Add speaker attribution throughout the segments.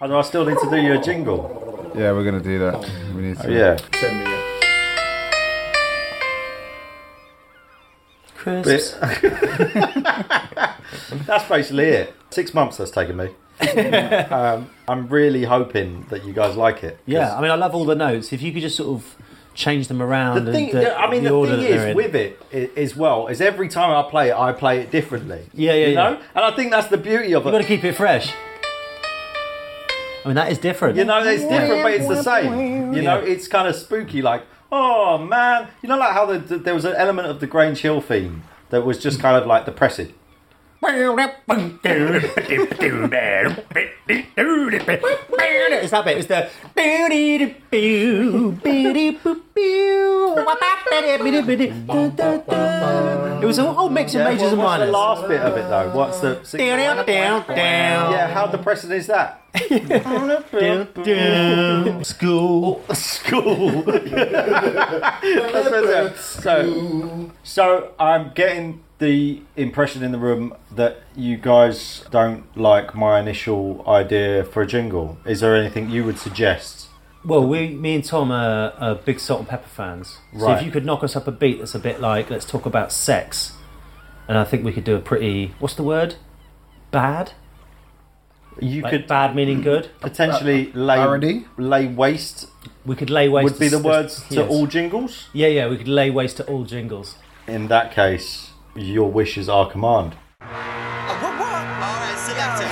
Speaker 1: And I still need to do your jingle.
Speaker 2: Yeah, we're gonna do that. We need to.
Speaker 1: Yeah.
Speaker 3: Chris.
Speaker 1: Bit- That's basically it. Six months that's taken me. um, I'm really hoping that you guys like it. 'cause
Speaker 3: Yeah, I mean, I love all the notes. If you could just sort of change them around.
Speaker 1: The thing,
Speaker 3: and
Speaker 1: I mean, the,
Speaker 3: order
Speaker 1: thing
Speaker 3: that they're
Speaker 1: is
Speaker 3: in.
Speaker 1: with it i- as well is every time I play it, I play it differently.
Speaker 3: Yeah, yeah,
Speaker 1: you
Speaker 3: yeah.
Speaker 1: know. And I think that's the beauty of
Speaker 3: You've got
Speaker 1: it.
Speaker 3: to keep it fresh. I mean, that is different.
Speaker 1: You know, it's different, but it's the same. You know, it's kind of spooky. Like, oh man, you know, like how the, the, there was an element of the Grange Hill theme that was just kind of like depressing.
Speaker 3: It's that bit. It's the. It was a whole mix of majors
Speaker 1: What-
Speaker 3: and
Speaker 1: what's the
Speaker 3: minors.
Speaker 1: last bit of it though? What's the?
Speaker 3: Down, down, down.
Speaker 1: Yeah, how depressing is that?
Speaker 3: School.
Speaker 1: School. That's what it is. so, so I'm getting the impression in the room that you guys don't like my initial idea for a jingle. Is there anything you would suggest?
Speaker 3: Well, we, me and Tom are, are big salt and pepper fans. So if
Speaker 1: Right.
Speaker 3: you could knock us up a beat that's a bit like, let's talk about sex, and I think we could do a pretty, what's the word? Bad?
Speaker 1: You
Speaker 3: Like
Speaker 1: could
Speaker 3: bad meaning good?
Speaker 1: potentially lay
Speaker 2: parody?
Speaker 1: lay waste
Speaker 3: We could lay waste
Speaker 1: would be the
Speaker 3: s-
Speaker 1: words to
Speaker 3: yes.
Speaker 1: all jingles.
Speaker 3: Yeah, yeah, we could lay waste to all jingles.
Speaker 1: In that case, your wish is our command.
Speaker 4: Alright, selector.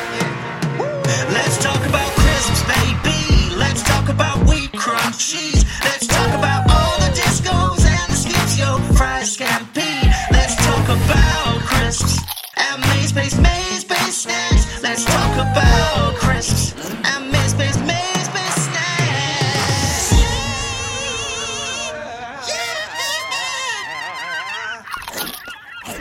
Speaker 4: Let's talk about crisps, baby. Let's talk about wheat crumb cheese. Let's talk about all the discos and the skips, yo, fried scampi. Let's talk about crisps and maze space, maze space snacks. Let's talk about crisps and maze space, maze space snacks. Yeah.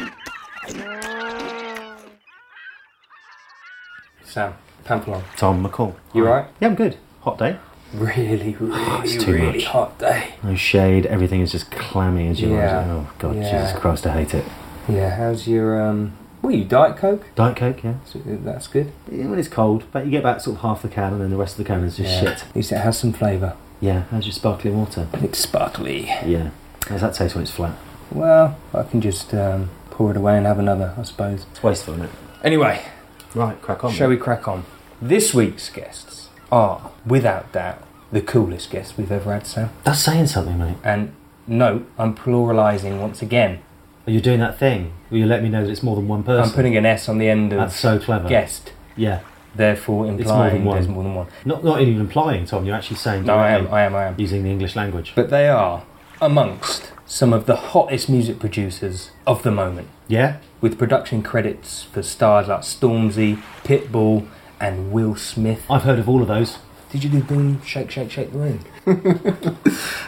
Speaker 5: Sam, Pamplon,
Speaker 3: Tom McCall.
Speaker 5: you Oh, right?
Speaker 3: Yeah, I'm good. Hot day.
Speaker 5: Really, really,
Speaker 3: too
Speaker 5: really
Speaker 3: much.
Speaker 5: hot day.
Speaker 3: No shade, everything is just clammy as you
Speaker 5: Yeah.
Speaker 3: are. Oh, God,
Speaker 5: Yeah.
Speaker 3: Jesus Christ, I hate it.
Speaker 5: Yeah, how's your um? What are you Diet Coke?
Speaker 3: Diet Coke, yeah.
Speaker 5: So That's good.
Speaker 3: Yeah, When it's cold, but you get about sort of half the can, and then the rest of the can is just
Speaker 5: Yeah.
Speaker 3: shit.
Speaker 5: At least it has some flavour.
Speaker 3: Yeah, how's your sparkling water?
Speaker 5: It's sparkly.
Speaker 3: Yeah. How's that taste when it's flat?
Speaker 5: Well, I can just um, pour it away and have another, I suppose.
Speaker 3: It's wasteful, isn't it?
Speaker 5: Anyway,
Speaker 3: Right, crack on.
Speaker 5: shall we crack on? This week's guests are, without doubt, the coolest guests we've ever had, Sam.
Speaker 3: That's saying something, mate.
Speaker 5: And no, I'm pluralising once again.
Speaker 3: Are you doing that thing where you let me know that it's more than one
Speaker 5: I'm
Speaker 3: person?
Speaker 5: putting an S on the end of
Speaker 3: That's so clever.
Speaker 5: guest,
Speaker 3: Yeah.
Speaker 5: therefore
Speaker 3: It's more
Speaker 5: implying
Speaker 3: than one.
Speaker 5: there's more than one.
Speaker 3: Not, not even implying, Tom, you're actually saying
Speaker 5: No, I
Speaker 3: directly
Speaker 5: am, I am, I am.
Speaker 3: using the English language.
Speaker 5: But they are amongst some of the hottest music producers of the moment,
Speaker 3: Yeah?
Speaker 5: with production credits for stars like Stormzy, Pitbull, and Will Smith.
Speaker 3: I've heard of all of those.
Speaker 5: Did you do boom, shake, shake, shake the room?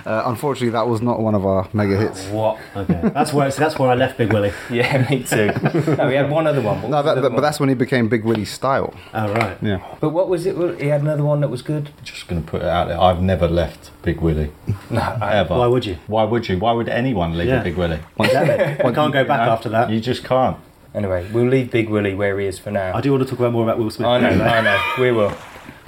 Speaker 2: Uh, unfortunately, that was not one of our mega hits.
Speaker 5: What?
Speaker 3: Okay. That's where, so that's where I left Big Willie.
Speaker 5: Yeah, me too. no, he had one other one. What
Speaker 2: No,
Speaker 5: was
Speaker 2: that, that-
Speaker 5: the other
Speaker 2: but
Speaker 5: one?
Speaker 2: that's when he became Big Willie style.
Speaker 3: Oh, right.
Speaker 2: Yeah.
Speaker 5: But what was it? He had another one that was good.
Speaker 1: Just gonna put it out there. I've never left Big Willie.
Speaker 5: No, I,
Speaker 1: Ever.
Speaker 3: Why would you?
Speaker 1: Why would you? Why would anyone leave
Speaker 3: Yeah.
Speaker 1: a Big Willie?
Speaker 3: Exactly. I can't go back after that.
Speaker 1: You just can't.
Speaker 5: Anyway, we'll leave Big Willie where he is for now.
Speaker 3: I do want to talk about more about Will Smith.
Speaker 5: I know,
Speaker 3: Anyway.
Speaker 5: I know. We will.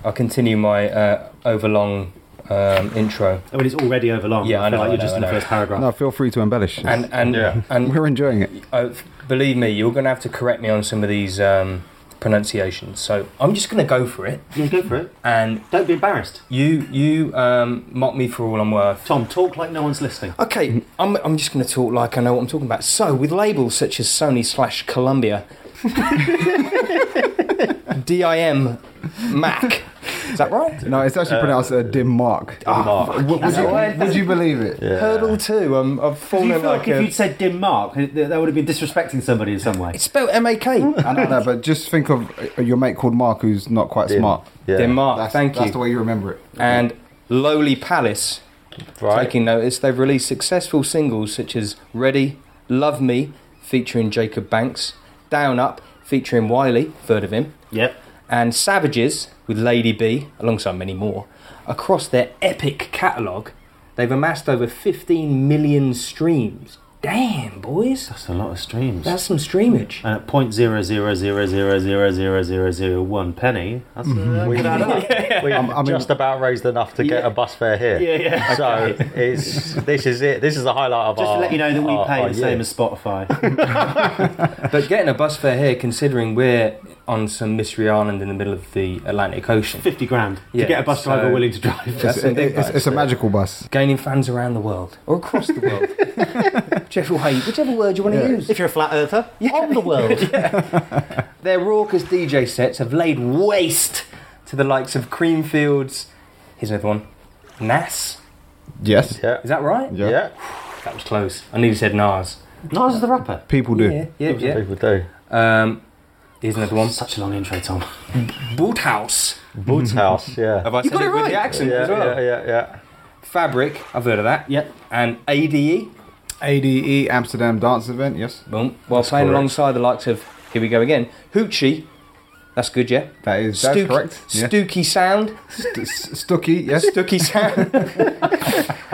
Speaker 5: I'll continue my uh, overlong um, intro.
Speaker 3: I mean, it's already overlong.
Speaker 5: Yeah, I know,
Speaker 3: Feel like
Speaker 5: I
Speaker 3: you're
Speaker 5: know,
Speaker 3: just
Speaker 5: I
Speaker 3: in the
Speaker 5: know.
Speaker 3: first paragraph.
Speaker 2: No, feel free to embellish.
Speaker 5: And and
Speaker 1: Yeah.
Speaker 5: and
Speaker 2: We're enjoying it.
Speaker 5: Oh, uh, believe me, you're going to have to correct me on some of these um, pronunciations. So I'm just going to go for it.
Speaker 1: You go for it.
Speaker 5: And
Speaker 1: Don't be embarrassed.
Speaker 5: you you um, mock me for all I'm worth.
Speaker 1: Tom, talk like no one's listening.
Speaker 5: Okay, I'm, I'm just going to talk like I know what I'm talking about. So, with labels such as Sony slash Columbia, DIM, Mac, is that right?
Speaker 2: No, it's actually pronounced a dim mark.
Speaker 1: Uh, Mark.
Speaker 2: W- would,
Speaker 3: That's
Speaker 2: you,
Speaker 3: right.
Speaker 2: would you believe it?
Speaker 5: Hurdle two. Um, I've
Speaker 3: Do
Speaker 5: fallen
Speaker 3: you feel like
Speaker 5: like
Speaker 3: if
Speaker 5: a.
Speaker 3: you'd said dim mark, th- that would have been disrespecting somebody in some way?
Speaker 5: It's spelled M A
Speaker 2: I
Speaker 5: K.
Speaker 2: know that, but just think of uh, your mate called Mark who's not quite smart.
Speaker 1: Yeah.
Speaker 5: Denmark.
Speaker 2: That's,
Speaker 5: thank
Speaker 2: that's
Speaker 5: you.
Speaker 2: the way you remember it.
Speaker 5: and Lowly Palace,
Speaker 1: Right.
Speaker 5: taking notice, they've released successful singles such as Ready, Love Me, featuring Jacob Banks, Down Up, featuring Wiley, third of him,
Speaker 3: Yep.
Speaker 5: and Savages with Lady B, alongside many more, across their epic catalogue, they've amassed over 15 million streams. Damn, boys.
Speaker 1: That's a lot of streams.
Speaker 5: That's some streamage.
Speaker 1: and at point zero zero zero zero zero zero zero zero one penny, that's uh, we, we
Speaker 2: Um,
Speaker 1: just about raised enough to get a bus fare here. Yeah, yeah. So it's this is it. This is the highlight of
Speaker 3: Just
Speaker 1: our.
Speaker 3: to let you know that we
Speaker 1: our-
Speaker 3: pay
Speaker 1: our
Speaker 3: the same
Speaker 1: year.
Speaker 3: as Spotify.
Speaker 5: But getting a bus fare here, considering we're on some mystery island in the middle of the Atlantic Ocean,
Speaker 1: fifty grand
Speaker 5: Yeah,
Speaker 1: to get a bus driver
Speaker 5: so-
Speaker 1: willing to drive.
Speaker 5: That's
Speaker 2: It's,
Speaker 5: a big
Speaker 2: it's-
Speaker 5: bus.
Speaker 2: it's a magical bus.
Speaker 5: gaining fans around the world or across the world. whichever way, whichever word you want to use.
Speaker 3: if you're a flat earther, on the world.
Speaker 5: Their raucous DJ sets have laid waste to the likes of Creamfields. Here's another one. Nas.
Speaker 2: Yes.
Speaker 1: yeah.
Speaker 5: Is that right?
Speaker 2: Yeah.
Speaker 1: yeah.
Speaker 5: That was close. I nearly said Nas.
Speaker 1: Nas is the rapper.
Speaker 2: People do.
Speaker 5: Yeah, yeah,
Speaker 1: That's what
Speaker 5: yeah.
Speaker 1: People do.
Speaker 5: Um, here's another one.
Speaker 3: Such a long intro, Tom.
Speaker 5: Boothouse.
Speaker 1: Boots house. Yeah.
Speaker 5: Have I said
Speaker 3: got
Speaker 5: it,
Speaker 3: it
Speaker 5: with
Speaker 3: right.
Speaker 5: the accent
Speaker 1: yeah,
Speaker 5: as well?
Speaker 1: yeah. Yeah. Yeah.
Speaker 5: Fabric. I've heard of that.
Speaker 3: Yep.
Speaker 5: And ADE.
Speaker 2: ADE E, Amsterdam dance event. Yes.
Speaker 5: Boom. While playing
Speaker 1: correct.
Speaker 5: alongside the likes of, here we go again, Hoochie. That's good, yeah?
Speaker 2: That is that's
Speaker 5: Stooky-
Speaker 2: correct. Yeah.
Speaker 5: Stooky Sound.
Speaker 2: St- s- Stooky. Yes.
Speaker 5: Stooky Sound.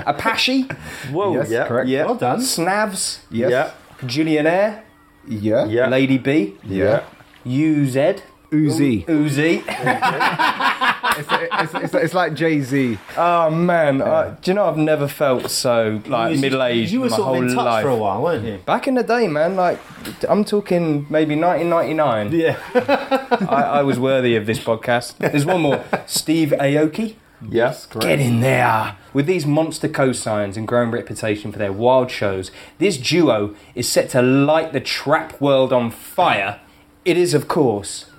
Speaker 5: Apache.
Speaker 1: Whoa.
Speaker 2: Yes.
Speaker 1: yeah.
Speaker 2: Correct.
Speaker 1: Yeah.
Speaker 3: Well done.
Speaker 5: Snavs.
Speaker 2: Yes.
Speaker 1: Yeah.
Speaker 5: Julian Air.
Speaker 2: Yeah.
Speaker 1: Yeah.
Speaker 5: Lady B.
Speaker 2: Yeah.
Speaker 5: UZ.
Speaker 2: Uzi.
Speaker 5: Uzi.
Speaker 2: it's, it's, it's, it's like Jay Z.
Speaker 5: Oh man, I, do you know I've never felt so like middle aged
Speaker 3: You were
Speaker 5: my
Speaker 3: sort
Speaker 5: whole
Speaker 3: of in touch
Speaker 5: life.
Speaker 3: for a while, weren't you?
Speaker 5: Back in the day, man, like I'm talking maybe 1999.
Speaker 3: Yeah.
Speaker 5: I, I was worthy of this podcast. There's one more, Steve Aoki.
Speaker 1: Yes.
Speaker 5: Get in there. With these monster cosigns and growing reputation for their wild shows, this duo is set to light the trap world on fire. It is, of course,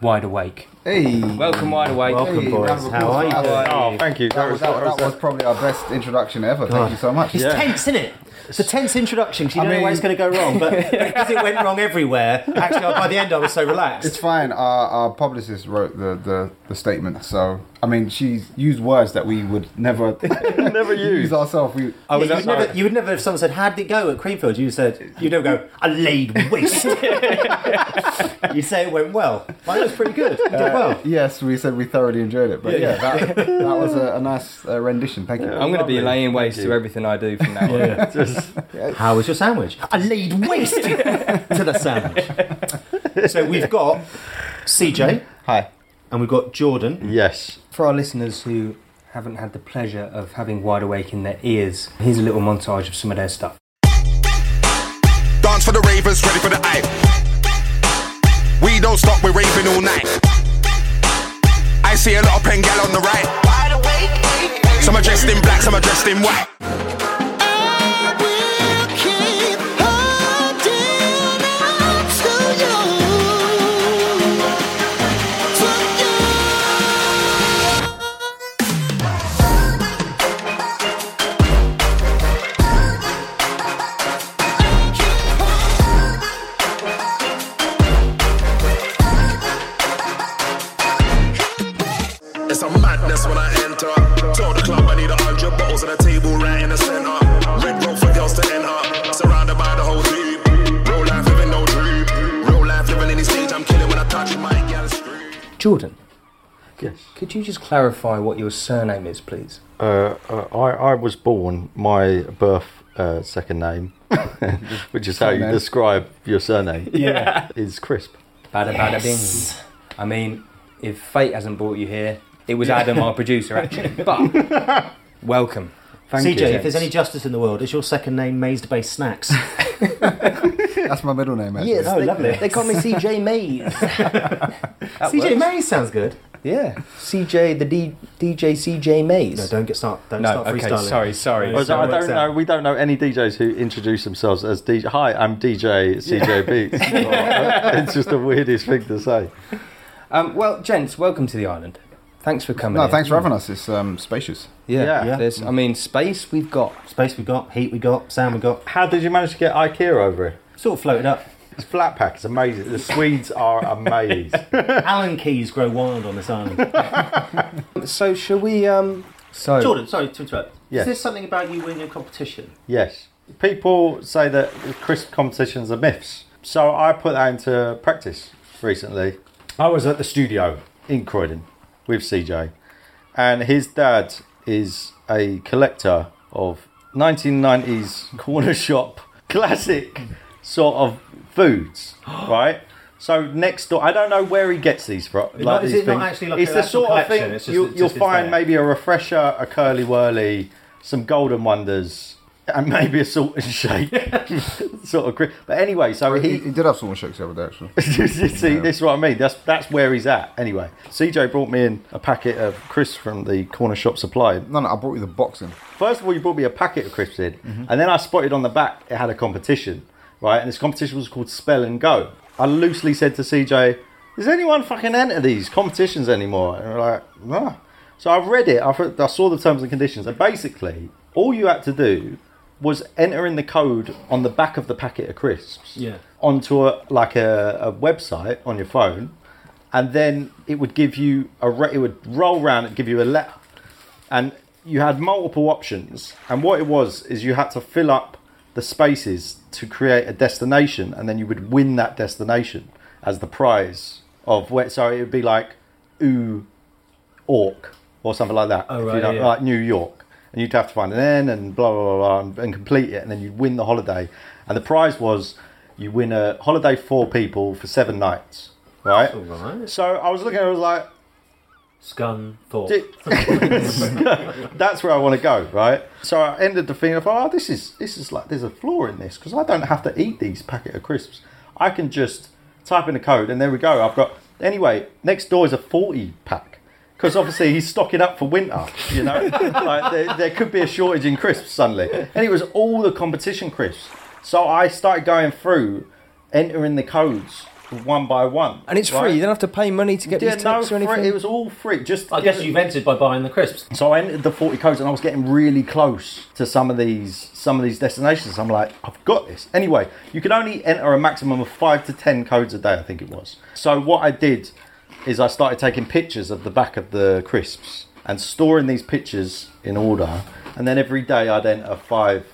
Speaker 5: Wide Awake.
Speaker 2: Hey.
Speaker 5: Welcome, Wide Awake.
Speaker 3: Welcome,
Speaker 2: Hey,
Speaker 3: boys.
Speaker 2: round of applause
Speaker 3: How are
Speaker 2: for
Speaker 3: you
Speaker 2: that
Speaker 3: doing?
Speaker 2: one.
Speaker 1: Oh, thank you.
Speaker 2: That was, that, was- that was probably our best introduction ever. Thank you so much.
Speaker 3: It's tense, isn't it? It's a tense introduction 'cause you
Speaker 2: I
Speaker 3: don't know where
Speaker 2: mean-
Speaker 3: it's going to go wrong, but because it went wrong everywhere, actually, by the end, I was so
Speaker 2: It's
Speaker 3: relaxed.
Speaker 2: fine. Our, our publicist wrote the, the, the statement, so I mean, she used words that we would never
Speaker 1: never
Speaker 2: use
Speaker 1: used.
Speaker 2: ourselves. We
Speaker 5: I was
Speaker 3: you, would
Speaker 5: outside.
Speaker 3: never, you would never, if someone said, How did it go at Creamfield? You said, You'd never go, I laid waste. you say it went well. Mine was pretty good. It did well.
Speaker 2: yes, we said we thoroughly enjoyed it, but yeah,
Speaker 3: Yeah,
Speaker 2: that, that was a, a nice uh, rendition. Thank you.
Speaker 5: I'm going to be
Speaker 1: Lovely.
Speaker 5: laying waste
Speaker 1: Thank
Speaker 5: to
Speaker 1: you.
Speaker 5: everything I do from now on.
Speaker 1: Just-
Speaker 3: How was your sandwich? I laid waste to the sandwich. So we've got CJ
Speaker 2: Hi.
Speaker 3: and we've got Jordan.
Speaker 1: yes.
Speaker 5: For our listeners who haven't had the pleasure of having Wide Awake in their ears, here's a little montage of some of their stuff.
Speaker 6: Dance for the ravers, ready for the hype. We don't stop, we're raving all night. I see a lot of pen gal on the right. Some are dressed in black, some are dressed in white.
Speaker 7: It's a madness when I enter. Told the club I need a hundred bottles on a table right in the center. Red road for girls to enter. Surrounded by the whole team. Real life living no dream. Real life living any stage. I'm killing when I touch my gal scream.
Speaker 5: Jordan,
Speaker 1: Yes.
Speaker 5: could you just clarify what your surname is, please?
Speaker 1: Uh, uh, I, I was born, my birth uh, second name, which is how you
Speaker 2: Surname.
Speaker 1: describe your surname, yeah. is Crisp.
Speaker 5: Bada bada bing. I mean, if fate hasn't brought you here, it was Adam, our producer, actually. But welcome. Thank
Speaker 3: CJ,
Speaker 5: you,
Speaker 3: if there's
Speaker 5: gents.
Speaker 3: any justice in the world, is your second name Mazed Based Snacks?
Speaker 2: That's my middle name, actually.
Speaker 5: Yes,
Speaker 3: Oh,
Speaker 5: they,
Speaker 3: lovely.
Speaker 5: They call me CJ Mays.
Speaker 3: CJ Mays sounds good.
Speaker 5: Yeah, CJ, the D, DJ CJ Mays.
Speaker 3: No, don't get start. Don't
Speaker 5: No,
Speaker 3: start
Speaker 5: okay,
Speaker 3: freestyling.
Speaker 5: sorry, sorry.
Speaker 3: No,
Speaker 5: Well,
Speaker 1: I
Speaker 3: it's not
Speaker 1: don't, I
Speaker 3: works
Speaker 1: don't
Speaker 3: out.
Speaker 1: know. We don't know any DJs who introduce themselves as DJ. Hi, I'm DJ CJ Beats. it's just the weirdest thing to say.
Speaker 5: Um, well, gents, welcome to the island. Thanks for coming.
Speaker 2: No,
Speaker 5: in.
Speaker 2: thanks for having us. It's um, spacious.
Speaker 5: Yeah,
Speaker 1: Yeah. Yeah.
Speaker 5: There's, I mean, space we've got.
Speaker 3: Space we got, heat we got, sound we got.
Speaker 1: How did you manage to get IKEA over here?
Speaker 3: Sort of floated up.
Speaker 1: It's flat pack. It's amazing. The Swedes are amazed.
Speaker 3: Allen keys grow wild on this island.
Speaker 5: So, shall we? Um, so,
Speaker 3: Jordan, sorry to interrupt.
Speaker 1: Yes.
Speaker 3: Is this something about you winning a competition?
Speaker 1: Yes. People say that crisp competitions are myths. So I put that into practice recently. I was at the studio in Croydon with CJ, and his dad is a collector of 1990s corner shop classic sort of foods, right? So next door, I don't know where he gets these from. Like
Speaker 3: is
Speaker 1: these
Speaker 3: it not
Speaker 1: things.
Speaker 3: actually like
Speaker 1: it's
Speaker 3: an
Speaker 1: the
Speaker 3: actual
Speaker 1: sort of
Speaker 3: collection,
Speaker 1: thing
Speaker 3: it's just-
Speaker 1: you,
Speaker 3: it's
Speaker 1: you'll
Speaker 3: just it's
Speaker 1: find
Speaker 3: there.
Speaker 1: maybe a refresher, a curly whirly, some golden wonders, and maybe a salt and shake sort of. cri- But anyway, so
Speaker 2: He,
Speaker 1: he
Speaker 2: he did have someone shakes the other day, actually.
Speaker 1: See, this is what I mean. That's that's where he's at. Anyway, CJ brought me in a packet of crisps from the corner shop supply.
Speaker 2: No, no, I brought you the boxing.
Speaker 1: First of all, you brought me a packet of crisps in, and then I spotted on the back it had a competition, right? And this competition was called Spell and Go. I loosely said to CJ, "Does anyone fucking enter these competitions anymore?" And we're like, "No." So I read it. I, thought- I saw the terms and conditions, and basically, all you had to do was enter in the code on the back of the packet of crisps
Speaker 3: Yeah.
Speaker 1: onto a, like a, a website on your phone, and then it would give you a re- it would roll round and give you a letter, and you had multiple options. And what it was is you had to fill up the spaces to create a destination, and then you would win that destination as the prize of where. So it would be like ooh, orc or something like that.
Speaker 3: Oh,
Speaker 1: if you
Speaker 3: right,
Speaker 1: don't-
Speaker 3: yeah, yeah.
Speaker 1: Like New York. And you'd have to find an N and blah, blah, blah, blah and, and complete it. And then you'd win the holiday. And the prize was you win a holiday for people for seven nights. Right?
Speaker 3: All right.
Speaker 1: So I was looking, I was like,
Speaker 3: Scun Thorpe.
Speaker 1: Di- that's where I want to go, right? So I ended the thing. I thought, oh, this is this is like there's a flaw in this because I don't have to eat these packet of crisps. I can just type in the code and there we go. I've got anyway. Next door is a forty pack because obviously he's stocking up for winter. You know, like there, there could be a shortage in crisps suddenly, and it was all the competition crisps. So I started going through, entering the codes one by one,
Speaker 5: and it's
Speaker 1: right?
Speaker 5: free. You don't have to pay money to get
Speaker 1: Yeah,
Speaker 5: these
Speaker 1: no,
Speaker 5: tips or
Speaker 1: free.
Speaker 5: anything.
Speaker 1: it was all free. Just
Speaker 3: I guess you've entered by buying the crisps.
Speaker 1: so I entered the 40 codes and I was getting really close to some of these some of these destinations. I'm like, I've got this. Anyway, you can only enter a maximum of five to ten codes a day, I think it was. So what I did is I started taking pictures of the back of the crisps and storing these pictures in order. And then every day I'd enter five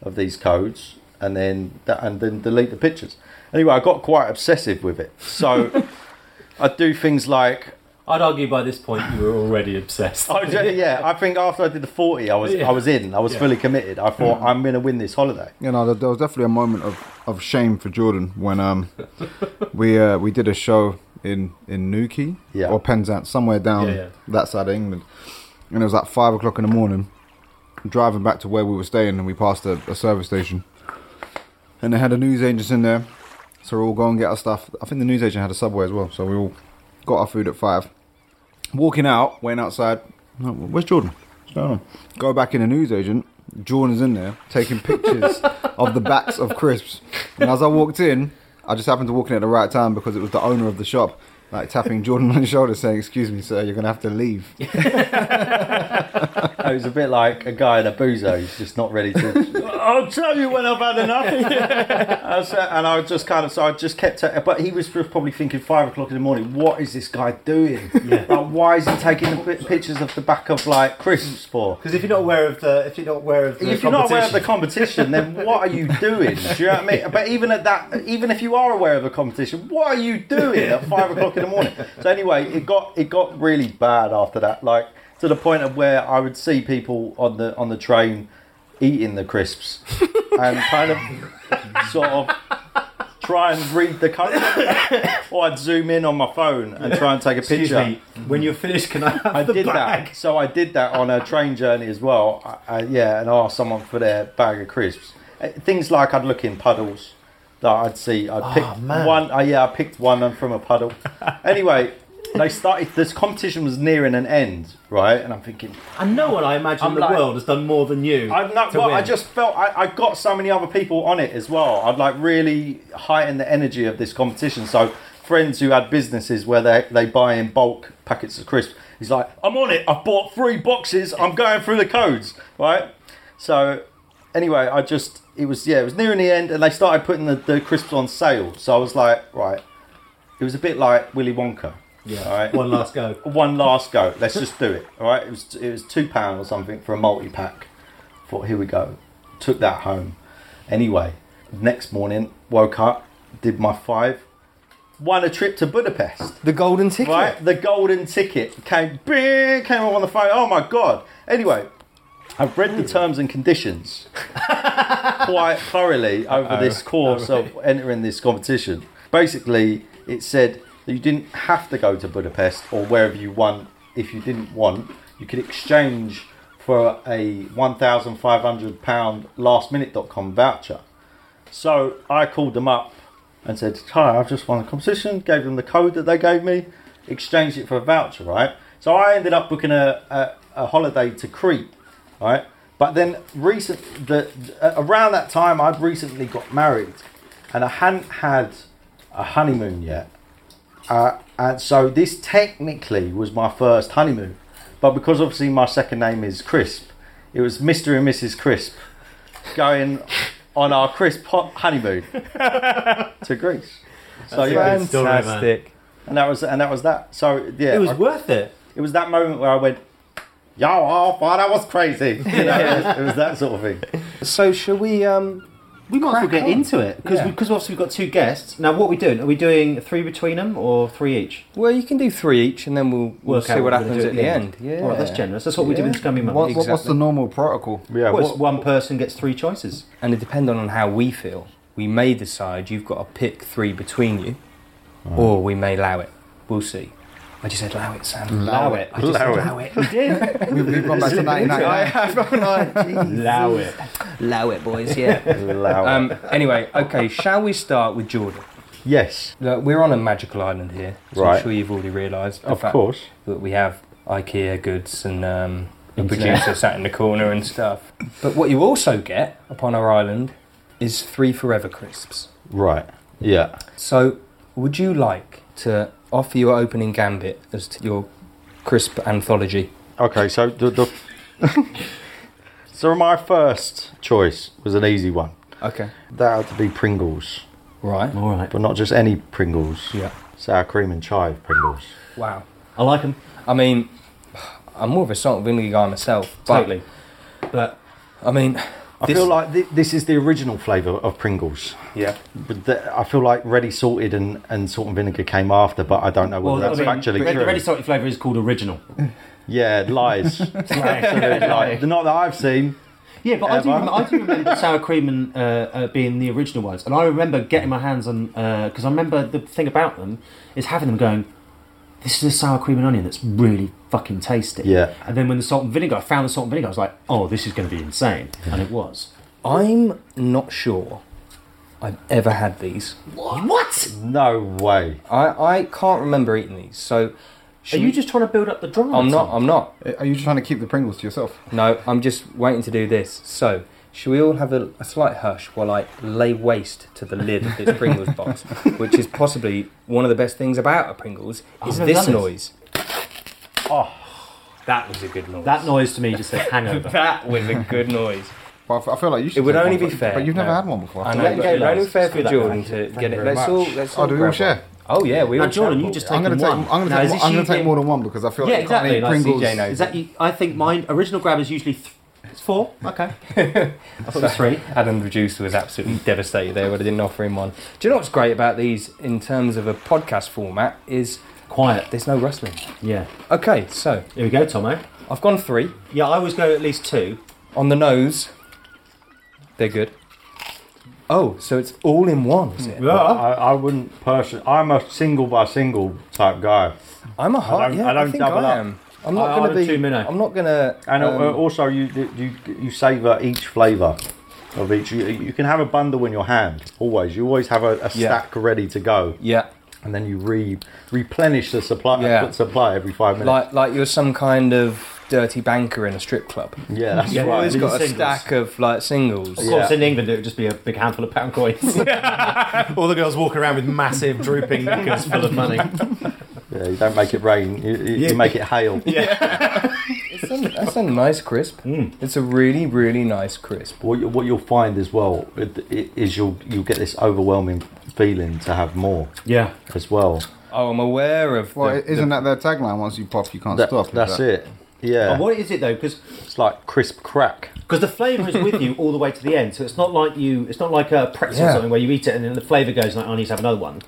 Speaker 1: of these codes and then that, and then delete the pictures. Anyway, I got quite obsessive with it. So I'd do things like
Speaker 3: I'd argue by this point you were already obsessed.
Speaker 1: Oh, yeah, yeah, I think after I did the 40, I was I was in. I was fully committed. I thought I'm going to win this holiday.
Speaker 2: You know, there, there was definitely a moment of, of shame for Jordan when um we uh, we did a show in in Newquay
Speaker 1: Yeah.
Speaker 2: or Penzance somewhere down
Speaker 3: Yeah, yeah.
Speaker 2: that side of England, and it was like five o'clock in the morning, driving back to where we were staying, and we passed a, a service station, and they had a newsagent in there, so we all go and get our stuff. I think the newsagent had a subway as well, so we all got our food at five. Walking out, went outside. No, where's Jordan? What's going on? Go back in a newsagent. Jordan's in there taking pictures of the backs of crisps. And as I walked in, I just happened to walk in at the right time because it was the owner of the shop, like tapping Jordan on the shoulder, saying, "Excuse me, sir, you're gonna have to leave."
Speaker 1: It was a bit like a guy in a boozer who's just not ready to. I'll tell you when I've had enough. I said- and I was just kind of so I just kept. it- But he was just probably thinking five o'clock in the morning. What is this guy doing? Like, why is he taking the pi- pictures of the back of like crisps for?
Speaker 3: Because if you're not aware of the, if you're not aware of the
Speaker 1: if you're not aware of the
Speaker 3: competition-
Speaker 1: competition, then what are you doing? Do you know what I mean? But even at that, even if you are aware of the competition, what are you doing at five o'clock in the morning? So anyway, it got it got really bad after that, like to the point of where I would see people on the on the train eating the crisps and kind of sort of try and read the code, or I'd zoom in on my phone and try and take a
Speaker 3: Excuse
Speaker 1: picture.
Speaker 3: me, when you're finished, can I have
Speaker 1: I
Speaker 3: the
Speaker 1: did
Speaker 3: bag?
Speaker 1: that. So I did that on a train journey as well. I, I, yeah, and asked someone for their bag of crisps. uh, things like I'd look in puddles that I'd see. I picked
Speaker 3: Ah, man.
Speaker 1: one. Uh, yeah, I picked one and from a puddle. anyway, they started. This competition was nearing an end, right? And I'm thinking,
Speaker 3: And no one, I imagine,
Speaker 1: I'm
Speaker 3: in the
Speaker 1: like-
Speaker 3: world has done more than you.
Speaker 1: I've not.
Speaker 3: to
Speaker 1: Well,
Speaker 3: win.
Speaker 1: I just felt I, I got so many other people on it as well. I'd like really heighten the energy of this competition. So friends who had businesses where they they buy in bulk packets of crisps. He's like, I'm on it. I've bought three boxes. I'm going through the codes, right? So anyway, I just it was yeah it was nearing the end, and they started putting the, the crisps on sale. So I was like, right, it was a bit like Willy Wonka.
Speaker 3: Yeah.
Speaker 1: All right.
Speaker 3: One last go.
Speaker 1: One last go. Let's just do it. All right. It was it was two pound or something for a multi pack. Thought here we go. Took that home. Anyway, next morning woke up, did my five, won a trip to Budapest.
Speaker 5: The golden ticket.
Speaker 1: Right, the golden ticket came big, came up on the phone. Oh my god! Anyway, I've read the terms and conditions quite thoroughly over this course of entering this competition. Basically, it said that you didn't have to go to Budapest or wherever you want if you didn't want. You could exchange for a one thousand five hundred pound lastminute.com voucher. So I called them up and said, Hi, I've just won a competition, gave them the code that they gave me, exchanged it for a voucher, right? So I ended up booking a, a, a holiday to Crete, right? But then recent, the, around that time, I'd recently got married and I hadn't had a honeymoon yet. Uh, and so this technically was my first honeymoon. But because obviously my second name is Crisp, it was Mr. and Mrs. Crisp going on our crisp hot honeymoon to Greece. So yeah,
Speaker 3: good story, man.
Speaker 5: Fantastic.
Speaker 1: and that was and that was that. So yeah,
Speaker 3: It was
Speaker 1: I-
Speaker 3: worth it.
Speaker 1: it was that moment where I went, "Yo, oh, wow, that was crazy." You know, it, was, it was that sort of thing.
Speaker 5: So shall we? Um,
Speaker 3: We might as well get into it because
Speaker 5: Yeah.
Speaker 3: because obviously we've got two guests. Now, what are we doing? Are we doing three between them or three each?
Speaker 5: well, you can do three each, and then we'll we'll
Speaker 3: Work
Speaker 5: see
Speaker 3: out
Speaker 5: what
Speaker 3: what we're gonna
Speaker 5: happens
Speaker 3: do
Speaker 5: at the end. Yeah.
Speaker 3: All right, that's generous. That's what we did with Scummy Money.
Speaker 2: What, what- what's
Speaker 5: Exactly.
Speaker 2: the normal protocol?
Speaker 1: Yeah,
Speaker 3: Well, it's one person gets three choices.
Speaker 5: And it depends on how we feel. We may decide you've got to pick three between you, or we may allow it. We'll see. I just said allow it, Sam. Allow it. I just said allow it.
Speaker 2: We've, we've gone back to 1999.
Speaker 3: Allow it.
Speaker 5: Allow it, boys. Yeah.
Speaker 1: loud.
Speaker 5: um, anyway, okay. Shall we start with Jordan?
Speaker 1: yes,
Speaker 5: Look, we're on a magical island here. So I'm
Speaker 1: Right.
Speaker 5: sure you've already realised. the
Speaker 1: of
Speaker 5: fact
Speaker 1: course.
Speaker 5: That we have IKEA goods and um, a producer sat in the corner and stuff. But what you also get upon our island is three forever crisps.
Speaker 1: Right. Yeah.
Speaker 5: So, would you like to offer your opening gambit as to your crisp anthology?
Speaker 1: Okay. So the, the so my first choice was an easy one.
Speaker 5: Okay.
Speaker 1: That had to be Pringles,
Speaker 5: Right.
Speaker 3: All right.
Speaker 1: but not just any Pringles.
Speaker 5: Yeah.
Speaker 1: Sour cream and chive Pringles.
Speaker 5: Wow.
Speaker 3: I like them
Speaker 5: I mean, I'm more of a salt and vinegar guy myself. But,
Speaker 3: totally. But
Speaker 5: I mean,
Speaker 1: I
Speaker 5: this-
Speaker 1: feel like th- this is the original flavour of Pringles.
Speaker 5: yeah.
Speaker 1: But the, I feel like ready salted and, and salt and vinegar came after, but I don't know whether that's actually
Speaker 3: the
Speaker 1: true.
Speaker 3: ready salted flavour is called original.
Speaker 1: yeah, lies. Absolute lies. Not that I've seen.
Speaker 3: Yeah, but I do,
Speaker 1: Ever.
Speaker 3: remember, I do remember sour cream and uh, uh, being the original ones, and I remember getting my hands on because I remember the thing about them is having them going. This is a sour cream and onion that's really fucking tasty.
Speaker 1: Yeah.
Speaker 3: And then when the salt and vinegar, I found the salt and vinegar. I was like, oh, this is going to be insane, and it was.
Speaker 5: I'm not sure I've ever had these.
Speaker 3: What?
Speaker 1: No way.
Speaker 5: I, I can't remember eating these. So,
Speaker 3: Are
Speaker 5: should
Speaker 3: you
Speaker 5: we-
Speaker 3: just trying to build up the drama?
Speaker 5: I'm not. I'm not.
Speaker 2: Are you just trying to keep the Pringles to yourself?
Speaker 5: No, I'm just waiting to do this. So, shall we all have a, a slight hush while I lay waste to the lid of this Pringles box, which is possibly one of the best things about a Pringles is
Speaker 3: never
Speaker 5: this
Speaker 3: done this.
Speaker 5: noise. Oh, that was a good noise.
Speaker 3: That noise to me just says hangover.
Speaker 5: That was a good noise.
Speaker 2: But I f- I feel like you should.
Speaker 5: It would
Speaker 2: take
Speaker 5: only
Speaker 2: one,
Speaker 5: be
Speaker 2: but-
Speaker 5: fair.
Speaker 2: But you've never
Speaker 5: No.
Speaker 2: had one before.
Speaker 5: I know,
Speaker 3: Let
Speaker 5: but
Speaker 3: go,
Speaker 5: it's only
Speaker 3: lads.
Speaker 5: fair for
Speaker 3: Screw that
Speaker 5: Jordan
Speaker 3: guy.
Speaker 5: to
Speaker 3: Thank
Speaker 5: get
Speaker 3: you
Speaker 5: it.
Speaker 3: very
Speaker 5: Let's all. Let's
Speaker 2: Oh,
Speaker 5: all
Speaker 2: do we
Speaker 5: grab
Speaker 2: all share?
Speaker 5: one. Oh yeah, we
Speaker 3: now,
Speaker 5: all.
Speaker 3: Jordan,
Speaker 5: grab
Speaker 3: you
Speaker 5: one.
Speaker 3: just take
Speaker 2: I'm going to take.
Speaker 3: one.
Speaker 2: I'm going to
Speaker 3: Now, is
Speaker 2: take.
Speaker 3: it
Speaker 2: more- I'm going to
Speaker 3: usually-
Speaker 2: take more than one because I feel
Speaker 3: Yeah,
Speaker 2: like you can't
Speaker 3: exactly.
Speaker 2: eat
Speaker 3: like
Speaker 2: Pringles.
Speaker 5: CJ knows.
Speaker 3: Is that? You, I think mine original grab is usually th- it's four. Okay, I thought it was three.
Speaker 5: Adam the producer was absolutely devastated there when I didn't offer him one. Do you know what's great about these in terms of a podcast format is
Speaker 3: Quiet.
Speaker 5: there's no rustling.
Speaker 3: Yeah.
Speaker 5: Okay, so
Speaker 3: Here we go, Tomo.
Speaker 5: I've gone three.
Speaker 3: Yeah, I always go at least two.
Speaker 5: On the nose, they're good. Oh, so it's all in one, is it?
Speaker 1: I, I wouldn't personally. I'm a single by single type guy.
Speaker 5: I'm a hard.
Speaker 1: I don't-
Speaker 5: yeah,
Speaker 1: I don't
Speaker 5: think
Speaker 1: double
Speaker 5: I
Speaker 1: up.
Speaker 5: am. I'm not
Speaker 3: I-
Speaker 5: gonna
Speaker 3: I'm a
Speaker 5: be.
Speaker 3: two minnow.
Speaker 1: Uh,
Speaker 5: I'm not gonna.
Speaker 1: And
Speaker 5: um,
Speaker 1: uh, also, you you you savour each flavour. of each. You, you can have a bundle in your hand always. You always have a, a
Speaker 5: Yeah.
Speaker 1: stack ready to go.
Speaker 5: Yeah.
Speaker 1: And then you re replenish the supply
Speaker 5: Yeah.
Speaker 1: supply every five minutes.
Speaker 5: Like like you're some kind of dirty banker in a strip club.
Speaker 1: yeah, that's
Speaker 3: Yeah.
Speaker 5: You've
Speaker 1: right.
Speaker 5: always got a
Speaker 3: Singles.
Speaker 5: stack of like singles.
Speaker 3: Of course, in England, it would just be a big handful of pound coins.
Speaker 8: All the girls walk around with massive drooping knickers full of money.
Speaker 1: Yeah, you don't make it rain. You, you, you make it hail.
Speaker 5: That's a- That's a nice crisp.
Speaker 1: Hmm.
Speaker 5: It's a really, really nice crisp.
Speaker 1: What, you, what you'll find as well it- it- is you'll you'll get this overwhelming feeling to have more
Speaker 3: yeah.
Speaker 1: as well.
Speaker 5: Oh, I'm aware of.
Speaker 2: Well,
Speaker 5: the-
Speaker 2: isn't that their tagline? Once you pop, you can't
Speaker 1: That-
Speaker 2: stop.
Speaker 1: that's it. Yeah,
Speaker 3: But what is it though? Because
Speaker 1: it's like crisp crack.
Speaker 3: the flavour is with you all the way to the end, so it's not like you. It's not like a pretzel or
Speaker 5: Yeah.
Speaker 3: something where you eat it and then the flavour goes like, "Oh, "I need to have another one."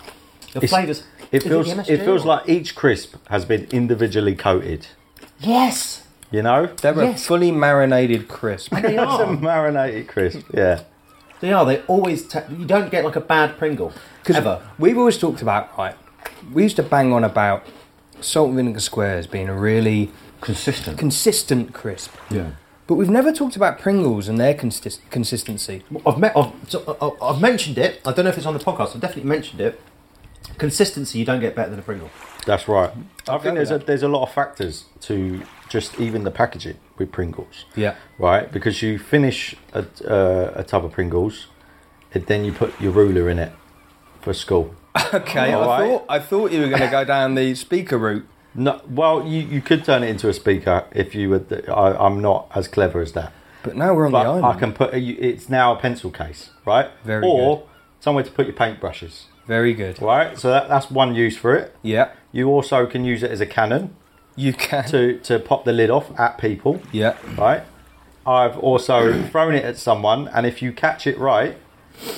Speaker 3: The flavours.
Speaker 1: It
Speaker 3: Is
Speaker 1: feels
Speaker 3: MSG
Speaker 1: it feels
Speaker 3: or-
Speaker 1: like each crisp has been individually coated.
Speaker 3: yes.
Speaker 1: You know,
Speaker 5: They're a fully marinated crisp.
Speaker 3: They
Speaker 1: it's a
Speaker 3: are.
Speaker 1: marinated crisp. Yeah,
Speaker 3: They are. They always. ta you don't get like a bad Pringle ever.
Speaker 5: We've always talked about, right, we used to bang on about salt and vinegar squares being a really
Speaker 3: Consistent.
Speaker 5: consistent crisp.
Speaker 3: yeah.
Speaker 5: But we've never talked about Pringles and their consist- consistency.
Speaker 3: I've, me- I've, so- I- I've mentioned it. I don't know if it's on the podcast. I've definitely mentioned it. Consistency, you don't get better than a Pringle.
Speaker 1: that's right. I
Speaker 5: go
Speaker 1: think there's a,
Speaker 5: with
Speaker 1: there's a lot of factors to just even the packaging with Pringles.
Speaker 5: Yeah.
Speaker 1: right? Because you finish a, uh, a tub of Pringles, and then you put your ruler in it for school.
Speaker 5: Okay, I,
Speaker 1: Alright.
Speaker 5: thought, I thought you were going to go down the speaker route.
Speaker 1: No, well, you, you could turn it into a speaker if you were. Th- I, I'm not as clever as that,
Speaker 5: But now we're on
Speaker 1: but
Speaker 5: the island.
Speaker 1: I can put. you- It's now a pencil case, right?
Speaker 5: Very
Speaker 1: or somewhere to put your paintbrushes,
Speaker 5: Very good.
Speaker 1: right? So that, that's one use for it.
Speaker 5: Yeah.
Speaker 1: You also can use it as a cannon
Speaker 5: You can.
Speaker 1: to to pop the lid off at people,
Speaker 5: Yeah.
Speaker 1: right? I've also thrown it at someone, and if you catch it right,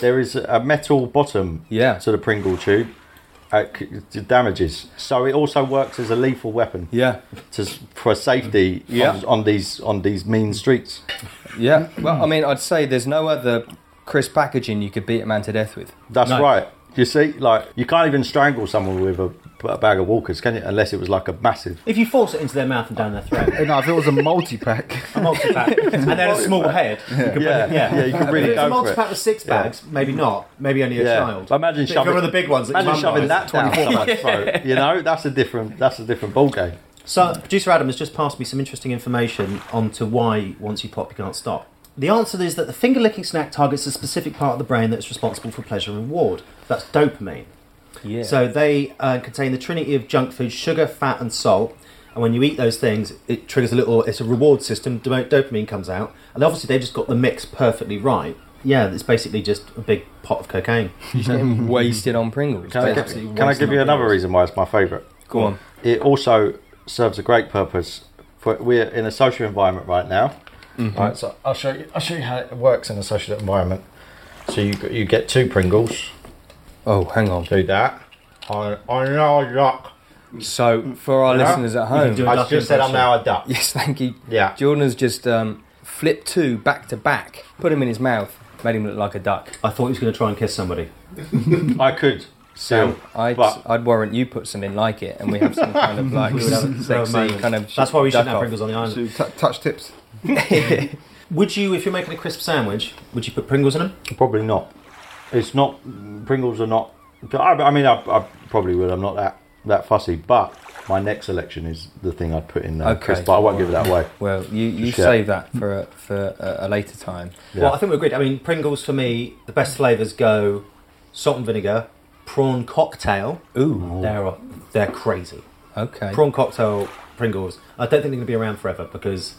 Speaker 1: there is a metal bottom
Speaker 5: Yeah.
Speaker 1: to the Pringle tube. Uh, c- it damages. So it also works as a lethal weapon.
Speaker 5: Yeah.
Speaker 1: to, for safety
Speaker 5: Yeah.
Speaker 1: on, on these on these mean streets.
Speaker 5: Yeah. Well, I mean, I'd say there's no other crisp packaging you could beat a man to death with.
Speaker 1: That's
Speaker 3: No.
Speaker 1: right. You see, like you can't even strangle someone with a, a bag of Walkers, can you? Unless it was like a massive.
Speaker 3: If you force it into their mouth and down their throat,
Speaker 2: No, if it was a multi-pack,
Speaker 3: a multi-pack, and then a small head, you could
Speaker 1: Yeah,
Speaker 3: put it- yeah.
Speaker 1: yeah, you can
Speaker 3: If
Speaker 1: really
Speaker 8: it's a
Speaker 1: go for
Speaker 8: multi-pack
Speaker 1: it.
Speaker 8: with six bags, maybe not. Maybe only a
Speaker 1: Yeah.
Speaker 8: child.
Speaker 1: But
Speaker 8: But
Speaker 1: imagine
Speaker 8: if you're
Speaker 1: shoving-
Speaker 8: one of the big ones. that your
Speaker 1: Imagine
Speaker 8: mum
Speaker 1: shoving
Speaker 8: buys.
Speaker 1: that down someone's throat. You know, that's a different that's a different ball game.
Speaker 3: So, producer Adam has just passed me some interesting information on to why once you pop, you can't stop. The answer is that the finger licking snack targets a specific part of the brain that is responsible for pleasure and reward. That's dopamine.
Speaker 5: Yeah.
Speaker 3: So they uh, contain the trinity of junk food, sugar, fat, and salt. And when you eat those things, it triggers a little. It's a reward system. do- Dopamine comes out, and obviously they just got the mix perfectly right. Yeah, it's basically just a big pot of cocaine.
Speaker 5: wasted on Pringles.
Speaker 1: Can I, give,
Speaker 5: basically.
Speaker 1: can I give you another reason why it's my favourite?
Speaker 5: Go on.
Speaker 1: It also serves a great purpose. For, we're in a social environment right now.
Speaker 8: Mm-hmm.
Speaker 1: Right, so I'll show you. I'll show you how it works in a social environment. So you g- you get two Pringles.
Speaker 5: Oh, hang on.
Speaker 1: Do that. I, I know a duck.
Speaker 5: So, for our listeners at home,
Speaker 3: do it.
Speaker 1: I
Speaker 3: Duck
Speaker 1: just said I'm now a duck.
Speaker 5: yes, thank you.
Speaker 1: Yeah.
Speaker 5: Jordan has just um, flipped two back to back, put him in his mouth, made him look like a duck.
Speaker 3: I thought he was going to try and kiss somebody.
Speaker 1: I could. So
Speaker 5: I'd,
Speaker 1: But-
Speaker 5: I'd warrant you put some in like it, and we have some kind of like sexy kind of.
Speaker 3: That's why we
Speaker 5: duck
Speaker 3: shouldn't have Pringles on the
Speaker 2: so
Speaker 3: island.
Speaker 2: you t- touch tips.
Speaker 3: Would you, if you're making a crisp sandwich, would you put Pringles in them?
Speaker 1: probably not. It's not Pringles are not. I, I mean, I, I probably would. I'm not that that fussy. But my next selection is the thing I'd put in there.
Speaker 5: Okay.
Speaker 1: but I won't give it that away.
Speaker 5: Well, you, you
Speaker 1: Shit.
Speaker 5: save that for a, for a, a later time.
Speaker 1: Yeah.
Speaker 3: Well, I think we're agreed. I mean, Pringles for me, the best flavours go salt and vinegar, prawn cocktail.
Speaker 5: Ooh.
Speaker 3: They're they're crazy.
Speaker 5: Okay.
Speaker 3: prawn cocktail Pringles. I don't think they're going to be around forever because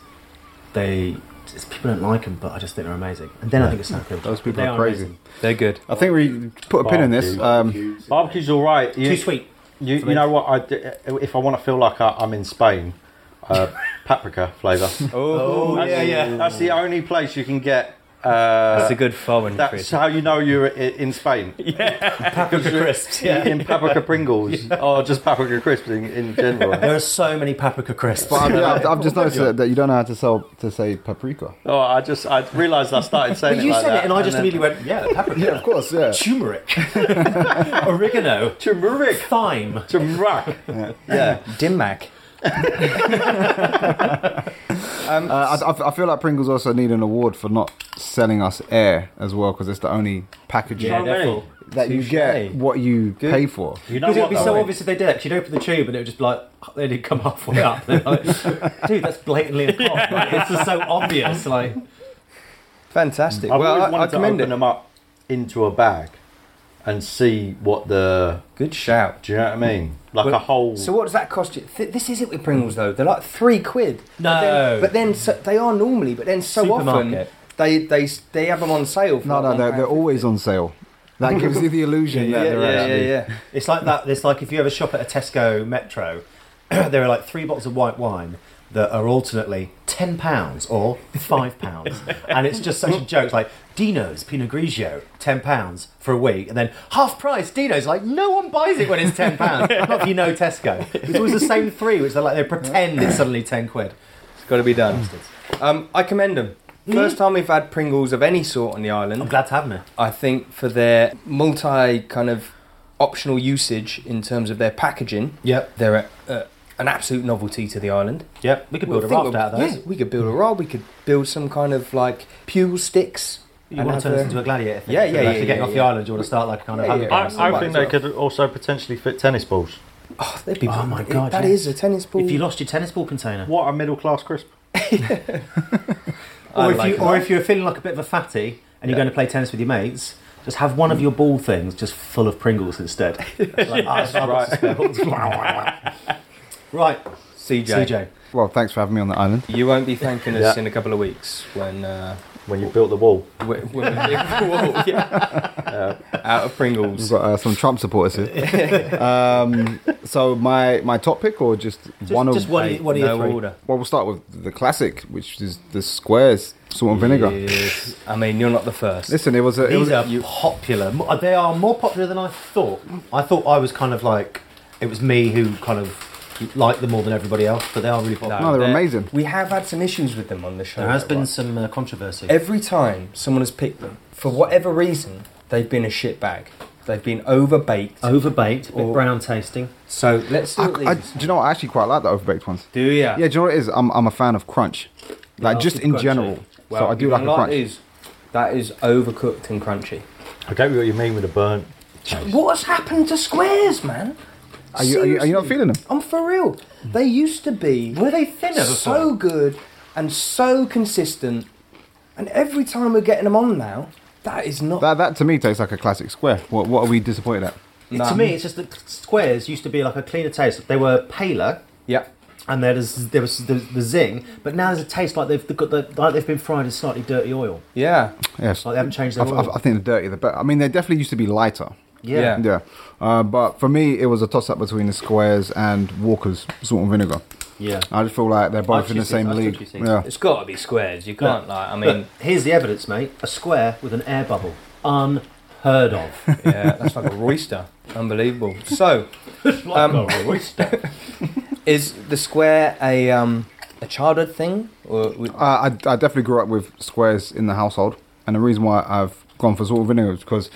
Speaker 3: they just, people don't like them, but I just think they're amazing. And then I think it's sacrilege.
Speaker 2: Those people
Speaker 3: They
Speaker 2: are crazy.
Speaker 3: amazing.
Speaker 5: They're good.
Speaker 2: I think we put a pin in this. Um,
Speaker 1: Barbecue's all right. You,
Speaker 3: Too sweet.
Speaker 1: You,
Speaker 3: me.
Speaker 1: you know what? I d if I want to feel like I, I'm in Spain, uh, paprika flavour.
Speaker 5: Oh,
Speaker 1: That's-
Speaker 3: yeah, yeah.
Speaker 1: That's the only place you can get. Uh,
Speaker 5: that's a good foreign
Speaker 1: that's
Speaker 5: crisp.
Speaker 1: how you know you're i- in Spain.
Speaker 3: Paprika crisps. Yeah.
Speaker 1: In paprika Pringles, or just paprika crisps in, in general.
Speaker 3: There are so many paprika crisps.
Speaker 2: but I've, I've, I've just noticed that, that you don't know how to sell to say paprika.
Speaker 1: oh, I just I realised I started saying
Speaker 3: But
Speaker 1: it
Speaker 3: you
Speaker 1: like
Speaker 3: said
Speaker 1: that,
Speaker 3: it, and I just
Speaker 1: then-
Speaker 3: immediately went, yeah, paprika.
Speaker 2: Yeah, of course. Yeah.
Speaker 3: Turmeric. Oregano.
Speaker 1: Turmeric,
Speaker 3: Thyme.
Speaker 1: turmeric. Yeah,
Speaker 5: Dimmac.
Speaker 2: Uh, I, I f- I feel like Pringles also need an award for not selling us air as well because it's the only packaging
Speaker 3: Yeah,
Speaker 1: many.
Speaker 3: therefore.
Speaker 2: that you
Speaker 1: touche.
Speaker 2: get what you pay for.
Speaker 1: You know
Speaker 3: Because it
Speaker 1: what?
Speaker 3: would be so
Speaker 1: though?
Speaker 3: obvious if they did. She'd open the tube and it would just be like, they'd have come halfway up. They're like, Dude, that's blatantly a con. Like, it's just so obvious. Like,
Speaker 5: Fantastic.
Speaker 1: I've
Speaker 5: well,
Speaker 1: always
Speaker 5: I, I
Speaker 1: wanted to
Speaker 5: commend
Speaker 1: open
Speaker 5: it.
Speaker 1: them up into a bag and see what the.
Speaker 5: Good shout.
Speaker 1: Do you know what I mean? Like
Speaker 5: Well,
Speaker 1: a whole.
Speaker 5: So what does that cost you? Th- this is it with Pringles though. They're like three quid.
Speaker 3: No.
Speaker 5: But then, but then so, they are normally, but then so often
Speaker 3: Supermarket.
Speaker 5: they they they have them on sale. For
Speaker 2: No, no,
Speaker 5: like
Speaker 2: they're,
Speaker 5: £1.
Speaker 2: they're always on sale. That gives you the illusion that
Speaker 5: yeah,
Speaker 2: they're
Speaker 5: yeah, yeah,
Speaker 2: actually.
Speaker 5: yeah.
Speaker 3: it's like that. It's like if you ever shop at a Tesco Metro, there are like three bottles of white wine that are alternately £10 or £5. and it's just such a joke. It's like, Dino's Pinot Grigio, £10 for a week. And then half price, Dino's like, no one buys it when it's £10. Not if you know Tesco. It's always the same three, which they're like, they pretend it's suddenly 10 quid.
Speaker 5: It's got to be done. Um, I commend them. First time we've had Pringles of any sort on the
Speaker 3: Mm-hmm. I'm
Speaker 5: island.
Speaker 3: glad to have them.
Speaker 5: I think for their multi kind of optional usage in terms of their packaging,
Speaker 3: Yep.
Speaker 5: they're a, a, an absolute novelty to the island.
Speaker 3: Yep, we could build
Speaker 5: Well,
Speaker 3: a raft
Speaker 5: think we'll-
Speaker 3: out of those.
Speaker 5: Yeah, we could build a raft. We could build some kind of like pule sticks.
Speaker 3: You
Speaker 5: and
Speaker 3: want
Speaker 5: have
Speaker 3: to turn
Speaker 5: a-
Speaker 3: this into a gladiator thing?
Speaker 5: Yeah,
Speaker 3: so
Speaker 5: yeah,
Speaker 3: you're
Speaker 5: yeah,
Speaker 3: actually getting
Speaker 5: yeah,
Speaker 3: off the
Speaker 5: yeah.
Speaker 3: island, you want to start like a kind of
Speaker 5: Yeah,
Speaker 3: hundred
Speaker 5: yeah.
Speaker 3: games.
Speaker 1: I, I
Speaker 5: Somebody
Speaker 1: think they
Speaker 5: as
Speaker 1: could also potentially fit tennis balls.
Speaker 5: Oh, they'd be.
Speaker 3: Oh my God,
Speaker 5: That
Speaker 3: yeah.
Speaker 5: is a tennis ball.
Speaker 3: If you lost your tennis ball container,
Speaker 1: What a middle class crisp.
Speaker 5: I
Speaker 3: or if,
Speaker 5: like
Speaker 3: you,
Speaker 5: it.
Speaker 3: or if you're feeling like uh, a bit of a fatty and you're going to play tennis with your mates, just have one of your ball things just full of Pringles instead. Like, ah, right. right,
Speaker 5: CJ.
Speaker 3: CJ.
Speaker 2: Well, thanks for having me on the island.
Speaker 5: You won't be thanking us
Speaker 1: Yeah.
Speaker 5: in a couple of weeks when uh,
Speaker 1: When you built the wall.
Speaker 5: we're, we're Whoa, yeah. Uh, out of
Speaker 2: We've
Speaker 5: Pringles.
Speaker 2: got uh, some Trump supporters here. um, so my my top pick or just, one of
Speaker 3: just one,
Speaker 5: Hey,
Speaker 3: one of your
Speaker 5: no
Speaker 3: three.
Speaker 5: order.
Speaker 2: Well, we'll start with the classic, which is the squares salt and vinegar.
Speaker 5: Yes. I mean, you're not the first.
Speaker 2: Listen, it was a, it was
Speaker 3: These are popular. Mo- They are more popular than I thought. I thought I was kind of like it was me who kind of liked them more than everybody else, but they are really popular.
Speaker 2: No, they're amazing.
Speaker 5: We have had some issues with them on the show.
Speaker 3: There has
Speaker 5: though,
Speaker 3: been
Speaker 5: right?
Speaker 3: some uh, controversy.
Speaker 5: Every time someone has picked them, for whatever reason, they've been a shit bag. They've been overbaked.
Speaker 3: Overbaked, a bit
Speaker 5: Or-
Speaker 3: brown tasting.
Speaker 5: So let's see
Speaker 2: I,
Speaker 5: what
Speaker 2: I-
Speaker 5: these-
Speaker 2: do you know what? I actually quite like the overbaked ones.
Speaker 5: do you?
Speaker 2: Yeah, do you know what it is? I'm, I'm a fan of crunch, like
Speaker 3: Yeah,
Speaker 2: just
Speaker 3: it's
Speaker 2: in
Speaker 3: crunchy.
Speaker 2: general. so I do
Speaker 5: you
Speaker 2: like a
Speaker 5: know what
Speaker 2: crunch.
Speaker 5: that is- that is overcooked and crunchy.
Speaker 1: I get what you mean with the burnt.
Speaker 5: What's happened to squares, man?
Speaker 2: Are you, are you are you not
Speaker 5: Seriously.
Speaker 2: feeling them?
Speaker 5: I'm for real. They used to be
Speaker 3: Were they thinner
Speaker 5: so good and so consistent, and every time we're getting them on now, that is not.
Speaker 2: That that to me tastes like a classic square. What what are we disappointed at?
Speaker 5: Nah.
Speaker 3: To me, it's just that squares used to be like a cleaner taste. They were paler,
Speaker 5: yeah.
Speaker 3: and there was there was the, the zing, but now there's a taste like they've got the, like they've been fried in slightly dirty oil.
Speaker 5: Yeah.
Speaker 2: Yes,
Speaker 3: Like Oh, they haven't changed
Speaker 2: I,
Speaker 3: their
Speaker 2: I,
Speaker 3: oil.
Speaker 2: I think the dirtier the better. I mean, they definitely used to be lighter.
Speaker 3: yeah.
Speaker 5: yeah.
Speaker 2: Yeah, uh, but for me, it was a toss up between the squares and Walker's salt and vinegar.
Speaker 3: Yeah.
Speaker 2: I just feel like they're both in the
Speaker 3: choose
Speaker 2: same
Speaker 3: these, I
Speaker 2: league.
Speaker 3: choose these.
Speaker 2: Yeah,
Speaker 5: It's got to be squares. You can't like. I mean,
Speaker 3: Look, here's the evidence, mate. A square with an air bubble, unheard of.
Speaker 5: yeah, that's like a royster. Unbelievable. So, Um,
Speaker 3: Like a oyster.
Speaker 5: is the square a um a childhood thing or? We,
Speaker 2: uh, I, I definitely grew up with squares in the household, and the reason why I've gone for salt and vinegar is because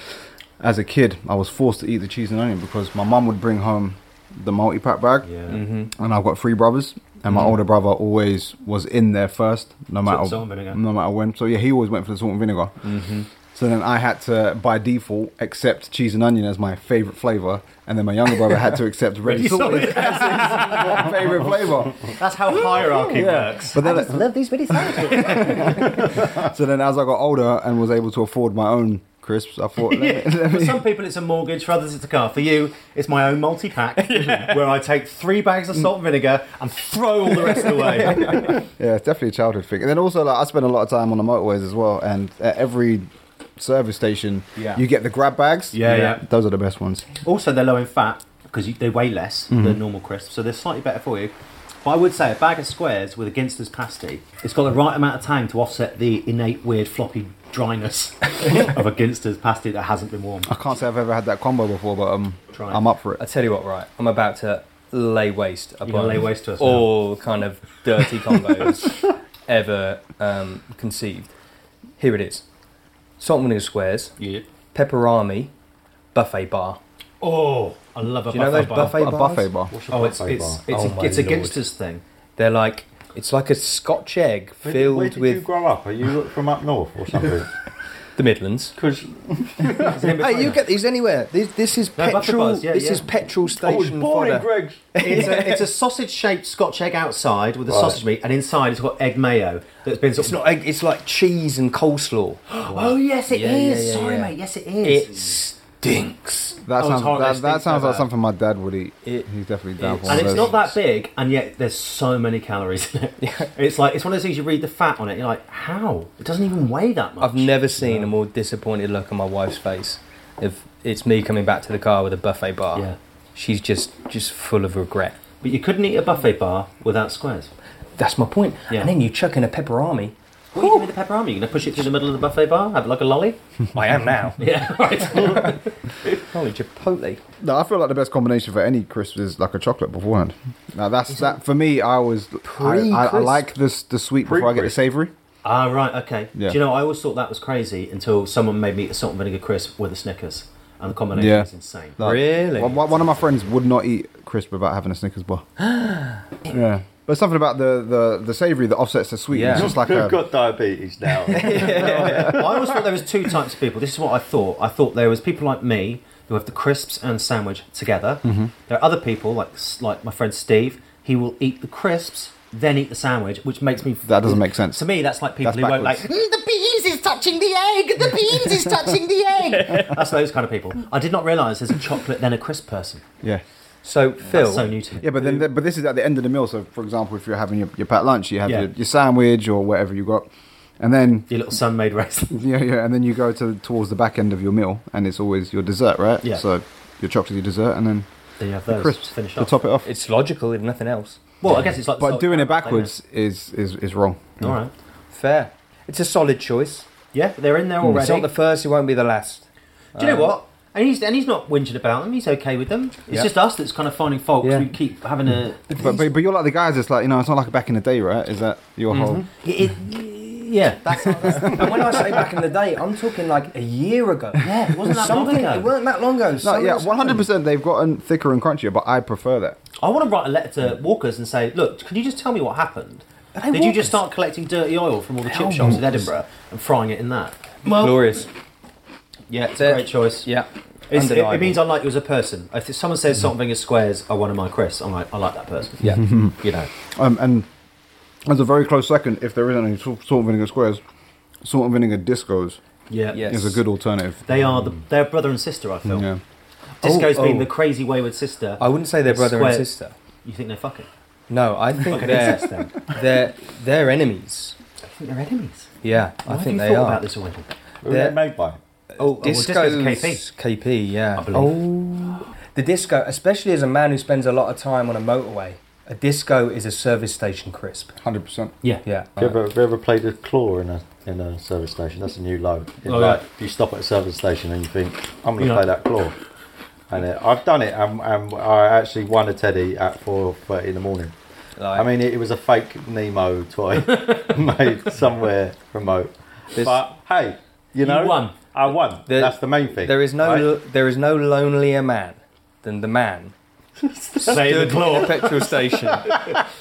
Speaker 2: as a kid, I was forced to eat the cheese and onion because my mum would bring home the multi pack bag.
Speaker 3: yeah. Mm-hmm.
Speaker 2: and I've got three brothers, and my older brother always was in there first, no matter
Speaker 3: salt and vinegar.
Speaker 2: no matter when. So yeah, he always went for the salt and vinegar. Mm-hmm. So then I had to, by default, accept cheese and onion as my favorite flavor, and then my younger brother had to accept ready salted as his favorite flavor.
Speaker 3: That's how hierarchy works.
Speaker 2: But
Speaker 5: I
Speaker 2: then,
Speaker 5: love these really sandwiches.
Speaker 2: so then as I got older and was able to afford my own crisps, I thought, let me, let
Speaker 3: For
Speaker 2: me-
Speaker 3: some people, it's a mortgage. For others, it's a car. For you, it's my own multi-pack where I take three bags of salt and vinegar and throw all the rest away.
Speaker 2: yeah, it's definitely a childhood thing. And then also, like, I spend a lot of time on the motorways as well, and at every service station,
Speaker 5: Yeah.
Speaker 2: you get the grab bags.
Speaker 3: Yeah, yeah.
Speaker 2: those are the best ones.
Speaker 3: also, they're low in fat because you, they weigh less
Speaker 5: Mm-hmm.
Speaker 3: than normal crisps, so they're slightly better for you. But I would say a bag of squares with a Ginster's pasty, it's got the right amount of tang to offset the innate weird floppy dryness of a Ginster's pasty that hasn't been warmed.
Speaker 2: I can't say I've ever had that combo before, but um,
Speaker 3: Try it.
Speaker 2: I'm up for
Speaker 5: I
Speaker 2: it.
Speaker 5: tell you what, right? I'm about to lay waste upon
Speaker 3: lay waste to us now.
Speaker 5: all kind of dirty combos ever um, conceived. Here it is: salt and vinegar squares,
Speaker 3: Yeah.
Speaker 5: pepperami, buffet bar.
Speaker 3: Oh, I love a
Speaker 5: Do you know
Speaker 3: buffet
Speaker 5: those
Speaker 3: bar.
Speaker 5: buffet
Speaker 2: A
Speaker 5: bars?
Speaker 2: buffet bar.
Speaker 3: Oh, it's it's
Speaker 5: bar?
Speaker 3: it's,
Speaker 5: Oh
Speaker 3: a,
Speaker 5: my
Speaker 3: it's a
Speaker 5: lord.
Speaker 3: gangster's thing.
Speaker 5: They're like it's like a Scotch egg
Speaker 1: Where-
Speaker 5: filled
Speaker 1: Where did
Speaker 5: with
Speaker 1: you grow up? Are you from up north or something?
Speaker 5: the Midlands.
Speaker 1: Because
Speaker 5: Hey, you get these anywhere? This this is
Speaker 3: No, butter
Speaker 5: petrol.
Speaker 3: bars, yeah,
Speaker 5: this
Speaker 3: yeah.
Speaker 5: is petrol station fodder.
Speaker 1: Greg.
Speaker 3: It's a, it's a sausage-shaped Scotch egg outside with a sausage meat, and inside it's got egg mayo that's been sort
Speaker 5: It's
Speaker 3: of.
Speaker 5: not. egg, It's like cheese and coleslaw.
Speaker 3: oh yes, it is.
Speaker 5: Yeah, yeah, yeah,
Speaker 3: Sorry,
Speaker 5: yeah.
Speaker 3: mate. Yes, it is.
Speaker 5: It stinks.
Speaker 2: That
Speaker 3: Oh,
Speaker 2: sounds,
Speaker 3: it's
Speaker 2: that,
Speaker 3: heartless
Speaker 2: that
Speaker 3: things
Speaker 2: sounds
Speaker 3: like
Speaker 2: like
Speaker 3: that.
Speaker 2: something my dad would eat.
Speaker 5: It-
Speaker 2: He's definitely down
Speaker 5: it's-
Speaker 2: for one
Speaker 3: and
Speaker 2: of
Speaker 3: it's
Speaker 2: those.
Speaker 3: not that big, and yet there's so many calories in it. It's like it's one of those things you read the fat on it. You're like, how? It doesn't even weigh that much.
Speaker 5: I've never seen a more disappointed look on my wife's face. If it's me coming back to the car with a buffet bar,
Speaker 3: Yeah.
Speaker 5: she's just just full of regret.
Speaker 3: But you couldn't eat a buffet bar without squares.
Speaker 5: That's my point.
Speaker 3: Yeah.
Speaker 5: And then you chuck in a pepperami.
Speaker 3: What are you doing with the pepperoni? You're gonna push it through the middle of the buffet bar? Have it like a lolly?
Speaker 5: I am now.
Speaker 3: Yeah. Right.
Speaker 5: Holy chipotle.
Speaker 2: No, I feel like the best combination for any crisp is like a chocolate beforehand. Now that's that for me. I always I, I, I
Speaker 5: Pre-crisp.
Speaker 2: like this the sweet before I get the savory.
Speaker 3: ah, right. Okay.
Speaker 2: Yeah.
Speaker 3: Do you know? I always thought that was crazy until someone made me a salt and vinegar crisp with a Snickers, and the combination
Speaker 2: Yeah.
Speaker 3: is insane.
Speaker 2: Like,
Speaker 5: Really?
Speaker 2: One, one- one of my friends would not eat crisp without having a Snickers bar. yeah, but something about the the, the savory that offsets the sweet.
Speaker 5: Yeah.
Speaker 2: It's just like
Speaker 1: I've
Speaker 2: a,
Speaker 1: got diabetes now.
Speaker 3: I always thought there was two types of people. This is what I thought. I thought there was people like me who have the crisps and sandwich together.
Speaker 2: Mm-hmm.
Speaker 3: There are other people like like my friend Steve. He will eat the crisps, then eat the sandwich, which makes me.
Speaker 2: That doesn't make sense.
Speaker 3: To me, that's like people
Speaker 2: That's
Speaker 3: who won't like.
Speaker 2: backwards.
Speaker 3: "Mm, the beans is touching the egg. The beans is touching the egg. That's those kind of people. I did not realise there's a chocolate then a crisp person.
Speaker 2: yeah.
Speaker 5: So Phil,
Speaker 3: That's so new to me.
Speaker 2: Yeah, but then, but this is at the end of the meal. So, for example, if you're having your, your packed lunch, you have
Speaker 3: Yeah.
Speaker 2: your, your sandwich or whatever you got, and then
Speaker 3: Your little sun made race.
Speaker 2: Yeah, yeah, and then you go to towards the back end of your meal, and it's always your dessert, right?
Speaker 3: Yeah.
Speaker 2: So your chocolate, your dessert, and then
Speaker 3: Then you have those
Speaker 2: crisps
Speaker 3: to finish
Speaker 2: to
Speaker 3: off.
Speaker 2: top it off.
Speaker 5: it's logical if nothing else.
Speaker 3: Well, I guess it's like. the
Speaker 2: but
Speaker 3: salt-
Speaker 2: doing it backwards is, is is wrong.
Speaker 3: All right.
Speaker 5: Fair. It's a solid choice.
Speaker 3: Yeah, they're in
Speaker 2: Mm.
Speaker 3: there already.
Speaker 5: It's not the first, it won't be the last.
Speaker 3: Do you know what? And he's and he's not whinging about them. He's okay with them. It's
Speaker 5: Um, Yeah.
Speaker 3: just us that's kind of finding fault. 'cause
Speaker 5: Yeah.
Speaker 3: We keep having a.
Speaker 2: But, but but you're like the guys. It's like you know, it's not like back in the day, right? Is that your whole?
Speaker 3: It- it- yeah, that's
Speaker 5: And when I say back in the day, I'm talking like a year ago.
Speaker 3: yeah. It wasn't that long
Speaker 5: Something, It
Speaker 3: ago.
Speaker 5: weren't that long ago.
Speaker 2: No, yeah, one hundred percent. They've gotten thicker and crunchier, but I prefer that.
Speaker 3: I want to write a letter to Walkers and say, look, can you just tell me what happened? Did you just start collecting dirty oil from all the chip shops in Edinburgh and frying it in that? Well,
Speaker 5: Glorious.
Speaker 3: yeah, it's a great choice.
Speaker 5: Yeah.
Speaker 3: It's, it,
Speaker 5: Undeniable.
Speaker 3: it means I like you as a person. If someone says something is squares, I want to my Chris. I'm like, I like that person.
Speaker 5: Yeah.
Speaker 3: You know,
Speaker 2: Um, and as a very close second, if there isn't any salt salt and vinegar squares, salt and vinegar discos
Speaker 3: yeah,
Speaker 5: Yes.
Speaker 2: is a good alternative.
Speaker 3: They are the they're brother and sister. I feel.
Speaker 2: Yeah.
Speaker 3: Disco's
Speaker 5: Oh,
Speaker 3: being
Speaker 5: oh.
Speaker 3: the crazy wayward sister.
Speaker 5: I wouldn't say they're brother
Speaker 3: Square-
Speaker 5: and sister.
Speaker 3: You think they're fucking?
Speaker 5: No, I think they're,
Speaker 3: then.
Speaker 5: they're, they're enemies.
Speaker 3: I think they're enemies.
Speaker 5: Yeah,
Speaker 3: Why
Speaker 5: I
Speaker 3: have
Speaker 5: think
Speaker 3: you
Speaker 5: they
Speaker 3: thought
Speaker 5: are.
Speaker 3: about this already?
Speaker 1: Who are they made by?
Speaker 3: Oh, oh, well,
Speaker 5: Disco's
Speaker 3: Disco's KP.
Speaker 5: KP, yeah.
Speaker 3: I believe.
Speaker 5: Oh, the disco, especially as a man who spends a lot of time on a motorway, a disco is a service station crisp.
Speaker 2: Hundred percent.
Speaker 3: Yeah.
Speaker 5: Yeah.
Speaker 1: Have you, ever, have you ever played a claw in a in a service station? That's a new load. It's
Speaker 3: Oh,
Speaker 1: like
Speaker 3: yeah.
Speaker 1: you stop at a service station and you think, I'm going to
Speaker 3: Yeah.
Speaker 1: play that claw. And it, I've done it, and, and I actually won a teddy at four thirty in the morning.
Speaker 5: Like,
Speaker 1: I mean, it, it was a fake Nemo toy made somewhere remote.
Speaker 5: This-
Speaker 1: but hey, you know,
Speaker 3: won.
Speaker 1: I won.
Speaker 5: There-
Speaker 1: That's the main thing.
Speaker 5: there is no
Speaker 1: right?
Speaker 5: there is no lonelier man than the man
Speaker 3: Say the claw.
Speaker 5: at a petrol station,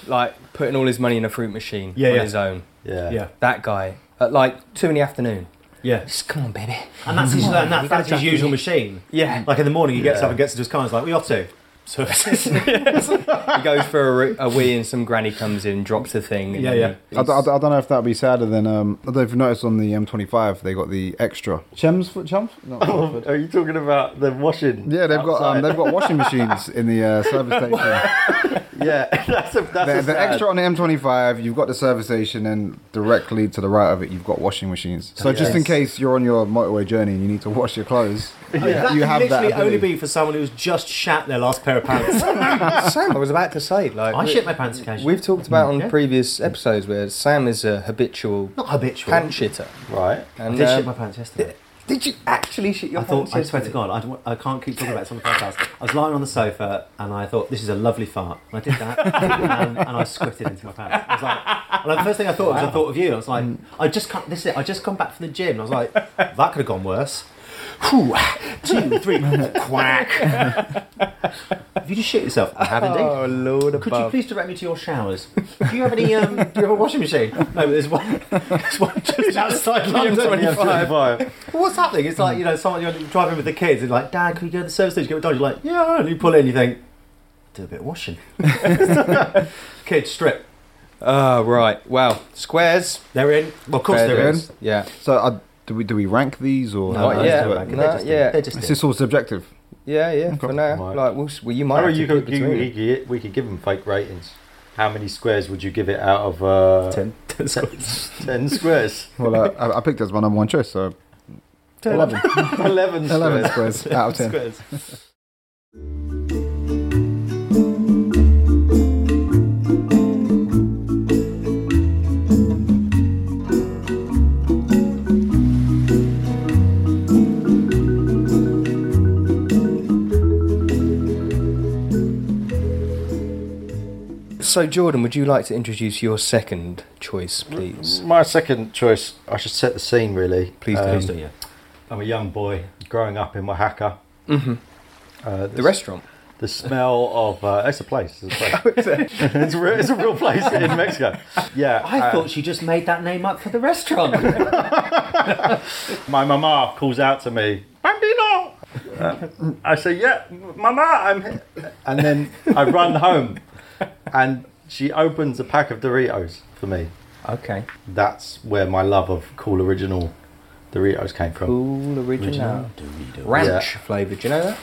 Speaker 5: like putting all his money in a fruit machine
Speaker 3: Yeah,
Speaker 5: on
Speaker 3: yeah.
Speaker 5: his own.
Speaker 1: Yeah.
Speaker 3: Yeah.
Speaker 5: That guy at like two in the afternoon.
Speaker 3: Yeah.
Speaker 5: Just come on, baby.
Speaker 3: And that's his, and that,
Speaker 5: You gotta
Speaker 3: that's his
Speaker 5: chuck it
Speaker 3: usual
Speaker 5: in.
Speaker 3: machine.
Speaker 5: Yeah.
Speaker 3: Like in the morning, he gets
Speaker 1: Yeah.
Speaker 3: up and gets into his car. And he's like, "We off to services."
Speaker 5: He goes for a, re- a wee and some granny comes in, drops the thing. and
Speaker 3: Yeah,
Speaker 5: then
Speaker 3: yeah.
Speaker 5: he-
Speaker 2: I, d- I d- I don't know if that would be sadder than. Um, I don't know if you've noticed on the M25, they got the extra. Chems for Chems? No.
Speaker 1: Are you talking about the washing?
Speaker 2: yeah, they've got um,
Speaker 1: outside?
Speaker 2: they've got washing machines in the uh, service station.
Speaker 1: yeah, that's a, that's
Speaker 2: the,
Speaker 1: a
Speaker 2: the
Speaker 1: sad-
Speaker 2: extra on the M25, you've got the service station, and directly to the right of it, you've got washing machines. So just in
Speaker 3: Yes.
Speaker 2: case you're on your motorway journey and you need to wash your clothes,
Speaker 3: That
Speaker 2: you
Speaker 3: could
Speaker 2: have that.
Speaker 3: literally only
Speaker 2: ability.
Speaker 3: be for someone who's just shat their last pair of pants.
Speaker 5: Sam, I was about to say, like,
Speaker 3: I
Speaker 5: we-
Speaker 3: shit my pants occasionally.
Speaker 5: We've talked about on
Speaker 3: Yeah.
Speaker 5: previous episodes where Sam is a habitual
Speaker 3: not habitual.
Speaker 5: pant shitter.
Speaker 1: right.
Speaker 3: I
Speaker 5: And,
Speaker 3: did
Speaker 5: uh,
Speaker 3: shit my pants yesterday.
Speaker 5: did you actually shit your
Speaker 3: I thought, I
Speaker 5: pants?
Speaker 3: swear to God, I, don't- I can't keep talking about this on the podcast. I was lying on the sofa and I thought, this is a lovely fart. And I did that and, and I squirted into my pants. I was like, and the first thing I thought was,
Speaker 5: Mm.
Speaker 3: I thought of you. I was like, I just can't, this is it, I just come back from the gym. And I was like, that could have gone worse. Whew, two, three, quack. If you just shit yourself, I have indeed.
Speaker 5: Oh, Lord
Speaker 3: Could you please direct me to your showers? Do you have any? Um, do you have a washing machine? No, there's one. There's one just outside London. Well, what's happening? It's like you know, someone you're driving with the kids, and like, Dad, can you go to the service station? Get done. You're like, yeah. And you pull in, you think, do a bit of washing. Kid strip.
Speaker 5: Oh, right. Wow. Squares.
Speaker 3: They're in. Well, of course
Speaker 5: Fair
Speaker 3: they're in.
Speaker 5: dues. Yeah.
Speaker 2: So uh, do we do we rank these or
Speaker 5: Not
Speaker 3: no,
Speaker 5: yet.
Speaker 3: they're just in.
Speaker 5: No,
Speaker 3: They're just in.
Speaker 5: yeah.
Speaker 3: They're just in.
Speaker 2: It's just all subjective.
Speaker 5: Yeah, yeah. For now,
Speaker 1: Right.
Speaker 5: like, we'll, s- well, you might.
Speaker 1: Or
Speaker 5: Have
Speaker 1: you
Speaker 5: to
Speaker 1: could,
Speaker 5: pick
Speaker 1: you,
Speaker 5: between.
Speaker 1: you, you- we could give them fake ratings. How many squares would you give it out of uh,
Speaker 3: Ten, ten seconds.
Speaker 1: 10 squares?
Speaker 2: Well, uh, I, I picked it as my number one choice, so 11.
Speaker 1: 11 squares.
Speaker 2: 11 squares out of 10.
Speaker 5: So, Jordan, would you like to introduce your second choice, please?
Speaker 1: My second choice, I should set the scene really.
Speaker 5: Please do.
Speaker 1: Um,
Speaker 3: Please do, yeah.
Speaker 1: I'm a young boy growing up in Oaxaca. Mm-hmm. Uh,
Speaker 5: The restaurant.
Speaker 1: the smell of uh, it's a place. It's a, place. it's, a real, it's a real place in Mexico. Yeah,
Speaker 3: I
Speaker 1: uh,
Speaker 3: thought she just made that name up for the restaurant.
Speaker 1: my mama calls out to me, Bambino. Uh, I say, yeah, mama, I'm. Here. And then I run home, and she opens a pack of Doritos for me.
Speaker 5: Okay.
Speaker 1: That's where my love of cool original Doritos came from.
Speaker 5: Cool original. Ranch
Speaker 1: Yeah.
Speaker 5: flavour. Do you know that?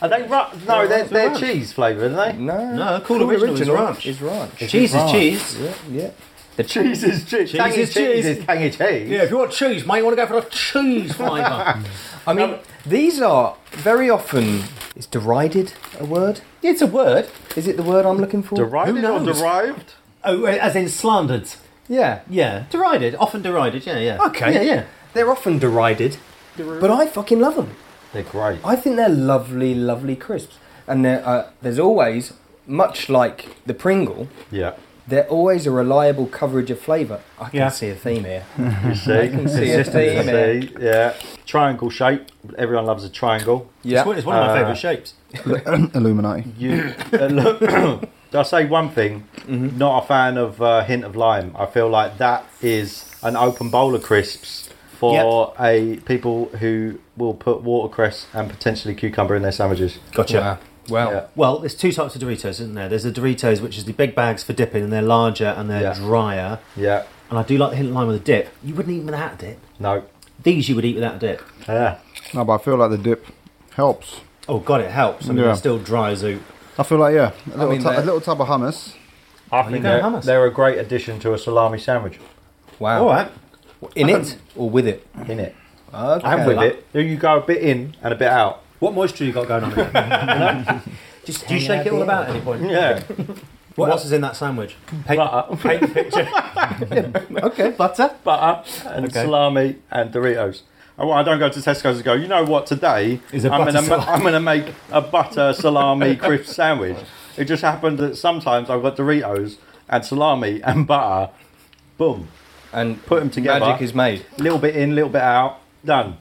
Speaker 1: Are they ru- No, they're, they're cheese flavored, aren't they?
Speaker 5: No.
Speaker 3: No, cool original is ranch.
Speaker 5: Is ranch.
Speaker 3: cheese is cheese.
Speaker 5: yeah, yeah.
Speaker 1: The cheese is cheese. Tangy
Speaker 3: is
Speaker 1: cheese,
Speaker 3: cheese.
Speaker 1: is tangy cheese.
Speaker 3: Yeah, if you want cheese, mate, you want to go for the cheese flavour.
Speaker 5: I mean, these are very often. Is derided a word? It's a word. Is it the word I'm looking for?
Speaker 1: Derived or
Speaker 3: knows?
Speaker 1: derived?
Speaker 3: oh, as in slandered.
Speaker 5: yeah.
Speaker 3: Yeah, derided, often derided. Yeah, yeah.
Speaker 5: Okay.
Speaker 3: Yeah, yeah.
Speaker 5: They're often derided, but I fucking love them.
Speaker 1: They're great.
Speaker 5: I think they're lovely, lovely crisps. And they're, uh, there's always, much like the Pringle,
Speaker 1: Yeah.
Speaker 5: they're always a reliable coverage of flavour. I can
Speaker 3: Yeah.
Speaker 5: see a theme here.
Speaker 1: You see?
Speaker 5: see a theme here.
Speaker 1: See? Yeah. Triangle shape. Everyone loves a triangle.
Speaker 5: Yeah.
Speaker 3: It's one- It's one of
Speaker 5: Uh,
Speaker 3: my favourite shapes.
Speaker 2: Illuminati.
Speaker 1: You uh, look. I'll say one thing. Not a fan of uh, hint of lime. I feel like that is an open bowl of crisps for a people who will put watercress and potentially cucumber in their sandwiches.
Speaker 3: Gotcha.
Speaker 5: Uh, Wow.
Speaker 1: Yeah.
Speaker 3: Well, there's two types of Doritos, isn't there? There's the Doritos, which is the big bags for dipping, and they're larger and they're
Speaker 1: Yeah.
Speaker 3: drier.
Speaker 1: Yeah.
Speaker 3: And I do like the hint of lime with a dip. You wouldn't eat them without a dip.
Speaker 1: No.
Speaker 3: These you would eat without a dip.
Speaker 1: Yeah.
Speaker 2: No, but I feel like the dip helps.
Speaker 3: Oh God, it helps. I mean,
Speaker 2: Yeah.
Speaker 3: they're still dry as oot.
Speaker 2: I feel like, yeah, a little,
Speaker 5: mean,
Speaker 2: tu- a
Speaker 5: they're-
Speaker 2: little tub of hummus.
Speaker 1: I think
Speaker 3: go
Speaker 1: they're,
Speaker 3: hummus.
Speaker 1: they're a great addition to a salami sandwich.
Speaker 5: Wow.
Speaker 3: All right.
Speaker 5: In it or with it?
Speaker 1: In it.
Speaker 5: Okay.
Speaker 1: And with it, you go a bit in and a bit out.
Speaker 3: What moisture you got going on? Here? Just do you shake it all about at any point?
Speaker 1: Yeah.
Speaker 3: What else is in that sandwich? Paint,
Speaker 1: Butter.
Speaker 3: paint the picture.
Speaker 5: Okay. Butter.
Speaker 1: butter and salami and Doritos. I, well, I don't go to Tesco's and go, you know what, today
Speaker 3: Is a
Speaker 1: I'm
Speaker 3: butter
Speaker 1: gonna ma-
Speaker 3: salami."
Speaker 1: I'm going to make a butter salami crisp sandwich. It just happened that sometimes I've got Doritos and salami and butter. Boom.
Speaker 5: And
Speaker 1: Put 'em together.
Speaker 5: Magic is made.
Speaker 1: Little bit in, little bit out. Done.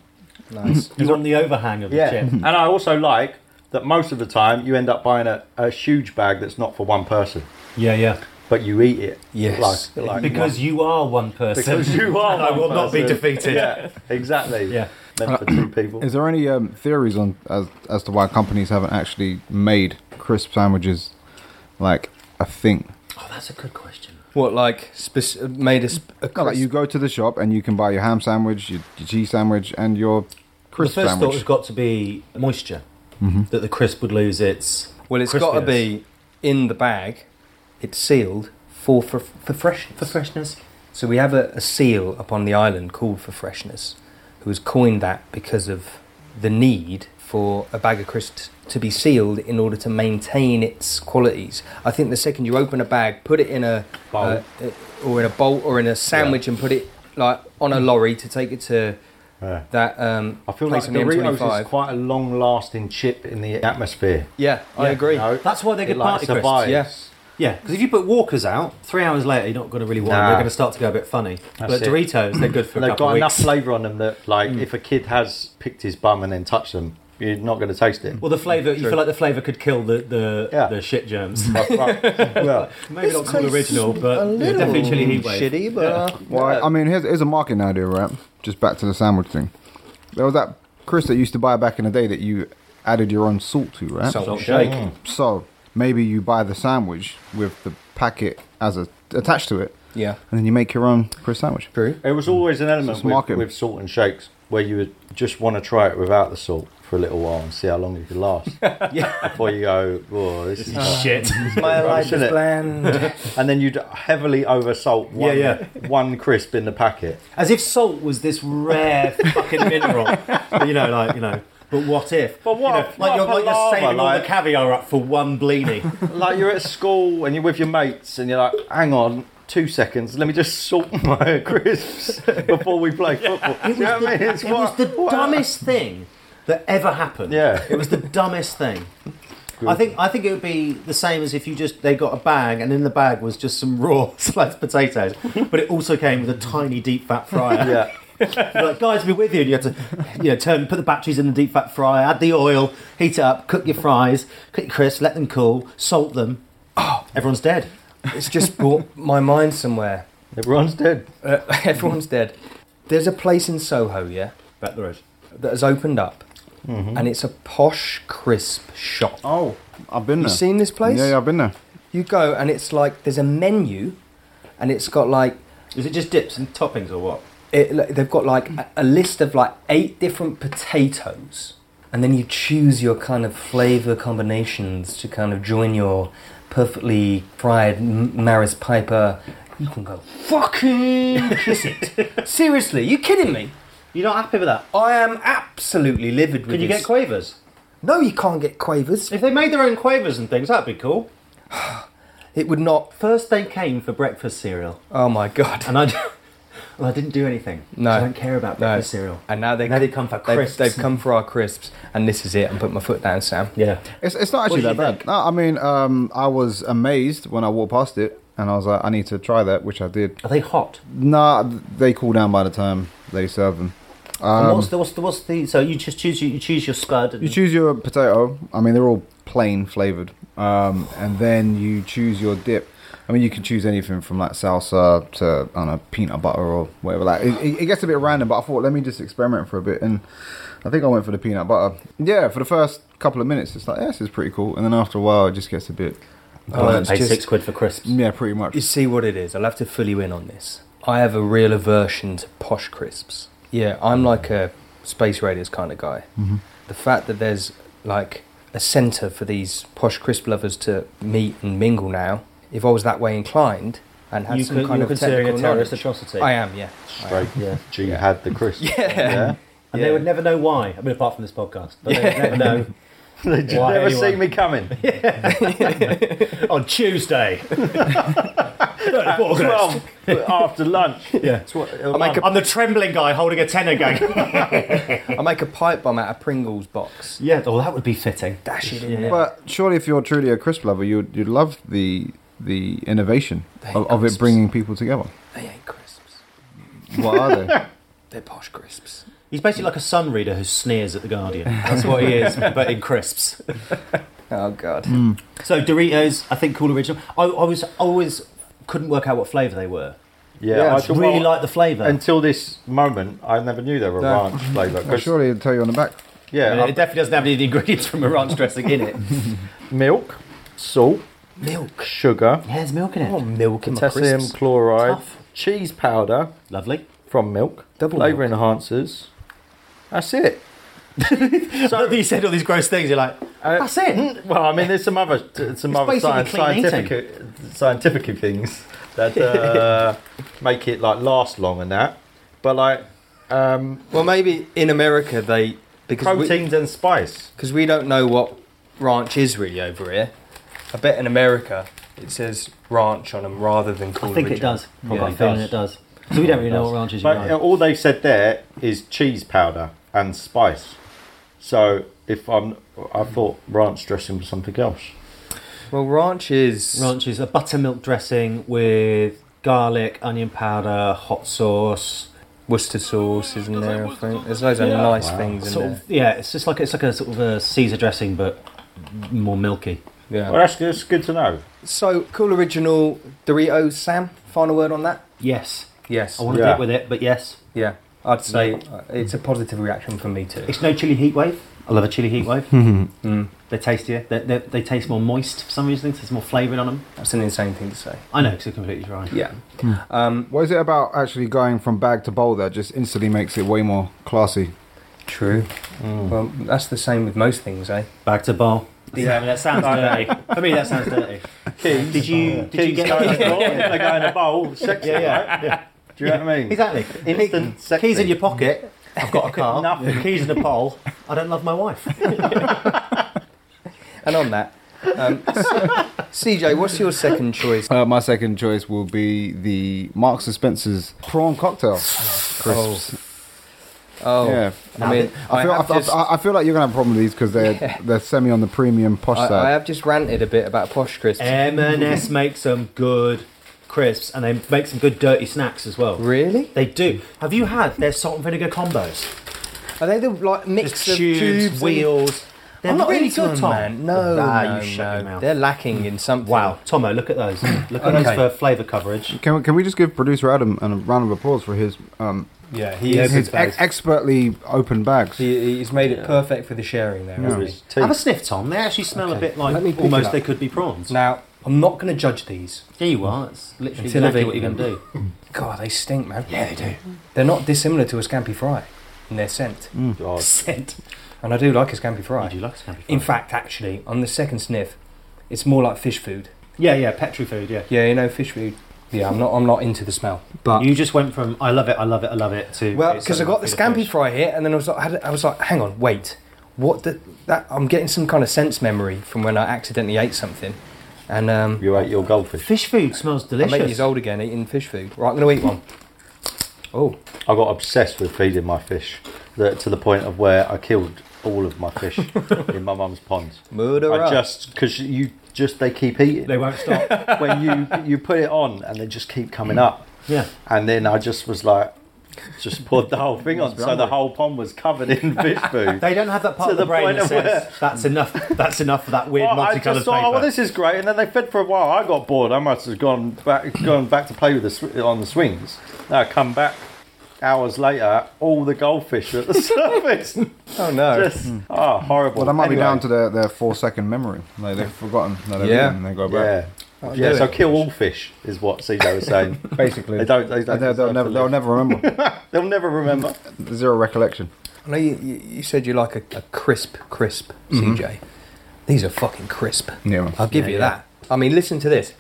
Speaker 5: Nice.
Speaker 3: You want the overhang of the
Speaker 1: Yeah.
Speaker 3: chip.
Speaker 1: and I also like that most of the time you end up buying a, a huge bag that's not for one person,
Speaker 3: Yeah, yeah.
Speaker 1: but you eat it.
Speaker 5: Yes.
Speaker 1: Like, like
Speaker 3: Because you are one person.
Speaker 1: because you are.
Speaker 3: And I
Speaker 1: one
Speaker 3: will not be
Speaker 1: person.
Speaker 3: defeated.
Speaker 1: Yeah, exactly.
Speaker 3: Yeah.
Speaker 1: Meant for two people.
Speaker 2: Is there any um, theories on as as to why companies haven't actually made crisp sandwiches like a thing?
Speaker 3: Oh, that's a good question.
Speaker 5: What like spec- made a, sp- a
Speaker 2: No, like you
Speaker 5: crisp?
Speaker 2: go to the shop and you can buy your ham sandwich, your, your cheese sandwich, and your
Speaker 3: The
Speaker 2: crisp
Speaker 3: first thought
Speaker 2: sandwich.
Speaker 3: has got to be moisture. That the crisp would lose its.
Speaker 5: Well, it's got to
Speaker 3: crispiness.
Speaker 5: be in the bag. It's sealed for for, for freshness.
Speaker 3: For freshness.
Speaker 5: So we have a, a seal upon the island called for freshness, who has coined that because of the need for a bag of crisps to be sealed in order to maintain its qualities. I think the second you open a bag, put it in a
Speaker 1: Bowl.
Speaker 5: uh, uh, or in a bowl or in a sandwich, and put it like on a lorry to take it to
Speaker 1: Yeah.
Speaker 5: that. Um,
Speaker 1: I feel like
Speaker 5: place on the
Speaker 1: Doritos
Speaker 5: M25.
Speaker 1: is quite a long-lasting chip in the atmosphere.
Speaker 5: yeah, I
Speaker 3: Yeah.
Speaker 5: agree.
Speaker 1: No,
Speaker 3: That's why they're
Speaker 1: it,
Speaker 3: good
Speaker 1: like,
Speaker 3: party crisps.
Speaker 1: survives.
Speaker 5: Yeah.
Speaker 3: Yeah, because if you put Walkers out, three hours later, you're not going to really want them.
Speaker 1: Nah.
Speaker 3: They're going to start to go a bit funny. but
Speaker 1: it.
Speaker 3: Doritos, they're good for a
Speaker 1: They've
Speaker 3: couple
Speaker 1: got
Speaker 3: of
Speaker 1: enough
Speaker 3: weeks.
Speaker 1: flavour on them that, like, if a kid has picked his bum and then touched them, you're not going to taste it.
Speaker 3: well, the flavour, you feel like the flavour could kill the, the,
Speaker 1: Yeah. Mm.
Speaker 3: the shit germs.
Speaker 1: well,
Speaker 3: Maybe not called original, but yeah, definitely chili heat wave.
Speaker 1: shitty, but
Speaker 2: Well, I mean, here's, here's a marketing idea, right? Just back to the sandwich thing. There was that Chris that you used to buy back in the day that you added your own salt to, right?
Speaker 3: Salt
Speaker 5: Salt
Speaker 3: shake.
Speaker 5: shake.
Speaker 2: So maybe you buy the sandwich with the packet as a attached to it,
Speaker 5: Yeah.
Speaker 2: and then you make your own Chris sandwich.
Speaker 5: True.
Speaker 1: it was always an element
Speaker 2: It's
Speaker 1: with,
Speaker 2: marketing.
Speaker 1: with salt and shakes where you would just want to try it without the salt for a little while and see how long it could last before you go, oh, this, is not-
Speaker 3: Shit.
Speaker 1: My life is
Speaker 5: bland.
Speaker 1: And then you'd heavily oversalt one,
Speaker 3: Yeah,
Speaker 1: one crisp in the packet.
Speaker 3: As if salt was this rare fucking mineral. you know, like, you know. But what if?
Speaker 1: But what-
Speaker 3: You know, like
Speaker 1: what
Speaker 3: you're, like you're
Speaker 1: palaver,
Speaker 3: saving all
Speaker 1: like-
Speaker 3: the caviar up for one blini.
Speaker 1: Like you're at school and you're with your mates and you're like, hang on. Two seconds. Let me just salt my crisps before we play football. Do you know what I mean? It's
Speaker 3: it was
Speaker 1: what-
Speaker 3: the
Speaker 1: what-
Speaker 3: dumbest thing that ever happened.
Speaker 1: Yeah.
Speaker 3: It was the dumbest thing. I think I think it would be the same as if you just they got a bag and in the bag was just some raw sliced potatoes, but it also came with a tiny deep fat fryer.
Speaker 1: Yeah.
Speaker 3: You're like, guys, we're with you. And you had to, you know, turn, put the batteries in the deep fat fryer, add the oil, heat it up, cook your fries, cook your crisps, let them cool, salt them. Oh, everyone's dead.
Speaker 5: It's just brought my mind somewhere.
Speaker 1: Everyone's dead.
Speaker 5: Uh, everyone's dead. There's a place in Soho, yeah,
Speaker 3: Bet there is.
Speaker 5: that has opened up, and it's a posh crisp shop.
Speaker 2: Oh, I've been
Speaker 5: You
Speaker 2: there.
Speaker 5: seen this place?
Speaker 2: Yeah, yeah, I've been there.
Speaker 5: You go and it's like there's a menu, and it's got like
Speaker 3: Is it just dips and toppings or what?
Speaker 5: it, like, they've got like a, a list of like eight different potatoes, and then you choose your kind of flavor combinations to kind of join your perfectly fried M- Maris Piper. You can go fucking kiss it. Seriously, you kidding me?
Speaker 3: You're not happy with that?
Speaker 5: I am absolutely livid with
Speaker 3: Could you
Speaker 5: this.
Speaker 3: get quavers?
Speaker 5: no, you can't get quavers.
Speaker 3: If they made their own quavers and things, that'd be cool.
Speaker 5: It would not.
Speaker 3: First they came for breakfast cereal,
Speaker 5: Oh my god.
Speaker 3: and I, well, I didn't do anything.
Speaker 5: No.
Speaker 3: I don't care about
Speaker 5: No.
Speaker 3: breakfast cereal.
Speaker 5: And now they
Speaker 3: Now they come for crisps.
Speaker 5: They've, come for our crisps, and this is it. I'm putting my foot down, Sam.
Speaker 3: Yeah.
Speaker 2: It's, it's not actually
Speaker 3: What
Speaker 2: that
Speaker 3: did you
Speaker 2: bad.
Speaker 3: think?
Speaker 2: No, I mean, um, I was amazed when I walked past it, and I was like, I need to try that, which I did.
Speaker 3: Are they hot?
Speaker 2: Nah, they cool down by the time they serve them.
Speaker 3: and what's the, what's the what's the so you just choose you, you choose your scud. And,
Speaker 2: You choose your potato. I mean, they're all plain flavored, um, and then you choose your dip. I mean, you can choose anything from like salsa to I don't know peanut butter or whatever. Like it, it- it gets a bit random, but I thought let me just experiment for a bit, and I think I went for the peanut butter. Yeah, for the first couple of minutes, it's like yeah, this is pretty cool, and then after a while, it just gets a bit.
Speaker 5: Oh, it's
Speaker 3: pay
Speaker 5: just-
Speaker 3: six quid for crisps.
Speaker 2: Yeah, pretty much.
Speaker 5: You see what it is. I'll have to fill you in on this. I have a real aversion to posh crisps. Yeah, I'm like a space raiders kind of guy.
Speaker 3: Mm-hmm.
Speaker 5: The fact that there's like a centre for these posh crisp lovers to meet and mingle now. If I was that way inclined and had
Speaker 3: You
Speaker 5: some
Speaker 3: could-
Speaker 5: kind
Speaker 3: you're
Speaker 5: of
Speaker 3: considering
Speaker 5: technical
Speaker 3: a terrorist
Speaker 5: knowledge-
Speaker 3: atrocity.
Speaker 5: I am, yeah.
Speaker 1: Straight. Yeah. G had the crisp.
Speaker 5: Yeah.
Speaker 3: And
Speaker 5: Yeah.
Speaker 3: they would never know why. I mean, apart from this podcast, but they would never know.
Speaker 1: they just
Speaker 3: Why
Speaker 1: never
Speaker 3: anyone?
Speaker 1: see me coming.
Speaker 3: on Tuesday.
Speaker 1: Twelve after lunch.
Speaker 3: Yeah.
Speaker 5: I make a,
Speaker 3: I'm the trembling guy holding a tenner going.
Speaker 5: I make a pipe bomb out of Pringles box.
Speaker 3: yeah, well, that would be fitting.
Speaker 5: Dash it in
Speaker 3: Yeah.
Speaker 5: there.
Speaker 2: But surely, if you're truly a crisp lover, you'd you'd love the the innovation
Speaker 5: They
Speaker 2: of, of
Speaker 5: crisps.
Speaker 2: it bringing people together.
Speaker 5: They ain't crisps.
Speaker 2: What are they?
Speaker 5: They're posh crisps.
Speaker 3: He's basically like a sun reader who sneers at the Guardian. That's what he is, but in crisps.
Speaker 5: Oh god.
Speaker 3: Mm. So Doritos, I think cool original. I, I was always couldn't work out what flavour they were.
Speaker 1: Yeah,
Speaker 3: I
Speaker 1: I
Speaker 3: just really
Speaker 1: well,
Speaker 3: like the flavour.
Speaker 1: Until this moment, I never knew they were ranch flavour. 'cause-
Speaker 2: surely, it'd tell you on the back.
Speaker 3: I mean,
Speaker 1: yeah,
Speaker 3: it definitely doesn't have any of the ingredients from a ranch dressing in it.
Speaker 1: I- milk, salt,
Speaker 3: milk.
Speaker 1: sugar,
Speaker 3: Yeah, there's milk in it.
Speaker 5: Oh, milk in my
Speaker 1: potassium
Speaker 5: crisps.
Speaker 1: chloride,
Speaker 3: Tough.
Speaker 1: cheese powder
Speaker 3: Lovely.
Speaker 1: from milk,
Speaker 5: Double
Speaker 1: flavour enhancers. That's it.
Speaker 3: So you said all these gross things. You're like,
Speaker 1: Uh,
Speaker 3: that's it.
Speaker 1: Well, I mean, there's some other some other
Speaker 3: basically
Speaker 1: science,
Speaker 3: clean eating.
Speaker 1: scientific scientific things that uh, make it like last long and that, but like um,
Speaker 5: Well, maybe in America they because we,
Speaker 1: proteins and spice.
Speaker 5: because we don't know what ranch is really over here. I bet in America it says ranch on them rather than cool
Speaker 3: I think it
Speaker 5: original.
Speaker 3: does.
Speaker 1: Probably
Speaker 3: I've got a feeling
Speaker 1: does.
Speaker 3: it does. So we don't really know what ranches you
Speaker 1: But
Speaker 3: are.
Speaker 1: uh, all they said there is cheese powder and spice. So if I'm, I thought ranch dressing was something else.
Speaker 5: Well, ranch is
Speaker 3: Ranch is a buttermilk dressing with garlic, onion powder, hot sauce.
Speaker 5: Worcester sauce, isn't there? I think there's loads of nice things in
Speaker 3: Sort
Speaker 5: there.
Speaker 3: of, yeah, it's just like it's like a sort of a Caesar dressing, but more milky.
Speaker 5: Yeah.
Speaker 1: Well, that's, that's good to know.
Speaker 5: So, cool original Doritos. Sam, final word on that?
Speaker 3: Yes,
Speaker 5: Yes.
Speaker 3: I want to
Speaker 1: Yeah.
Speaker 3: get with it, but yes,
Speaker 5: Yeah, I'd say uh, it's a positive reaction from me too.
Speaker 3: it's no chili heat wave. I love a chili heat wave. mm. They're tastier. They, they, they taste more moist for some reason. There's more flavouring on them.
Speaker 5: That's an insane thing to say.
Speaker 3: I know because you're completely right.
Speaker 5: Yeah.
Speaker 2: What is it about actually going from bag to bowl that just instantly makes it way more classy?
Speaker 5: True.
Speaker 3: Mm.
Speaker 5: Well, that's the same with most things, eh?
Speaker 3: Back to bar. Yeah, I mean, that sounds dirty. For me, that sounds dirty. Did you did you get
Speaker 1: go in a drawer, they go in a bowl, sexy,
Speaker 3: Yeah, yeah.
Speaker 1: right? Do you know what I mean?
Speaker 3: exactly
Speaker 1: Instant
Speaker 3: Key-
Speaker 1: sexy.
Speaker 3: keys in your pocket? I've got a car.
Speaker 1: Nothing.
Speaker 3: Keys in a pole. I don't love my wife.
Speaker 5: And on that, um, CJ, what's your second choice?
Speaker 2: Uh, my second choice will be the Marks and Spencer's prawn cocktail crisps.
Speaker 5: Oh,
Speaker 2: Yeah.
Speaker 5: I mean,
Speaker 2: I feel, I,
Speaker 5: have
Speaker 2: I-
Speaker 5: just,
Speaker 2: I, I feel like you're gonna have a problem with these because they're they're semi on the premium posh
Speaker 5: I, I
Speaker 2: side.
Speaker 5: have just ranted a bit about posh crisps.
Speaker 3: M&S make some good crisps, and they make some good dirty snacks as well.
Speaker 5: Really?
Speaker 3: They do. Have you had their salt and vinegar combos?
Speaker 5: Are they the like mix
Speaker 3: There's
Speaker 5: of
Speaker 3: tubes,
Speaker 5: and-
Speaker 3: wheels. They're
Speaker 5: I'm not
Speaker 3: really
Speaker 5: into
Speaker 3: good,
Speaker 5: them,
Speaker 3: Tom.
Speaker 5: man. No,
Speaker 3: Ah,
Speaker 5: no,
Speaker 3: you shut
Speaker 5: no.
Speaker 3: your mouth.
Speaker 5: They're lacking in something.
Speaker 3: Wow, Tomo, look at those. Look at
Speaker 5: Okay.
Speaker 3: those for flavour coverage.
Speaker 2: Can we, can we just give producer Adam an- a round of applause for his um,
Speaker 5: Yeah, he
Speaker 2: his, his ex- expertly open bags?
Speaker 5: He, he's made it perfect for the sharing there. hasn't he?
Speaker 3: Have a sniff, Tom. They actually smell a bit
Speaker 5: Let me
Speaker 3: like
Speaker 5: pick it
Speaker 3: almost
Speaker 5: up.
Speaker 3: they could be prawns.
Speaker 5: Now, I'm not going to judge these.
Speaker 3: Yeah, you are. It's literally
Speaker 5: Until I've
Speaker 3: exactly what you're
Speaker 5: eaten
Speaker 3: going to do.
Speaker 5: God, they stink, man. Yeah, they do. They're not dissimilar to a scampi fry in their scent.
Speaker 1: God.
Speaker 5: Scent. And I do like a scampi fry.
Speaker 3: Do Mm. you like scampi?
Speaker 5: In
Speaker 3: fries?
Speaker 5: fact, actually, on the second sniff, it's more like fish food.
Speaker 3: yeah, yeah, petri food. Yeah.
Speaker 5: Yeah, you know, fish food. Yeah, I'm not. I'm not into the smell. But
Speaker 3: You just went from I love it, I love it, I love it to
Speaker 5: well,
Speaker 3: it's
Speaker 5: because I got the
Speaker 3: something
Speaker 5: scampi
Speaker 3: fish.
Speaker 5: fry here, and then I was like, I, had, I was like, hang on, wait, what? The, that I'm getting some kind of sense memory from when I accidentally ate something, and um,
Speaker 1: You ate your goldfish.
Speaker 3: Fish food smells
Speaker 5: I'm eight years
Speaker 3: delicious.
Speaker 5: old again eating fish food. Right, I'm gonna eat one. Oh,
Speaker 1: I got obsessed with feeding my fish that, to the point of where I killed all of my fish in my mum's ponds.
Speaker 5: murder!
Speaker 1: I just because you just they keep eating
Speaker 3: They won't stop.
Speaker 1: when you you put it on and they just keep coming up.
Speaker 3: yeah.
Speaker 1: And then I just was like, just poured the whole thing on, so the whole pond was covered in fish food.
Speaker 3: They don't have that part
Speaker 1: To
Speaker 3: of the,
Speaker 1: the
Speaker 3: brain
Speaker 1: point
Speaker 3: that
Speaker 1: of
Speaker 3: says
Speaker 1: where-
Speaker 3: that's enough. That's enough for that weird
Speaker 1: Well, I
Speaker 3: multicolored
Speaker 1: just thought, oh,
Speaker 3: paper.
Speaker 1: well, this is great, and then they fed for a while. I got bored. I must have gone back, gone back to play with the sw- on the swings. Now I come back hours later, all the goldfish are at the surface.
Speaker 5: Oh no!
Speaker 1: Just, oh, horrible.
Speaker 2: Well, that might be
Speaker 1: Anyway,
Speaker 2: down to their, their four second memory. Like they've forgotten that they're
Speaker 5: Yeah.
Speaker 2: eating and they go
Speaker 1: yeah,
Speaker 2: back.
Speaker 1: yeah.
Speaker 5: do
Speaker 1: So
Speaker 5: it.
Speaker 1: kill all fish is what CJ was saying.
Speaker 2: Basically,
Speaker 1: They don't- they don't
Speaker 2: And
Speaker 1: deserve
Speaker 2: they'll, they'll never
Speaker 1: to
Speaker 2: they'll
Speaker 1: live.
Speaker 2: never remember.
Speaker 1: They'll never remember.
Speaker 2: Zero recollection.
Speaker 5: I know you, you, you said you like a, a crisp, crisp CJ. These are fucking crisp.
Speaker 2: Yeah, man.
Speaker 5: I'll give
Speaker 3: Mm-hmm. Yeah, yeah.
Speaker 5: you that. I mean, listen to this.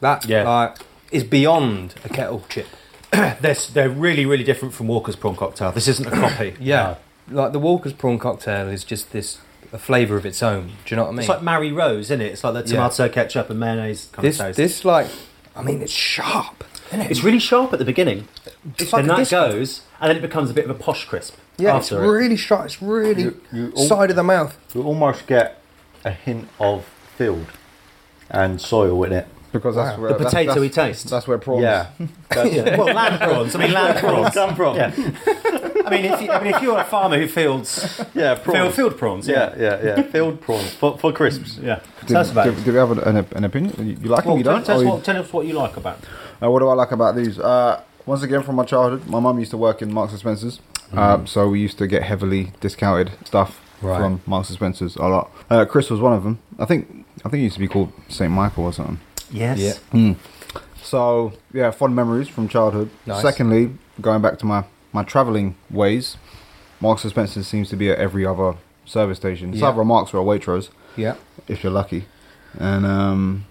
Speaker 5: That
Speaker 3: Yeah.
Speaker 5: like, is beyond a kettle chip.
Speaker 3: they're, s- they're really, really different from Walker's prawn cocktail. This isn't a copy.
Speaker 5: Yeah, like the Walker's prawn cocktail is just this a flavour of its own. Do you know what I mean?
Speaker 3: It's like Mary Rose, isn't it? It's like the
Speaker 5: Yeah.
Speaker 3: tomato ketchup and mayonnaise kind
Speaker 5: this,
Speaker 3: of toast.
Speaker 5: this like, I mean, it's sharp. Isn't it?
Speaker 3: it's really sharp at the beginning,
Speaker 5: It's
Speaker 3: and
Speaker 5: a
Speaker 3: that
Speaker 5: disco.
Speaker 3: goes, and then it becomes a bit of a posh crisp.
Speaker 5: Yeah, it's
Speaker 3: after it.
Speaker 5: really sharp. It's really
Speaker 1: You- you al-
Speaker 5: side of the mouth.
Speaker 1: You almost get a hint of field and soil in it.
Speaker 2: Because that's where
Speaker 3: The
Speaker 2: that's-
Speaker 3: potato
Speaker 2: that's-
Speaker 3: we taste.
Speaker 2: That's where prawns.
Speaker 1: Yeah. That's
Speaker 3: Yeah. Well, land prawns. I mean, land prawns.
Speaker 1: Come from. Yeah,
Speaker 3: I mean, if you, I mean, if you're a farmer who fields
Speaker 1: yeah
Speaker 3: field,
Speaker 1: prawns.
Speaker 3: field prawns,
Speaker 1: Yeah, yeah, yeah. Field prawns for, for crisps.
Speaker 3: yeah.
Speaker 2: Do,
Speaker 3: Tell us about
Speaker 2: do,
Speaker 3: it.
Speaker 2: do we have an, an opinion? You- You like them?
Speaker 3: Well,
Speaker 2: You
Speaker 3: tell,
Speaker 2: don't?
Speaker 3: tell
Speaker 2: Or
Speaker 3: us
Speaker 2: you-
Speaker 3: what, tell us what you like about. it.
Speaker 2: Uh, what do I like about these? Uh, once again, from my childhood, my mum used to work in Marks and Spencers,
Speaker 3: Mm-hmm.
Speaker 2: um, so we used to get heavily discounted stuff from Marks and Spencers a lot. Uh, Chris was one of them. I think I think it used to be called St Michael or something.
Speaker 3: Yes.
Speaker 2: So yeah, fond memories from childhood.
Speaker 5: Nice.
Speaker 2: Secondly, going back to my my travelling ways, Marks and Spencers seems to be at every other service station. It's
Speaker 5: Yeah.
Speaker 2: either a Marks or a Waitrose
Speaker 5: Yeah.
Speaker 2: if you're lucky. And um,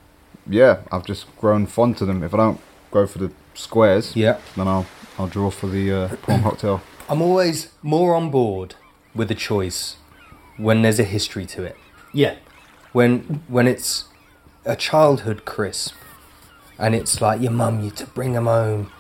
Speaker 2: yeah, I've just grown fond to them. If I don't go for the squares,
Speaker 5: Yeah.
Speaker 2: then I'll I'll draw for the uh, prawn cocktail.
Speaker 5: I'm always more on board with a choice when there's a history to it.
Speaker 3: Yeah.
Speaker 5: When when it's a childhood crisp and it's like your mum used to bring them home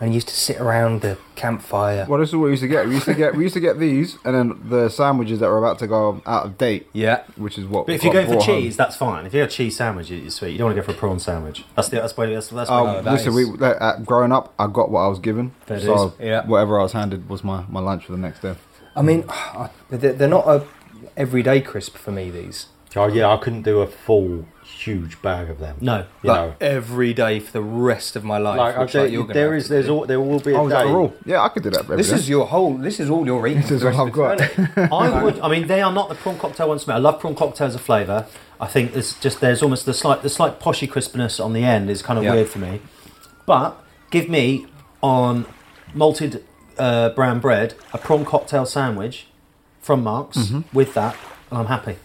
Speaker 5: and used to sit around the campfire.
Speaker 2: Well, this is what we used to get. We used to get we used to get these, and then the sandwiches that were about to go out of date.
Speaker 5: Yeah.
Speaker 2: which is what.
Speaker 3: But if you're
Speaker 2: got
Speaker 3: going for
Speaker 2: brought home.
Speaker 3: cheese, that's fine. If you have a cheese sandwich, you- you're sweet. You don't want to go for a prawn sandwich. That's the that's why that's that's
Speaker 2: Oh,
Speaker 3: why-
Speaker 5: that
Speaker 2: listen,
Speaker 5: is-
Speaker 2: we, like, uh, growing up, I got what I was given.
Speaker 3: That
Speaker 2: so
Speaker 3: is,
Speaker 5: yeah.
Speaker 2: whatever I was handed was my, my lunch for the next day.
Speaker 5: I mean, they're they're not a everyday crisp for me. These
Speaker 1: Oh yeah, I couldn't do a full huge bag of them.
Speaker 3: no.
Speaker 1: you know,
Speaker 5: every day for the rest of my life.
Speaker 1: like, I
Speaker 5: which,
Speaker 1: do-
Speaker 5: like, you're gonna
Speaker 1: there
Speaker 5: have
Speaker 1: is,
Speaker 5: to
Speaker 1: there's,
Speaker 5: do.
Speaker 1: all, there will be a
Speaker 2: Oh, is that
Speaker 1: day.
Speaker 2: the rule? Yeah, I could do that. For every
Speaker 5: This
Speaker 2: day.
Speaker 5: is your whole. This is all you're eating. This
Speaker 2: is all I've got.
Speaker 3: I would. I mean, they are not the prawn cocktail one smell. I love prawn cocktail as a flavour. I think there's just there's almost the slight the slight poshy crispness on the end is kind of
Speaker 5: Yeah.
Speaker 3: weird for me. But give me on malted uh, brown bread a prawn cocktail sandwich from Marks
Speaker 2: Mm-hmm.
Speaker 3: with that, and I'm happy.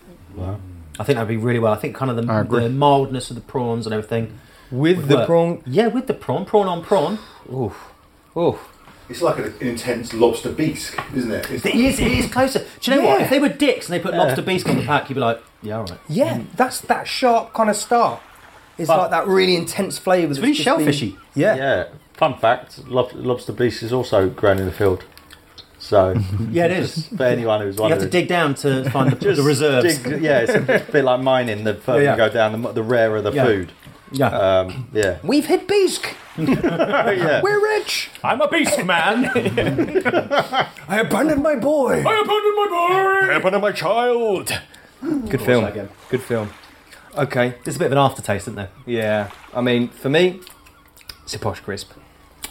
Speaker 3: I think that'd be really well. I think kind of the,
Speaker 2: I agree.
Speaker 3: the mildness of the prawns and everything.
Speaker 5: with
Speaker 3: would
Speaker 5: the
Speaker 3: work.
Speaker 5: prawn.
Speaker 3: Yeah, with the prawn, prawn on prawn.
Speaker 5: Oh,
Speaker 9: It's like an intense lobster bisque, isn't it? It's
Speaker 3: It is, it is closer. Do you know what?
Speaker 5: Yeah.
Speaker 3: If they were dicks and they put lobster bisque on the pack, you'd be like, yeah, all right.
Speaker 5: yeah, that's that sharp kind of start. It's
Speaker 3: But-
Speaker 5: like that really intense flavour. It's
Speaker 3: really shellfishy.
Speaker 5: yeah.
Speaker 1: Yeah. Fun fact: lob- lobster beast is also grown in the field. So,
Speaker 3: Yeah, it is.
Speaker 1: for anyone who's
Speaker 3: You
Speaker 1: wondering,
Speaker 3: have to dig down to find the, the reserves.
Speaker 1: dig- yeah, it's a bit like mining. The further
Speaker 3: Yeah.
Speaker 1: you go down, the, mo- the rarer the
Speaker 3: Yeah.
Speaker 1: food.
Speaker 3: Yeah.
Speaker 1: Um, yeah.
Speaker 5: We've hit Beesk.
Speaker 1: yeah.
Speaker 5: We're rich.
Speaker 8: I'm a beast man. I
Speaker 5: I abandoned my boy.
Speaker 8: abandoned my boy. I abandoned my child.
Speaker 5: Good film.
Speaker 3: again.
Speaker 5: Good film. Okay.
Speaker 3: There's a bit of an aftertaste, isn't there?
Speaker 5: Yeah. I mean, for me, it's a posh crisp.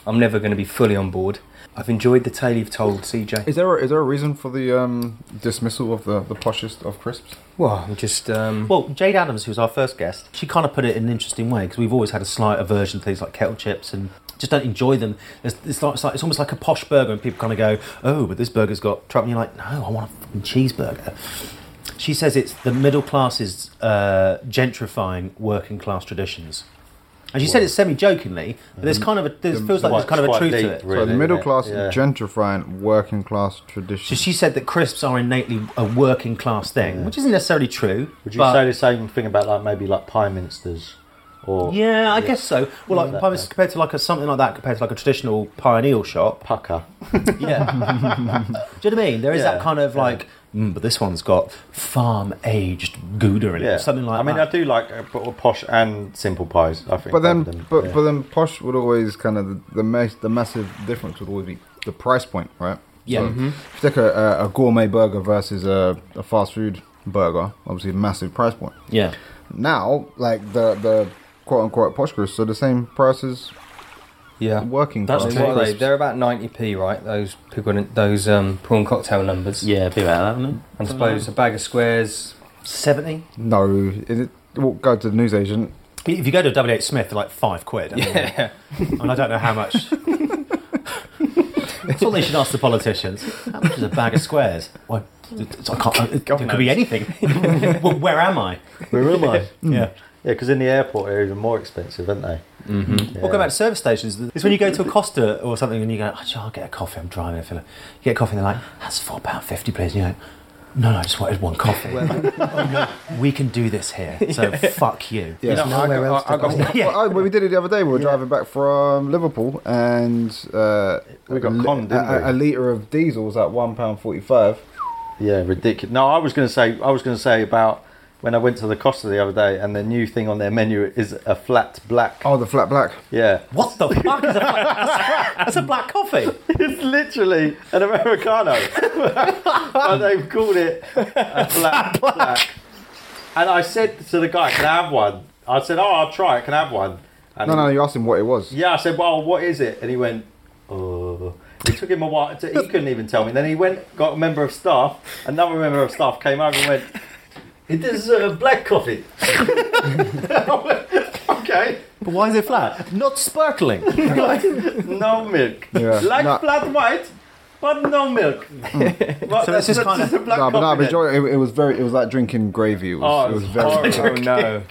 Speaker 5: I'm never going to be fully on board. I've enjoyed the tale you've told, CJ.
Speaker 2: Is there a, is there a reason for the um, dismissal of the, the poshest of crisps?
Speaker 5: Well, I'm just um,
Speaker 3: Well, Jade Adams, who was our first guest, she kind of put it in an interesting way because we've always had a slight aversion to things like kettle chips and just don't enjoy them. It's, it's, like, it's, like, it's almost like a posh burger, and people kind of go, "Oh, but this burger's got trouble." And you're like, "No, I want a fucking cheeseburger." She says it's the middle classes uh, gentrifying working class traditions, and she said it semi jokingly, but there's kind of a there feels like there's kind of a
Speaker 1: quite
Speaker 3: truth
Speaker 1: deep,
Speaker 3: to it.
Speaker 1: really,
Speaker 2: so the middle
Speaker 1: isn't it?
Speaker 2: class
Speaker 1: Yeah.
Speaker 2: gentrifying working class
Speaker 3: So
Speaker 2: tradition.
Speaker 3: she said that crisps are innately a working class thing, which isn't necessarily true.
Speaker 1: Would you
Speaker 3: but-
Speaker 1: say the same thing about like maybe like pie minsters, or
Speaker 3: Yeah, I guess so. Well, like
Speaker 1: that
Speaker 3: pie mince compared to like a something like that compared to like a traditional pie and eel shop.
Speaker 1: pucker?
Speaker 3: Yeah, do you know what I mean? There is
Speaker 1: Yeah,
Speaker 3: that kind of like, mm, but this one's got farm aged gouda in it,
Speaker 1: Yeah,
Speaker 3: or something like
Speaker 1: I mean,
Speaker 3: that.
Speaker 1: I do like uh, p- posh and simple pies. I think,
Speaker 2: But then,
Speaker 1: both of them,
Speaker 2: but
Speaker 1: yeah.
Speaker 2: but then, posh would always kind of the the, mas- the massive difference would always be the price point, right?
Speaker 3: Yeah.
Speaker 2: So
Speaker 3: Mhm.
Speaker 2: If you take a, a, a gourmet burger versus a, a fast food burger, obviously a massive price point.
Speaker 3: yeah,
Speaker 2: Now, like the the quote unquote posh crisps are the same price as
Speaker 5: yeah.
Speaker 2: working
Speaker 5: That's
Speaker 2: class.
Speaker 5: what are they?
Speaker 2: crisps.
Speaker 5: They're about 90p, right? Those piquant, those um, prawn cocktail numbers.
Speaker 3: yeah, be about that, wouldn't
Speaker 5: And suppose a bag of
Speaker 3: it?
Speaker 5: squares.
Speaker 3: Seventy.
Speaker 2: No, is it, well, go to the newsagent.
Speaker 3: If you go to a W H Smith, they're like five quid. I mean,
Speaker 5: Yeah.
Speaker 3: and I don't know how much. That's what they should ask the politicians. How much is a bag of squares? Well, it's- I can't, it, it could be anything. well, where am I?
Speaker 1: where am I? yeah,
Speaker 3: Yeah.
Speaker 1: because in the airport they're even more expensive, aren't they?
Speaker 3: Or go back to service stations. It's when you go to a Costa or something and you go, oh, I'll get a coffee, I'm driving, I feel like. You get a coffee and they're like, that's £4.50, please. And you go, no, no, I just wanted one coffee. we can do this here, so fuck you.
Speaker 2: Yeah,
Speaker 5: There's nowhere else to go.
Speaker 3: Yeah.
Speaker 2: Well, I, well, we did it the other day. We were driving back from Liverpool, and uh,
Speaker 1: We got
Speaker 2: a li-
Speaker 1: conned, didn't
Speaker 2: a,
Speaker 1: we?
Speaker 2: a liter of diesel was at one pound forty-five.
Speaker 1: Yeah, ridiculous. No, I was going to say, I was going to say about when I went to the Costa the other day, and the new thing on their menu is a flat black.
Speaker 2: Oh, the flat black.
Speaker 1: Yeah,
Speaker 3: What the fuck is a black, that's a black coffee?
Speaker 1: it's literally an americano, but they've called it a flat black. And I said to the guy, "Can I have one?" I said, "Oh, I'll try it. Can I have one?" And
Speaker 2: No, no, you asked him what it was.
Speaker 1: Yeah, I said, "Well, what is it?" And he went, "Oh." It took him a while. To, he couldn't even tell me. Then he went, got a member of staff. Another member of staff came over and went, "It is uh, black coffee." okay,
Speaker 3: But why is it flat?
Speaker 8: Not sparkling.
Speaker 1: no milk.
Speaker 2: Yeah.
Speaker 1: Like
Speaker 2: No.
Speaker 1: flat white, but no milk. Well,
Speaker 3: Mm. So it's just kinda-
Speaker 1: a black
Speaker 2: No, but no,
Speaker 1: coffee
Speaker 2: but
Speaker 1: then.
Speaker 2: Joy, it, it was very. It was like drinking gravy. It was,
Speaker 1: Oh,
Speaker 2: it was
Speaker 1: it's
Speaker 2: very.
Speaker 1: horrible.
Speaker 5: Oh, no.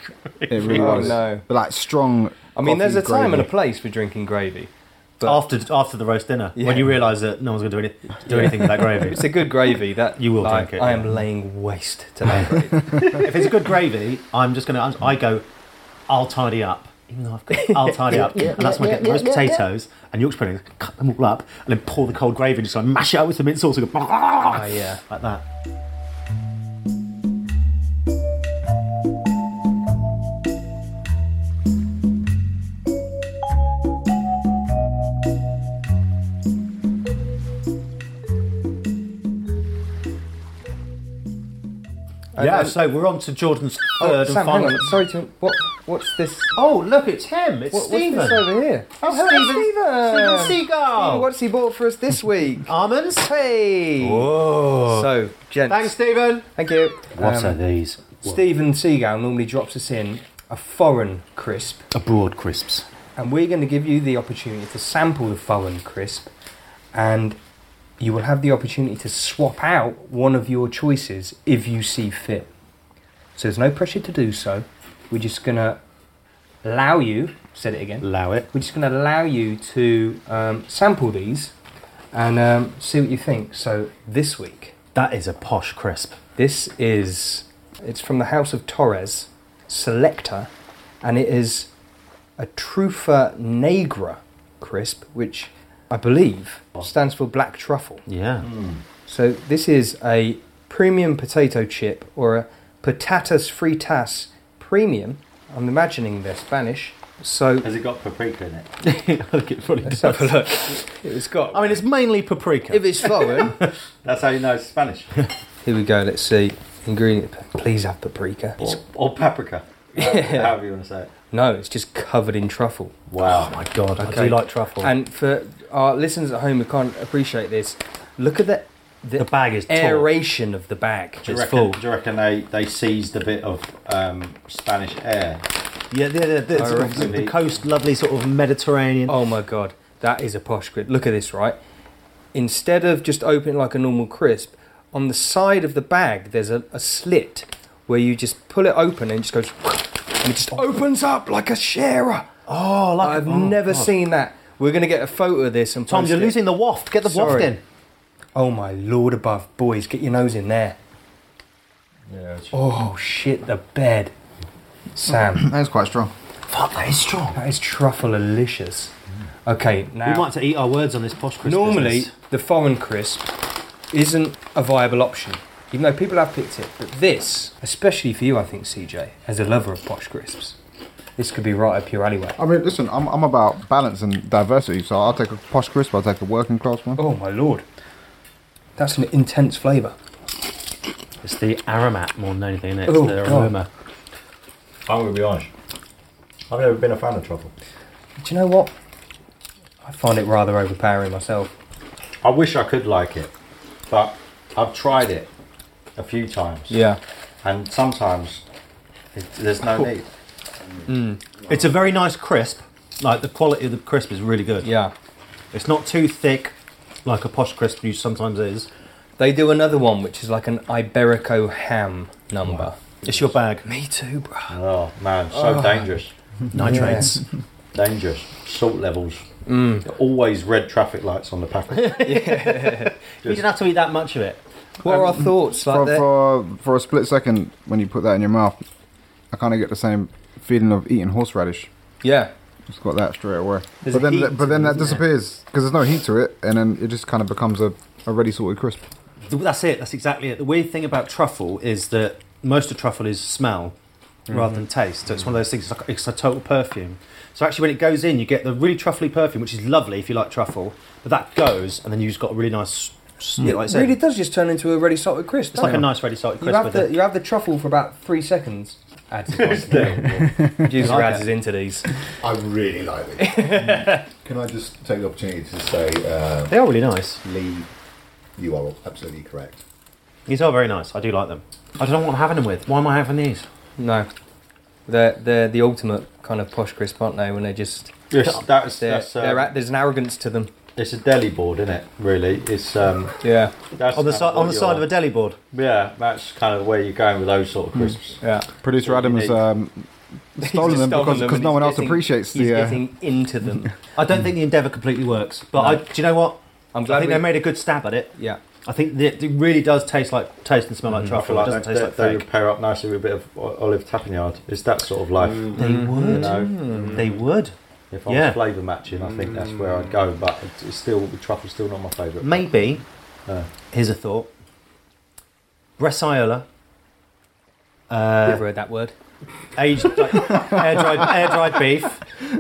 Speaker 2: It really
Speaker 5: Oh,
Speaker 2: was.
Speaker 5: no.
Speaker 2: But like strong.
Speaker 5: I mean, there's a time and a
Speaker 2: place.
Speaker 5: place for drinking gravy.
Speaker 3: After, after the roast dinner,
Speaker 5: Yeah.
Speaker 3: when you realise that no one's going to do, any, do anything with that gravy.
Speaker 5: It's a good gravy that
Speaker 3: You will
Speaker 5: like,
Speaker 3: drink it,
Speaker 5: I
Speaker 3: yeah.
Speaker 5: am laying waste to that gravy.
Speaker 3: if it's good gravy, I'm just going to, I go, I'll tidy up. even though I've got, I'll tidy up. and that's when I get the roast potatoes and Yorkshire puddings, cut them all up, and then pour the cold gravy and just like mash it up with some mint sauce and go, oh,
Speaker 5: yeah.
Speaker 3: like that. Yeah, so we're on to Jordan's third and
Speaker 2: Oh, Sam, hang
Speaker 3: final.
Speaker 2: on. Sorry to. What? What's this?
Speaker 3: Oh, look, it's him. It's
Speaker 2: What, what's
Speaker 3: Stephen.
Speaker 2: this over here?
Speaker 3: Oh, hello, Stephen. Stephen Seagal.
Speaker 2: Stephen, What's he bought for us this week?
Speaker 3: Almonds.
Speaker 2: Hey.
Speaker 3: Oh. Whoa.
Speaker 2: So, gents.
Speaker 3: Thanks, Stephen.
Speaker 2: Thank you.
Speaker 1: What
Speaker 2: Um,
Speaker 1: are these?
Speaker 5: Stephen Seagal normally drops us in a foreign crisp,
Speaker 1: Abroad crisps.
Speaker 5: and we're going to give you the opportunity to sample the foreign crisp, and you will have the opportunity to swap out one of your choices if you see fit. So there's no pressure to do so. We're just going to allow you. Said it again.
Speaker 1: Allow it.
Speaker 5: We're just going to allow you to um, sample these and um, see what you think. So this week,
Speaker 3: That is a posh crisp.
Speaker 5: this is it's from the House of Torres Selector, and it is a Trufa Negra crisp, which I believe stands for black truffle.
Speaker 3: Yeah.
Speaker 5: So this is a premium potato chip or a patatas fritas premium. I'm imagining they're Spanish. So
Speaker 1: Has it got paprika in it?
Speaker 3: I think it probably does.
Speaker 5: let's have a look. It's got.
Speaker 3: I mean, it's mainly paprika.
Speaker 5: if it's foreign,
Speaker 1: That's how you know it's Spanish.
Speaker 5: here we go. Let's see ingredient. Please have paprika.
Speaker 1: or,
Speaker 5: It's,
Speaker 1: or paprika. However- However you want to say it.
Speaker 5: no, it's just covered in truffle.
Speaker 1: Wow.
Speaker 3: oh my god, I
Speaker 5: Okay.
Speaker 3: do like truffle.
Speaker 5: And for our listeners at home who can't appreciate this, look at the the,
Speaker 3: the bag is tall.
Speaker 5: aeration of the bag.
Speaker 1: do you
Speaker 3: It's
Speaker 1: reckon,
Speaker 3: full.
Speaker 1: do you reckon they, they seized a bit of um, Spanish air?
Speaker 3: Yeah, the, the, the, sort of
Speaker 1: reckon
Speaker 3: the
Speaker 1: they-
Speaker 3: coast, lovely sort of Mediterranean.
Speaker 5: Oh my god, that is a posh grid. Look at this, right? Instead of just opening like a normal crisp, on the side of the bag there's a, a slit where you just pull it open and it just goes and it just opens up like a sharer.
Speaker 3: Oh, like
Speaker 5: I've
Speaker 3: oh,
Speaker 5: never
Speaker 3: God.
Speaker 5: seen that. We're gonna get a photo of this and
Speaker 3: Tom,
Speaker 5: post
Speaker 3: you're
Speaker 5: it.
Speaker 3: losing the waft. Get the waft
Speaker 5: Sorry.
Speaker 3: in.
Speaker 5: Oh my lord above, boys, get your nose in there. Oh shit, the bed. Sam,
Speaker 2: That is quite strong.
Speaker 3: Fuck, that is strong.
Speaker 5: that is truffle delicious. Okay, now
Speaker 3: We might have to eat our words on this posh crisp.
Speaker 5: normally
Speaker 3: business.
Speaker 5: the foreign crisp isn't a viable option, even though people have picked it. But this, especially for you, I think, CJ, as a lover of posh crisps, this could be right up your alleyway.
Speaker 3: Oh.
Speaker 2: I mean, listen, I'm, I'm about balance and diversity, so I'll take a posh crisp, I'll take a working class one.
Speaker 5: Oh my lord, that's an intense flavour.
Speaker 3: it's the aromat more than anything, isn't it?
Speaker 5: Oh,
Speaker 3: It's the
Speaker 5: God.
Speaker 3: aroma.
Speaker 1: I'm going to be honest. I've never been a fan of truffle.
Speaker 5: Do you know what? I find it rather overpowering myself.
Speaker 1: I wish I could like it, but I've tried it a few times.
Speaker 5: Yeah.
Speaker 1: And sometimes it, there's no need.
Speaker 3: It's a very nice crisp. Like the quality of the crisp is really good.
Speaker 5: Yeah.
Speaker 3: It's not too thick, like a posh crisp you sometimes is.
Speaker 5: They do another one, which is like an Iberico ham number.
Speaker 3: It's your bag.
Speaker 5: Me too, bruh.
Speaker 1: Oh, man, so
Speaker 3: Ah.
Speaker 1: dangerous.
Speaker 3: Nitrates.
Speaker 1: Dangerous. Salt levels.
Speaker 3: Mm.
Speaker 1: Always red traffic lights on the package.
Speaker 3: You didn't have to eat that much of it.
Speaker 5: What are our
Speaker 3: Um,
Speaker 5: thoughts? Like
Speaker 2: For,
Speaker 5: that?
Speaker 2: for, for a split second, when you put that in your mouth, I kind of get the same feeling of eating horseradish.
Speaker 5: yeah.
Speaker 2: It's got that straight away.
Speaker 3: There's
Speaker 2: but then,
Speaker 3: heat
Speaker 2: that- but then
Speaker 3: to it,
Speaker 2: that
Speaker 3: isn't
Speaker 2: disappears because there's no heat to it, and then it just kind of becomes a already sorted crisp.
Speaker 3: That's it. That's exactly it. The weird thing about truffle is that most of truffle is smell rather than taste. So it's one of those things. It's, like, it's a total perfume. So actually, when it goes in, you get the really truffly perfume, which is lovely if you like truffle. But that goes, and then you've got a really nice. s- like
Speaker 5: It
Speaker 3: I said,
Speaker 5: really does just turn into a ready salted crisp.
Speaker 3: it's like a
Speaker 5: doesn't it?
Speaker 3: nice ready salted
Speaker 5: You
Speaker 3: crisp.
Speaker 5: have
Speaker 3: with
Speaker 5: the
Speaker 3: it.
Speaker 5: you have the truffle for about three seconds. Add Producer
Speaker 3: Like
Speaker 5: adds
Speaker 3: it.
Speaker 5: is into these.
Speaker 9: I really like it. Can I just take the opportunity to say, uh,
Speaker 3: They are really nice.
Speaker 9: Lee, you are absolutely correct.
Speaker 3: These are very nice. I do like them. I don't know what I'm having them with. Why am I having these?
Speaker 5: No, they're they're the ultimate kind of posh crisp, aren't they? When they're just
Speaker 1: Yes, that's,
Speaker 5: they're,
Speaker 1: that's, uh,
Speaker 5: they're at, there's an arrogance to them.
Speaker 1: it's a deli board, isn't it? Really, it's um,
Speaker 5: Yeah,
Speaker 1: that's
Speaker 3: On the
Speaker 1: kind
Speaker 3: side, on
Speaker 1: what
Speaker 3: the side of
Speaker 1: you're-
Speaker 3: a deli Hmm. board.
Speaker 1: Yeah, that's kind of where you're going with those sort of crisps.
Speaker 5: yeah.
Speaker 2: Producer Adam has um, stolen them because because no one else appreciates
Speaker 5: He's
Speaker 2: the. Uh,
Speaker 5: getting into them.
Speaker 3: I don't think the endeavour completely works, but I, do you know what?
Speaker 5: I'm
Speaker 3: I
Speaker 5: glad
Speaker 3: think
Speaker 5: we,
Speaker 3: they made a good stab at it.
Speaker 5: Yeah.
Speaker 3: I think that it really does taste like taste and smell like
Speaker 1: Hmm, I
Speaker 3: truffle.
Speaker 1: feel like
Speaker 3: it doesn't
Speaker 1: they,
Speaker 3: taste
Speaker 1: they, they
Speaker 3: like fake.
Speaker 1: would pair up nicely with a bit of o- olive tapenade. It's that sort of life.
Speaker 3: Mm. They would.
Speaker 1: You know,
Speaker 3: They would.
Speaker 1: if I
Speaker 3: Yeah.
Speaker 1: was flavour matching, I think that's where I'd go. But it's still truffle's still not my favourite.
Speaker 3: Maybe.
Speaker 1: Uh.
Speaker 3: Here's a thought. Bressiola,
Speaker 5: never heard that word.
Speaker 3: aged like, air dried air dried beef.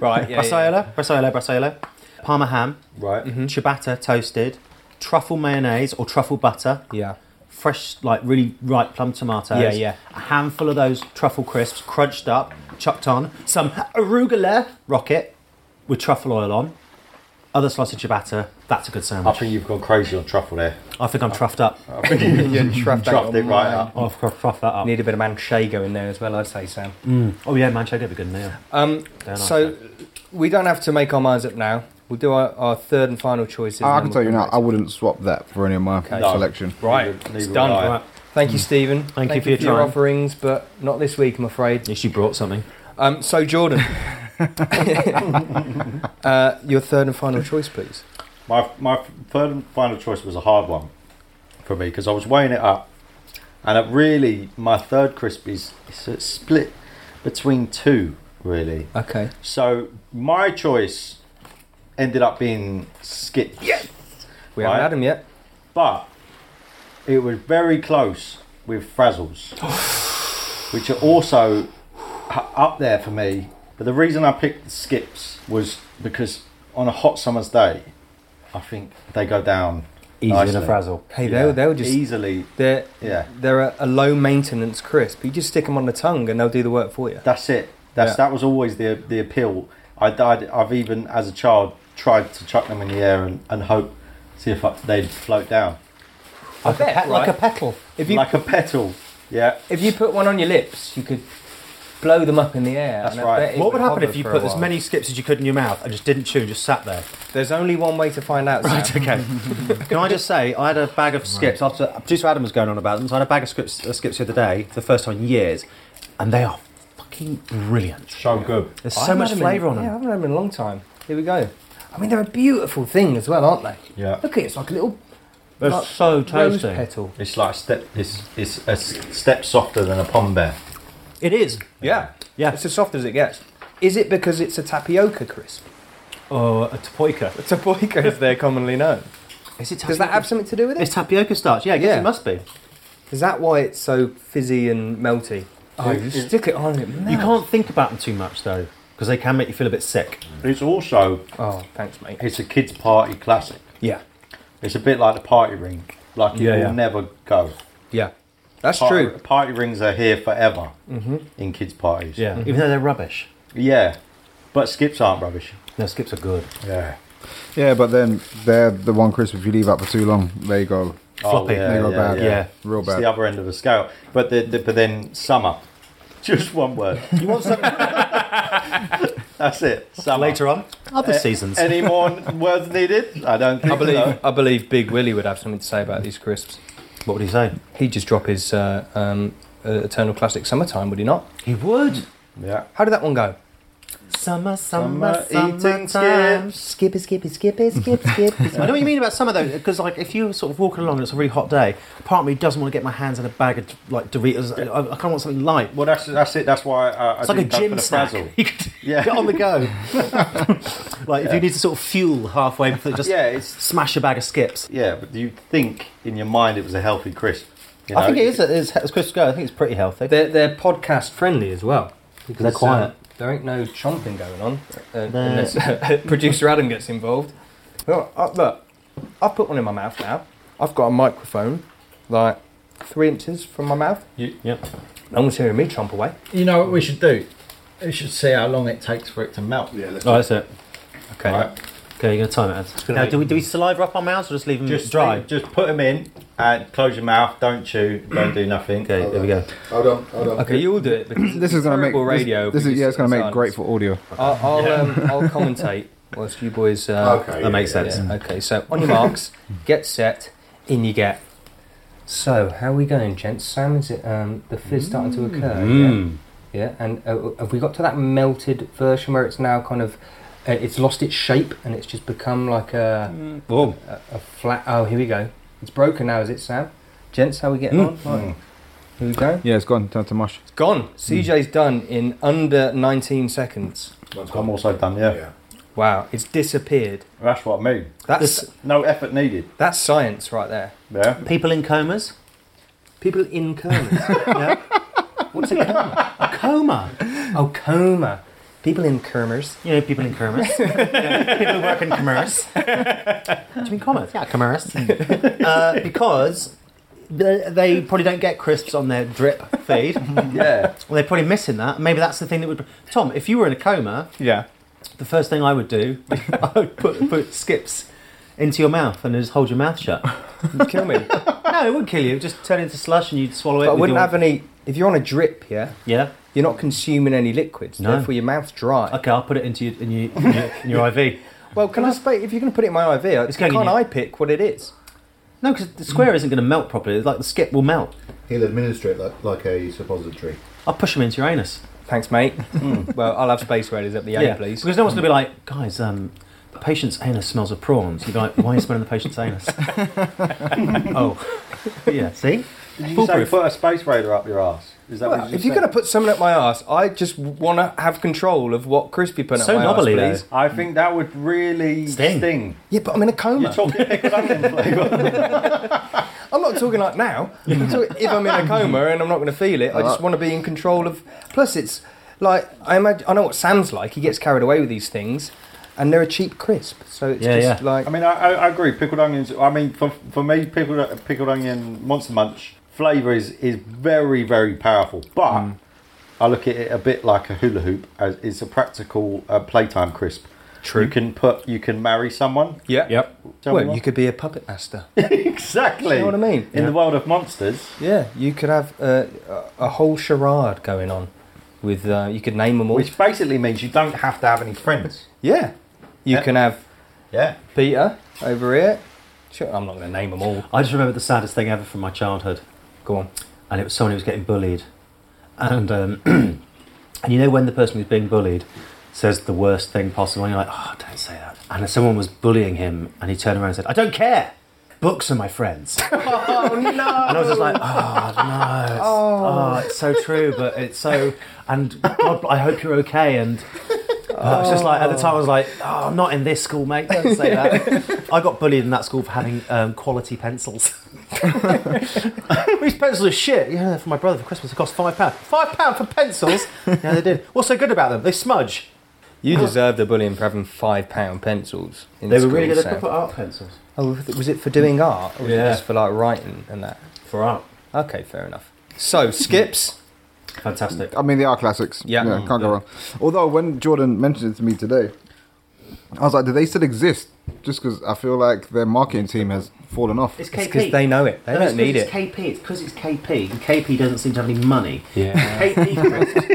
Speaker 3: Right.
Speaker 5: yeah,
Speaker 3: Bressiola, Bressiola, Bressiola. Parma ham,
Speaker 1: Right.
Speaker 3: Mm-hmm. ciabatta toasted, truffle mayonnaise or truffle butter,
Speaker 5: Yeah.
Speaker 3: fresh like really ripe plum tomatoes.
Speaker 5: Yeah, yeah.
Speaker 3: A handful of those truffle crisps crunched up, chucked on some arugula rocket with truffle oil on. Other slice of ciabatta. That's a good
Speaker 1: I
Speaker 3: sandwich.
Speaker 1: think you've gone crazy on truffle there.
Speaker 3: I think I'm truffed up.
Speaker 5: Mm-hmm.
Speaker 1: Truffed it right up.
Speaker 3: I've truffed that up.
Speaker 5: Need a bit of manchego in there as well, I'd say, Sam.
Speaker 3: Oh yeah, manchego would be good now.
Speaker 5: Um,
Speaker 3: Don't ask
Speaker 5: Mm. so we don't have to make our minds up now. We'll do our, our third and final choices.
Speaker 2: I
Speaker 5: and
Speaker 2: can
Speaker 5: then
Speaker 2: tell you
Speaker 5: we'll
Speaker 2: now,
Speaker 5: come
Speaker 2: I wouldn't swap that for any of my
Speaker 1: No.
Speaker 2: selection.
Speaker 5: Right,
Speaker 1: Neither-
Speaker 5: it's
Speaker 1: neither
Speaker 5: done.
Speaker 1: would I.
Speaker 3: Right.
Speaker 5: back. Thank you, Stephen. Mm. Thank,
Speaker 3: you for your time.
Speaker 5: offerings, but not this week, I'm afraid.
Speaker 3: Yes, you brought something.
Speaker 5: Um, so, Jordan, uh, your third and final choice, please.
Speaker 1: My my third and final choice was a hard one for me because I was weighing it up, and it really my third crisp is it's a split between two really.
Speaker 5: Okay.
Speaker 1: So my choice ended up being Skips,
Speaker 5: We
Speaker 1: Right.
Speaker 5: haven't had him yet.
Speaker 1: but it was very close with Frazzles, which are also h- up there for me. But the reason I picked Skips was because on a hot summer's day, I think they go down.
Speaker 3: Easy in a
Speaker 1: nicely.
Speaker 3: frazzle.
Speaker 5: Hey, they'll, they'll just.
Speaker 1: easily.
Speaker 5: They're,
Speaker 1: Yeah.
Speaker 5: they're a, a low maintenance crisp. You just stick them on the tongue and they'll do the work for you.
Speaker 1: That's it. That's
Speaker 5: Yeah.
Speaker 1: that was always the the appeal. I died, I've even as a child tried to chuck them in the air and, and hope see if I, they'd float down
Speaker 5: I bet, right?
Speaker 3: petal.
Speaker 5: if you
Speaker 1: like a petal. Yeah,
Speaker 5: if you put one on your lips, you could blow them up in the air.
Speaker 1: That's
Speaker 5: and I
Speaker 1: right.
Speaker 5: bet it
Speaker 3: What would happen
Speaker 5: hover
Speaker 3: if you
Speaker 5: for a
Speaker 3: put as
Speaker 5: while.
Speaker 3: many skips as you could in your mouth and just didn't chew, just sat there?
Speaker 5: There's only one way to find out. Sam.
Speaker 3: okay. Can I just say, I had a bag of skips after producer Adam was going on about them. So I had a bag of skips, uh, skips the other day for the first time in years, and they are fucking brilliant.
Speaker 1: so good.
Speaker 3: There's
Speaker 5: I
Speaker 3: so
Speaker 5: haven't
Speaker 3: much
Speaker 5: had them in-
Speaker 3: flavour on
Speaker 5: Yeah, I
Speaker 3: them.
Speaker 5: haven't had them in a long time. Here we go. I mean, they're a beautiful thing as well, aren't they?
Speaker 1: Yeah.
Speaker 5: Look at it, it's like a little
Speaker 3: They're
Speaker 5: like
Speaker 3: so
Speaker 5: rose
Speaker 3: tasty.
Speaker 5: petal.
Speaker 1: It's like a step. It's it's a s- step softer than a pom bear.
Speaker 3: It is.
Speaker 5: Yeah.
Speaker 3: Yeah.
Speaker 5: It's as soft as it gets. Is it because it's a tapioca crisp?
Speaker 3: Oh, a tapioca.
Speaker 5: Tapioca, as they're commonly known.
Speaker 3: Is it tapioca?
Speaker 5: Does that have something to do with
Speaker 3: It's
Speaker 5: it?
Speaker 3: tapioca starch. Yeah, I guess
Speaker 5: Yeah.
Speaker 3: it must be.
Speaker 5: Is that why it's so fizzy and melty? Oh, you stick it on it.
Speaker 3: You can't think about them too much though, because they can make you feel a bit sick.
Speaker 1: It's also
Speaker 5: Oh, thanks, mate.
Speaker 1: it's a kids' party classic.
Speaker 5: Yeah.
Speaker 1: It's a bit like the party ring. Like you
Speaker 3: Yeah,
Speaker 1: will
Speaker 3: yeah.
Speaker 1: never go.
Speaker 5: Yeah. Oh. That's
Speaker 1: Party,
Speaker 5: true.
Speaker 1: Party rings are here forever in kids' parties.
Speaker 3: Mm-hmm. Yeah, even though they're rubbish.
Speaker 1: yeah, but skips aren't rubbish.
Speaker 3: No, skips are good.
Speaker 1: Yeah.
Speaker 2: Yeah, but then they're the one crisp. If you leave out for too long, they go
Speaker 3: Floppy.
Speaker 1: Oh, yeah,
Speaker 2: They go
Speaker 1: yeah,
Speaker 2: bad.
Speaker 1: yeah.
Speaker 3: Yeah.
Speaker 2: real
Speaker 1: It's the
Speaker 2: bad.
Speaker 1: other end of the scale. But the, the, but then summer, just one word. You want something? That's it. Summer.
Speaker 3: Later on, other seasons.
Speaker 1: Any more words needed? I don't think
Speaker 5: I believe,
Speaker 1: so.
Speaker 5: I believe Big Willie would have something to say about these crisps.
Speaker 3: what would he say?
Speaker 5: He'd just drop his uh, um, uh, Eternal Classic Summertime, would he not?
Speaker 3: He would.
Speaker 1: Yeah.
Speaker 5: How did that one go?
Speaker 3: Summer,
Speaker 1: Summer
Speaker 3: summer, summer
Speaker 1: eating
Speaker 3: time.
Speaker 1: skips.
Speaker 3: Skippy, skippy, skippy, skip, skip. I know what you mean about summer though, because like if you're sort of walking along and it's a really hot day, part of me doesn't want to get my hands in a bag of like Doritos. I, I kind of want something light.
Speaker 1: Well, that's that's it. That's why I, I
Speaker 3: It's like a
Speaker 1: didn't go for
Speaker 3: gym
Speaker 1: the
Speaker 3: snack.
Speaker 1: frazzle.
Speaker 3: You could
Speaker 1: Yeah.
Speaker 3: get on the go. like if you need to sort of fuel halfway, before, just
Speaker 1: Yeah, it's
Speaker 3: smash a bag of skips.
Speaker 1: yeah. But you think in your mind it was a healthy crisp. you know?
Speaker 3: I think it is. It's, it's Chris Go. I think it's pretty healthy.
Speaker 5: They're, they're podcast friendly as well. Because,
Speaker 3: They're quiet.
Speaker 5: uh, there ain't no chomping going on uh,
Speaker 3: They're-
Speaker 5: unless uh, producer Adam gets involved. Well, uh, look, I've put one in my mouth now. I've got a microphone like three inches from my mouth.
Speaker 3: Yep.
Speaker 5: No one's hearing me chomp away.
Speaker 1: You know what we should do? We should see how long it takes for it to melt.
Speaker 9: Yeah, let's
Speaker 3: Oh, that's it.
Speaker 5: Okay.
Speaker 1: Right.
Speaker 3: Okay, you're gonna time it. Now, do we do we saliva up our mouths or just leave them
Speaker 1: Just
Speaker 3: dry?
Speaker 1: Just put them in and close your mouth. Don't chew. Don't do nothing.
Speaker 3: okay, there we go.
Speaker 9: Hold on, hold on.
Speaker 5: Okay, you all do it. Because
Speaker 2: This is going to make
Speaker 5: terrible
Speaker 2: this-
Speaker 5: radio.
Speaker 2: This,
Speaker 5: because
Speaker 2: is yeah, it's going to make
Speaker 5: silence.
Speaker 2: great for audio.
Speaker 5: I'll, I'll, um, I'll commentate whilst you boys. Uh,
Speaker 9: Okay,
Speaker 3: That
Speaker 9: yeah,
Speaker 3: makes
Speaker 9: yeah,
Speaker 3: sense.
Speaker 5: Yeah, okay, so on your marks, get set, in you get. So, how are we going, gents? Sam, is it um, the fizz starting to occur? Yeah. Yeah, and uh, have we got to that melted version where it's now kind of uh, it's lost its shape and it's just become like a,
Speaker 3: Oh,
Speaker 5: a, a flat. Oh, here we go. It's broken now, is it, Sam? Gents, how we getting on? Right. Here we go.
Speaker 2: Yeah, it's gone. Turn to mush.
Speaker 5: It's gone. CJ's done in under 19 seconds.
Speaker 1: I'm also done, yeah.
Speaker 9: Yeah.
Speaker 5: Wow, it's disappeared.
Speaker 1: That's what I mean.
Speaker 5: That's
Speaker 1: No effort needed.
Speaker 5: that's science right there.
Speaker 1: Yeah.
Speaker 3: people in comas.
Speaker 5: People in comas.
Speaker 3: Yeah.
Speaker 5: What's a coma?
Speaker 3: A coma.
Speaker 5: Oh, coma. People in comas.
Speaker 3: You know, people in comas. You know, people who work in commerce. Do you mean commerce? Yeah, commerce. uh, because they, they probably don't get crisps on their drip feed. well,
Speaker 1: Yeah.
Speaker 3: they're probably missing that. Maybe that's the thing that would. Tom, if you were in a coma,
Speaker 5: Yeah.
Speaker 3: the first thing I would do, I would put, put skips into your mouth and just hold your mouth shut.
Speaker 5: Kill me. But
Speaker 3: No, it would kill you. It would just turn into slush and you'd swallow it.
Speaker 5: I
Speaker 3: with
Speaker 5: wouldn't
Speaker 3: your-
Speaker 5: have any. If you're on a drip, yeah,
Speaker 3: Yeah.
Speaker 5: you're not consuming any liquids.
Speaker 3: No. Uh,
Speaker 5: Therefore, your mouth's dry.
Speaker 3: Okay, I'll put it into your, in your, in your, in your IV.
Speaker 5: Well, can I spay? If you're going to put it in my IV,
Speaker 3: It's going
Speaker 5: can't
Speaker 3: in you.
Speaker 5: I pick what it is?
Speaker 3: No, because the square isn't going to melt properly. Like the skip will melt.
Speaker 9: He'll administer it like, like a suppository.
Speaker 3: I'll push them into your anus.
Speaker 5: Thanks, mate. Hmm. Well, I'll have space raiders up the A, please. Mm.
Speaker 3: Because no one's going to be like, guys, um, the patient's anus smells of prawns. You'd be like, why are you smelling the patient's anus? oh, yeah. See,
Speaker 1: Did you say put a space raider up your ass? Is that what
Speaker 5: Well,
Speaker 1: you
Speaker 5: if you're going to put someone up my ass, I just want to have control of what crispy put
Speaker 3: So
Speaker 5: up my
Speaker 3: knobbly, though.
Speaker 5: ass, please.
Speaker 1: I think that would really
Speaker 3: Sting.
Speaker 1: sting.
Speaker 5: Yeah, but I'm in a
Speaker 1: You're
Speaker 5: coma.
Speaker 1: talking pickled onion flavour.
Speaker 5: I'm not talking like now. I'm talking if I'm in a coma and I'm not going to feel it, I just want to be in control of. Plus, it's like I imagine I know what Sam's like. He gets carried away with these things, and they're a cheap crisp. So it's
Speaker 3: Yeah,
Speaker 5: just
Speaker 3: yeah.
Speaker 5: like
Speaker 1: I mean, I, I, I agree. Pickled onions. I mean, for, for me, pickled pickled onion monster munch flavour is is very very powerful. But
Speaker 5: Mm.
Speaker 1: I look at it a bit like a hula hoop. As it's a practical uh, playtime crisp. True. You can put. You can marry someone.
Speaker 5: yeah, yep.
Speaker 1: Tell me
Speaker 5: Well,
Speaker 1: more.
Speaker 5: you could be a puppet master.
Speaker 1: exactly.
Speaker 5: You know what I mean?
Speaker 1: In the world of monsters,
Speaker 5: Yeah, you could have uh, a, a whole charade going on with. Uh, you could name them all.
Speaker 1: which basically means you don't have to have any friends.
Speaker 5: yeah, you
Speaker 1: Yeah.
Speaker 5: can have
Speaker 1: Yeah.
Speaker 5: Peter over here. Sure, I'm not going to name them all.
Speaker 3: I just remember the saddest thing ever from my childhood,
Speaker 5: Go on.
Speaker 3: and it was someone who was getting bullied, and um, and you know when the person who's being bullied says the worst thing possible, and you're like, oh, don't say that. And someone was bullying him, and he turned around and said, I don't care. Books are my friends.
Speaker 5: Oh no!
Speaker 3: And I was just like, oh no, it's, oh. it's so true, but it's so, and God, I hope you're okay. And uh, I was just like, at the time, I was like, oh, I'm not in this school, mate. Don't say that. I got bullied in that school for having um, quality pencils. These pencils are shit. Yeah, for my brother for Christmas, it cost five pound. Five pound for pencils? Yeah, they did. What's so good about them? They smudge.
Speaker 5: you deserve the bullying for having five pound pencils. In
Speaker 3: They were
Speaker 5: school,
Speaker 3: really good
Speaker 5: Sam.
Speaker 3: at art pencils.
Speaker 5: Oh, was it for doing art? Or was it
Speaker 3: Yeah.
Speaker 5: just for like writing and that?
Speaker 3: For art,
Speaker 5: Okay, fair enough. So skips.
Speaker 3: fantastic.
Speaker 2: I mean, they are classics.
Speaker 5: Yeah.
Speaker 2: can't go wrong. Although when Jordan mentioned it to me today, I was like, "Do they still exist?" Just because I feel like their marketing team has fallen off.
Speaker 3: It's
Speaker 5: It's
Speaker 3: KP.
Speaker 5: because they know it. They
Speaker 3: No, it's 'cause
Speaker 5: don't need
Speaker 3: it's
Speaker 5: it.
Speaker 3: KP. It's because it's KP. And KP doesn't seem to have any money.
Speaker 5: Yeah.
Speaker 3: KP crisps.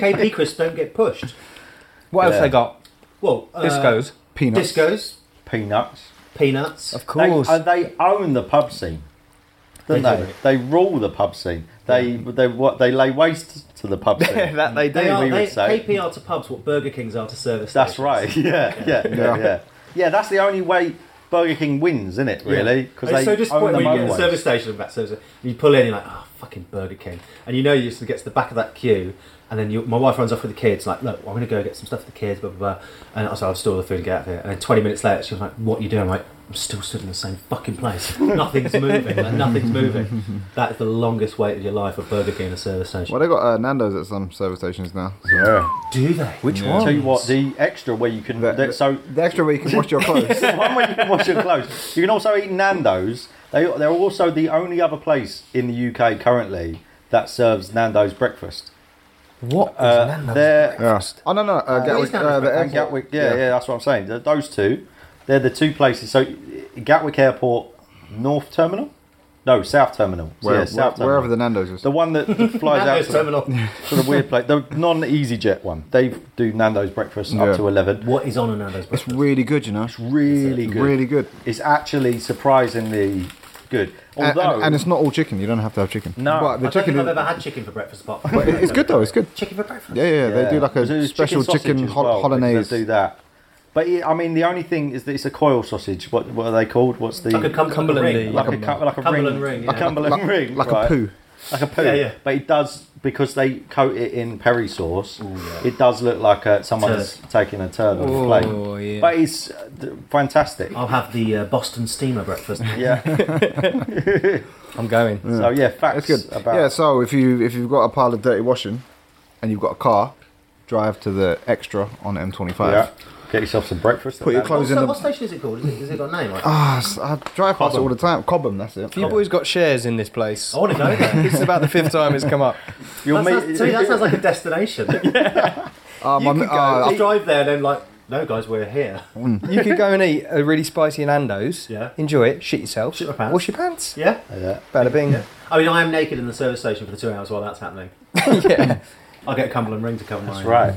Speaker 3: KP crisps don't get pushed.
Speaker 5: What else
Speaker 1: Yeah.
Speaker 5: they got?
Speaker 3: Well, uh,
Speaker 5: Discos.
Speaker 2: Peanuts.
Speaker 3: discos,
Speaker 1: Peanuts.
Speaker 3: peanuts.
Speaker 5: Of course.
Speaker 1: They, uh, they own the pub scene, don't
Speaker 3: They
Speaker 1: they?
Speaker 3: do.
Speaker 1: They rule the pub scene. They they what they lay waste to the pub scene.
Speaker 5: that they do.
Speaker 3: They are,
Speaker 1: we
Speaker 3: they,
Speaker 1: would say.
Speaker 3: KP are to pubs what Burger Kings are to service.
Speaker 1: That's
Speaker 3: stations.
Speaker 1: right. Yeah, yeah, yeah,
Speaker 2: Yeah.
Speaker 1: yeah, yeah. That's the only way Burger King wins, isn't it? Really, because
Speaker 3: It's
Speaker 1: they
Speaker 3: so disappointing
Speaker 1: own
Speaker 3: when
Speaker 1: the
Speaker 3: you get to
Speaker 1: motorways.
Speaker 3: the service station and that service, and you pull in, you're like, oh, fucking Burger King, and you know you just get to the back of that queue, and then you, my wife runs off with the kids, like, look, I'm gonna go get some stuff for the kids, blah blah blah, and I was like, I'll store the food and get out of here, and then 20 minutes later, she was like, what are you doing? I'm like, I'm still stood in the same fucking place. nothing's moving. Like, nothing's moving. That is the longest wait of your life at Burger King and a service station.
Speaker 2: Well, they got uh, Nando's at some service stations now. So
Speaker 1: Yeah.
Speaker 3: do they?
Speaker 5: Which
Speaker 1: I'll
Speaker 5: one?
Speaker 1: Tell you what, the extra where you can
Speaker 2: The-
Speaker 1: that- so
Speaker 2: the extra way you can wash your clothes.
Speaker 1: the one where you can wash your clothes. You can also eat Nando's. They they're also the only other place in the UK currently that serves Nando's breakfast.
Speaker 5: What? is
Speaker 1: Uh,
Speaker 5: Nando's?
Speaker 1: they're
Speaker 2: yeah. Oh no no, uh, Gatwick, uh, the
Speaker 1: and
Speaker 2: airport.
Speaker 1: Gatwick, yeah, yeah, that's what I'm saying. Th- Those two, they're the two places. So Gatwick Airport North Terminal, no South Terminal. So,
Speaker 2: Where,
Speaker 1: yeah, South
Speaker 2: where-
Speaker 1: Terminal.
Speaker 2: wherever the Nando's is.
Speaker 1: the one that that flies out
Speaker 3: Nando's
Speaker 1: to the,
Speaker 3: terminal.
Speaker 1: to the weird place, the non EasyJet one. They do Nando's breakfast
Speaker 2: Yeah.
Speaker 1: up to eleven.
Speaker 3: What is on a Nando's
Speaker 2: it's
Speaker 3: breakfast?
Speaker 2: really good, you know. It's
Speaker 1: Really good.
Speaker 2: Really good.
Speaker 1: It's actually surprisingly good.
Speaker 2: And-
Speaker 1: Although,
Speaker 2: and, and it's not all chicken. You don't have to have chicken.
Speaker 1: No.
Speaker 2: but the
Speaker 3: I don't
Speaker 2: chicken.
Speaker 3: think I've
Speaker 2: Is,
Speaker 3: ever had chicken for breakfast apart from
Speaker 2: but it- it's good though. It's good.
Speaker 3: chicken for breakfast.
Speaker 2: Yeah, yeah, They do like a
Speaker 1: There's
Speaker 2: special
Speaker 1: sausage
Speaker 2: chicken
Speaker 1: as
Speaker 2: hol-
Speaker 1: well, because
Speaker 2: hollandaise.
Speaker 1: They do that. But yeah, I mean, the only thing is that it's a coil sausage. What what are they called? What's the
Speaker 3: Like a cum- Cumberland ring.
Speaker 1: like a cu- like a
Speaker 3: Cumberland
Speaker 1: ring,
Speaker 3: ring, yeah.
Speaker 1: a Cumberland
Speaker 2: like,
Speaker 1: ring,
Speaker 2: like
Speaker 1: right.
Speaker 2: a poo.
Speaker 1: like a poo.
Speaker 3: Yeah, yeah.
Speaker 1: But it does because they coat it in peri sauce. It does look like uh someone's taking a turd on the
Speaker 5: Oh,
Speaker 1: plate.
Speaker 5: yeah.
Speaker 1: But it's uh, d- fantastic.
Speaker 3: I'll have the uh, Boston steamer breakfast.
Speaker 1: Yeah.
Speaker 5: I'm going.
Speaker 1: So yeah, facts
Speaker 2: That's good.
Speaker 1: about
Speaker 2: Yeah, so if you if you've got a pile of dirty washing, and you've got a car, drive to the extra on M25.
Speaker 1: yeah. Get yourself some breakfast.
Speaker 2: Put your
Speaker 1: clothes.
Speaker 2: clothes
Speaker 3: What's
Speaker 2: in
Speaker 3: that-
Speaker 2: the.
Speaker 3: what station is it called? Is it, is it got a name? I,
Speaker 2: Ah, s- I drive past it all the time. Cobham, that's it. Um,
Speaker 5: You boys got shares in this place.
Speaker 3: I want to go there.
Speaker 5: This is about the fifth time it's come up.
Speaker 1: You'll
Speaker 3: That
Speaker 1: meet.
Speaker 3: sounds, to me, that sounds like a destination.
Speaker 2: Ah, my- ah,
Speaker 3: I'll drive there and then like, no guys, we're here.
Speaker 2: Mm.
Speaker 5: You could go and eat a really spicy Nando's.
Speaker 3: Yeah.
Speaker 5: Enjoy it. Shit yourself.
Speaker 3: Shit my pants.
Speaker 5: Wash your pants.
Speaker 3: Yeah.
Speaker 5: Bada bing.
Speaker 3: I mean, I am naked in the service station for the two hours while that's happening.
Speaker 5: yeah.
Speaker 3: I'll get a Cumberland ring to cover my.
Speaker 1: right.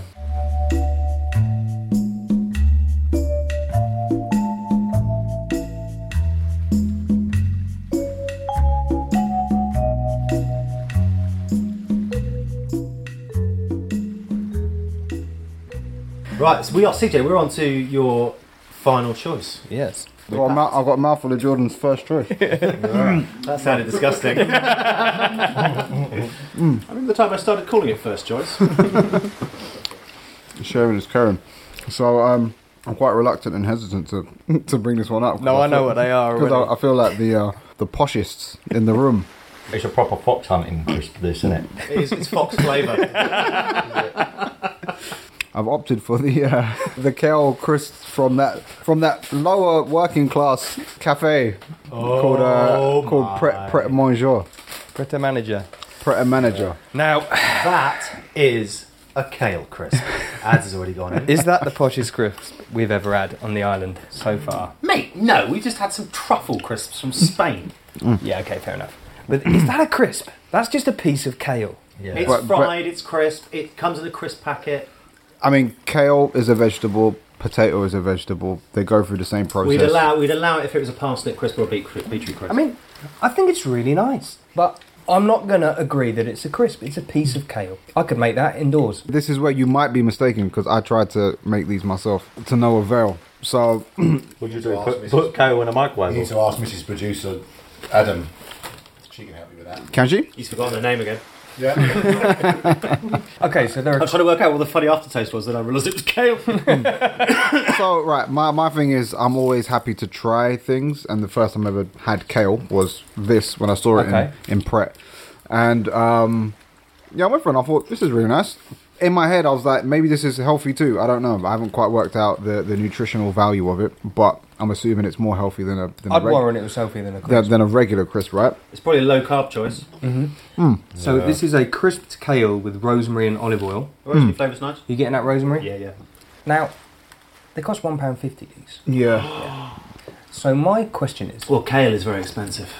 Speaker 3: Right. So we are CJ. We're on to your final choice.
Speaker 5: Yes.
Speaker 2: I've got a mou- I've got a mouthful of Jordan's first choice.
Speaker 3: That sounded disgusting. I remember the time I started calling it first choice.
Speaker 2: Sharing is caring. So um, I'm quite reluctant and hesitant to to bring this one up.
Speaker 5: No, I know what they are
Speaker 2: Because
Speaker 5: already.
Speaker 2: I, I feel like the uh, the poshists in the room.
Speaker 1: It's a proper fox hunting crisp, this, isn't it?
Speaker 3: It is, it's fox flavour.
Speaker 2: I've opted for the uh, the kale crisps from that from that lower working class cafe called
Speaker 3: Oh
Speaker 2: uh, called Pret Pret Manger,
Speaker 5: Pret a manager.
Speaker 2: Pret a Manager.
Speaker 5: Now,
Speaker 3: that is a kale crisp. Ads has already gone in.
Speaker 5: is that the poshest crisps we've ever had on the island so far?
Speaker 3: Mate, no, we just had some truffle crisps from Spain.
Speaker 5: Yeah, okay, fair enough. But is that a crisp? That's just a piece of kale.
Speaker 3: It's
Speaker 2: But- but-
Speaker 3: fried, it's crisp, it comes in a crisp packet.
Speaker 2: I mean, kale is a vegetable. Potato is a vegetable. They go through the same process.
Speaker 3: We'd allow we'd allow it if it was a parsnip crisp or a beet- beetroot crisp.
Speaker 5: I mean, I think it's really nice, but I'm not gonna agree that it's a crisp. It's a piece of kale. I could make that indoors.
Speaker 2: This is where you might be mistaken because I tried to make these myself to no avail. So
Speaker 1: Would you
Speaker 9: need
Speaker 1: do?
Speaker 9: to ask
Speaker 1: Put,
Speaker 9: Mrs.
Speaker 1: put kale in a
Speaker 9: You need
Speaker 1: microwave.
Speaker 9: to ask Mrs. Producer Adam. She can help you with that.
Speaker 2: can she?
Speaker 3: He's forgotten the name again.
Speaker 9: Yeah.
Speaker 5: Okay, so there
Speaker 3: I
Speaker 5: are.
Speaker 3: was trying to work out what the funny aftertaste was, then I realised it was kale.
Speaker 2: So right, my, my thing is I'm always happy to try things, and the first time I ever had kale was this when I saw it
Speaker 5: Okay.
Speaker 2: in, in Pret, and um, yeah, I went for it. And I thought this is really nice. In my head, I was like, maybe this is healthy too. I don't know. I haven't quite worked out the, the nutritional value of it, but I'm assuming it's more healthy than a than, a,
Speaker 5: I'd
Speaker 2: reg-
Speaker 5: warrant it was healthier than a
Speaker 2: than,
Speaker 5: crisp.
Speaker 2: than a regular crisp, right?
Speaker 3: it's probably a low carb choice.
Speaker 5: So this is a crisped kale with rosemary and olive oil.
Speaker 3: Rosemary flavour's nice.
Speaker 5: You getting that rosemary?
Speaker 3: Yeah, yeah.
Speaker 5: Now, they cost one pound fifty these.
Speaker 2: Yeah.
Speaker 5: So my question is,
Speaker 3: Well, kale is very expensive.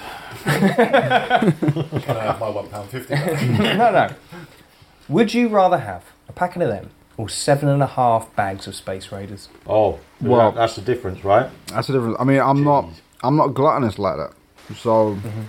Speaker 9: Can I have my one pound fifty? back?
Speaker 5: no, no. Would you rather have a packet of them or seven and a half bags of Space Raiders?
Speaker 1: Oh,
Speaker 2: Well-
Speaker 1: well, that's the difference, right?
Speaker 2: That's the difference. I mean, I'm not I'm not gluttonous like that, so
Speaker 5: Mm-hmm.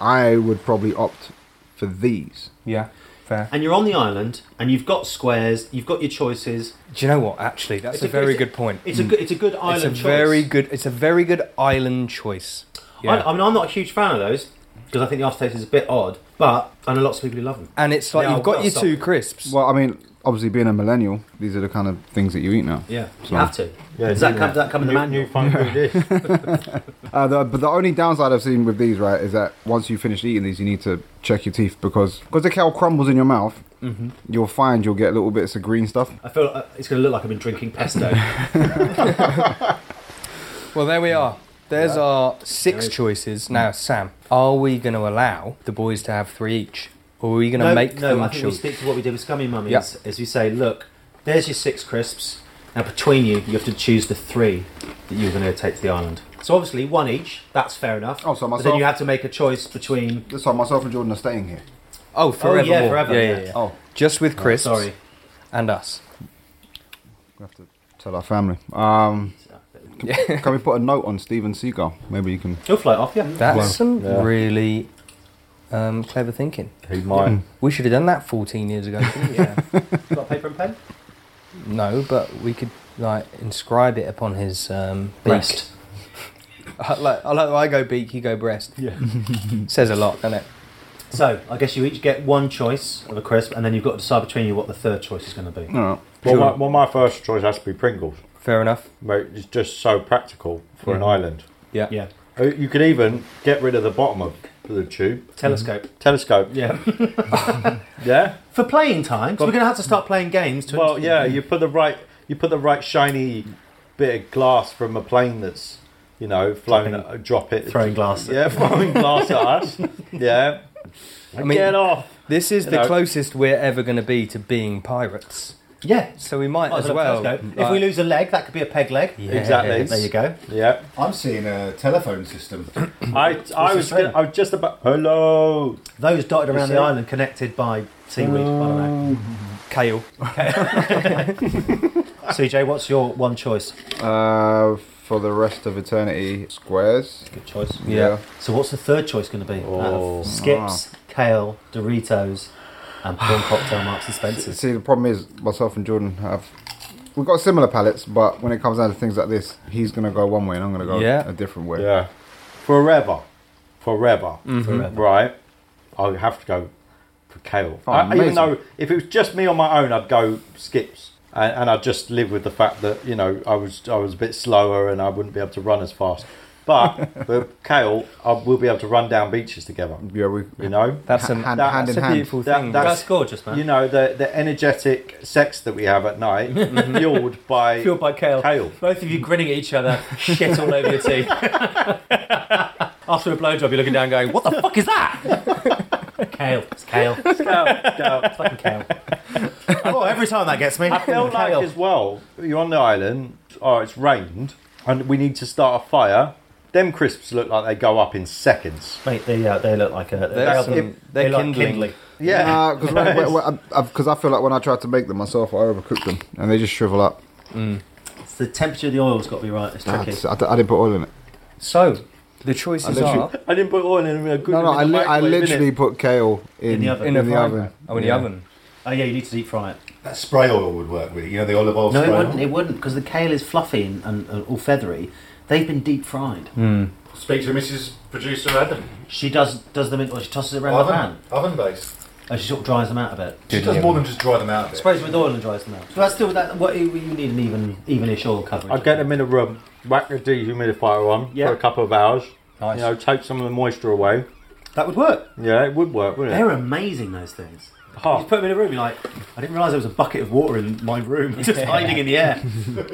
Speaker 2: I would probably opt for these.
Speaker 5: Yeah, fair.
Speaker 3: And you're on the island, and you've got squares, you've got your choices.
Speaker 5: Do you know what? Actually, that's a very good point.
Speaker 3: It's a good, Hmm. it's a good island
Speaker 5: It's a
Speaker 3: choice.
Speaker 5: very good. It's a very good island choice. Yeah.
Speaker 3: I, I mean, I'm not a huge fan of those because I think the aftertaste is a bit odd, but I know lots of people who love them.
Speaker 5: and it's like
Speaker 3: Now,
Speaker 5: you've got
Speaker 3: well,
Speaker 5: your
Speaker 3: so-
Speaker 5: two crisps.
Speaker 2: Well, I mean, obviously being a millennial, these are the kind of things that you eat now.
Speaker 3: Yeah,
Speaker 2: So-
Speaker 3: you have to.
Speaker 1: Yeah,
Speaker 3: does that
Speaker 1: yeah.
Speaker 3: come? Does that come in the
Speaker 1: New-
Speaker 3: manual?
Speaker 1: new fun food dish.
Speaker 2: Uh, the, but the only downside I've seen with these, right, is that once you finish eating these, you need to check your teeth because because the kale crumbles in your mouth. You'll find you'll get little bits of green stuff.
Speaker 3: I feel uh, it's going to look like I've been drinking pesto.
Speaker 5: Well, there we are. There's our six
Speaker 3: There is-
Speaker 5: choices. Now, Sam, are we going to allow the boys to have three each, or are we going to
Speaker 3: no,
Speaker 5: make
Speaker 3: no.
Speaker 5: them
Speaker 3: I think we
Speaker 5: choose?
Speaker 3: stick to what we did with Scummy Mummies.
Speaker 5: Yeah.
Speaker 3: As we say, look, there's your six crisps. Now between you, you have to choose the three that you're going to take to the island. So obviously one each. That's fair enough.
Speaker 2: Oh, so
Speaker 3: But then
Speaker 2: myself-
Speaker 3: you have to make a choice between.
Speaker 2: So myself and Jordan are staying here.
Speaker 5: Oh, forever.
Speaker 3: yeah,
Speaker 5: more.
Speaker 3: forever,
Speaker 5: Yeah,
Speaker 3: yeah.
Speaker 5: yeah, yeah. Oh,
Speaker 2: Oh,
Speaker 5: Just with crisps
Speaker 3: Sorry.
Speaker 5: and us.
Speaker 2: we have to tell our family. Um, can we put a note on Steven Seagal? Maybe you can.
Speaker 3: He'll float off, yeah.
Speaker 5: That's some
Speaker 1: Yeah.
Speaker 5: really um, clever thinking.
Speaker 1: Who's mine?
Speaker 5: We should have done that 14 years ago. shouldn't we?
Speaker 3: Got paper and pen?
Speaker 5: no, but we could like inscribe it upon his um, beak.
Speaker 3: Breast.
Speaker 5: I like, I like I go beak, you go breast. Yeah, says a lot, doesn't it?
Speaker 3: So I guess you each get one choice of a crisp, and then you've got to decide between you what the third choice is going to be.
Speaker 2: All right.
Speaker 1: Well, my, well, my first choice has to be Pringles.
Speaker 5: Fair enough.
Speaker 1: Mate, it's just so practical for an
Speaker 5: Yeah.
Speaker 1: island.
Speaker 5: Yeah.
Speaker 3: Yeah,
Speaker 1: Uh, You could even get rid of the bottom of the tube.
Speaker 3: telescope.
Speaker 1: Mm-hmm. Telescope.
Speaker 3: Yeah,
Speaker 1: Yeah.
Speaker 3: for playing time, 'cause we're going to have to start playing games. To
Speaker 1: Well, yeah. You put the right. You put the right shiny bit of glass from a plane that's, you know, flown.
Speaker 3: Dropping-
Speaker 1: uh, drop it.
Speaker 3: throwing glass.
Speaker 1: Yeah, throwing glass at us. Yeah.
Speaker 5: I mean,
Speaker 1: get off.
Speaker 5: this is
Speaker 1: You
Speaker 5: the
Speaker 1: know.
Speaker 5: closest we're ever going to be to being pirates.
Speaker 3: yeah.
Speaker 5: So we might
Speaker 3: Might
Speaker 5: as
Speaker 3: have a
Speaker 5: well.
Speaker 3: telescope. if
Speaker 5: like-
Speaker 3: we lose a leg, that could be a peg leg.
Speaker 5: Yeah.
Speaker 1: Exactly.
Speaker 3: There you go.
Speaker 1: Yeah.
Speaker 9: I'm seeing a telephone system.
Speaker 1: I I was gonna, I was just about hello.
Speaker 3: Those dotted around
Speaker 1: see
Speaker 3: the
Speaker 1: it?
Speaker 3: island, connected by seaweed. I don't know.
Speaker 5: Kale.
Speaker 3: CJ, what's your one choice?
Speaker 2: Uh, for the rest of eternity, squares.
Speaker 3: Good choice.
Speaker 5: Yeah.
Speaker 3: So what's the third choice going to be? Out of
Speaker 1: Oh.
Speaker 3: Skips, kale, Doritos, and prawn cocktail Marks and Spencers.
Speaker 2: See, the problem is myself and Jordan have we've got similar palettes, but when it comes down to things like this, he's gonna go one way and I'm gonna go
Speaker 5: Yeah.
Speaker 2: a different way.
Speaker 1: Yeah. Forever. Forever.
Speaker 3: Forever.
Speaker 1: Right. I would have to go for kale.
Speaker 2: Oh,
Speaker 1: I, even
Speaker 2: amazing.
Speaker 1: though if it was just me on my own, I'd go skips. And, and I'd just live with the fact that, you know, I was I was a bit slower and I wouldn't be able to run as fast. But with kale, I will be able to run down beaches together.
Speaker 2: Yeah, we
Speaker 1: You know?
Speaker 5: That's a,
Speaker 2: Hand-
Speaker 5: that-
Speaker 2: hand
Speaker 5: that's
Speaker 2: in
Speaker 5: a
Speaker 2: hand.
Speaker 5: beautiful
Speaker 1: That-
Speaker 5: thing.
Speaker 1: that's-
Speaker 3: That's gorgeous, man.
Speaker 1: You know, the, the energetic sex that we have at night, fueled by,
Speaker 3: Fueled by kale.
Speaker 1: kale.
Speaker 8: Both of you grinning at each other, shit all over your teeth. After a blowjob, you're looking down, going, "What the fuck is that?"
Speaker 3: Kale. It's kale. It's fucking kale.
Speaker 8: oh, every time that gets me.
Speaker 1: I feel like
Speaker 3: Kale.
Speaker 1: as well, you're on the island, or it's rained, and we need to start a fire. Them crisps look like they go up in seconds.
Speaker 3: Mate, they, uh, they look like a... They
Speaker 5: There's
Speaker 3: are-
Speaker 5: some-
Speaker 3: they
Speaker 5: they're
Speaker 3: like
Speaker 5: kindling.
Speaker 1: Yeah.
Speaker 2: because uh, I feel like when I try to make them myself, I overcook them and they just shrivel up.
Speaker 3: It's the temperature of the oil's got to be right. It's
Speaker 2: I,
Speaker 3: tricky.
Speaker 2: just- I d- I didn't put oil in it.
Speaker 5: So, the choices
Speaker 2: literally-
Speaker 5: are
Speaker 1: I didn't put oil in them. I cooked
Speaker 2: No,
Speaker 1: them
Speaker 2: no,
Speaker 1: in
Speaker 2: I,
Speaker 1: the
Speaker 2: li- I
Speaker 1: microwave,
Speaker 2: literally
Speaker 1: innit?
Speaker 2: put kale in,
Speaker 3: In the oven.
Speaker 5: in, a
Speaker 2: the
Speaker 5: frying
Speaker 2: oven.
Speaker 5: pan. Oh, in
Speaker 2: Yeah.
Speaker 5: the oven.
Speaker 3: Oh, yeah, you need to deep fry it.
Speaker 9: That spray oil would work with it. You know the olive oil
Speaker 3: No, it
Speaker 9: spray
Speaker 3: wouldn't.
Speaker 9: oil?
Speaker 3: It wouldn't, because the kale is fluffy and, and, and all feathery. They've been deep fried.
Speaker 8: Speak to Mrs. Producer Adam.
Speaker 3: She does does them in... Well, she tosses it around the pan.
Speaker 9: Oven, oven based.
Speaker 3: And she sort of dries them out a bit.
Speaker 9: She does more than just dry them out. A bit.
Speaker 3: Sprays with oil and dries them out. So that's still that. What you you need an even evenish oil coverage.
Speaker 1: I'd get them in a room, whack the dehumidifier on
Speaker 3: Yeah.
Speaker 1: for a couple of hours.
Speaker 3: Nice.
Speaker 1: You know, take some of the moisture away.
Speaker 3: That would work.
Speaker 1: Yeah, it would work, wouldn't
Speaker 3: They're
Speaker 1: it?
Speaker 3: amazing. Those things.
Speaker 1: Oh,
Speaker 3: You put them in a room. You're like, I didn't realise there was a bucket of water in my room, just hiding in the air.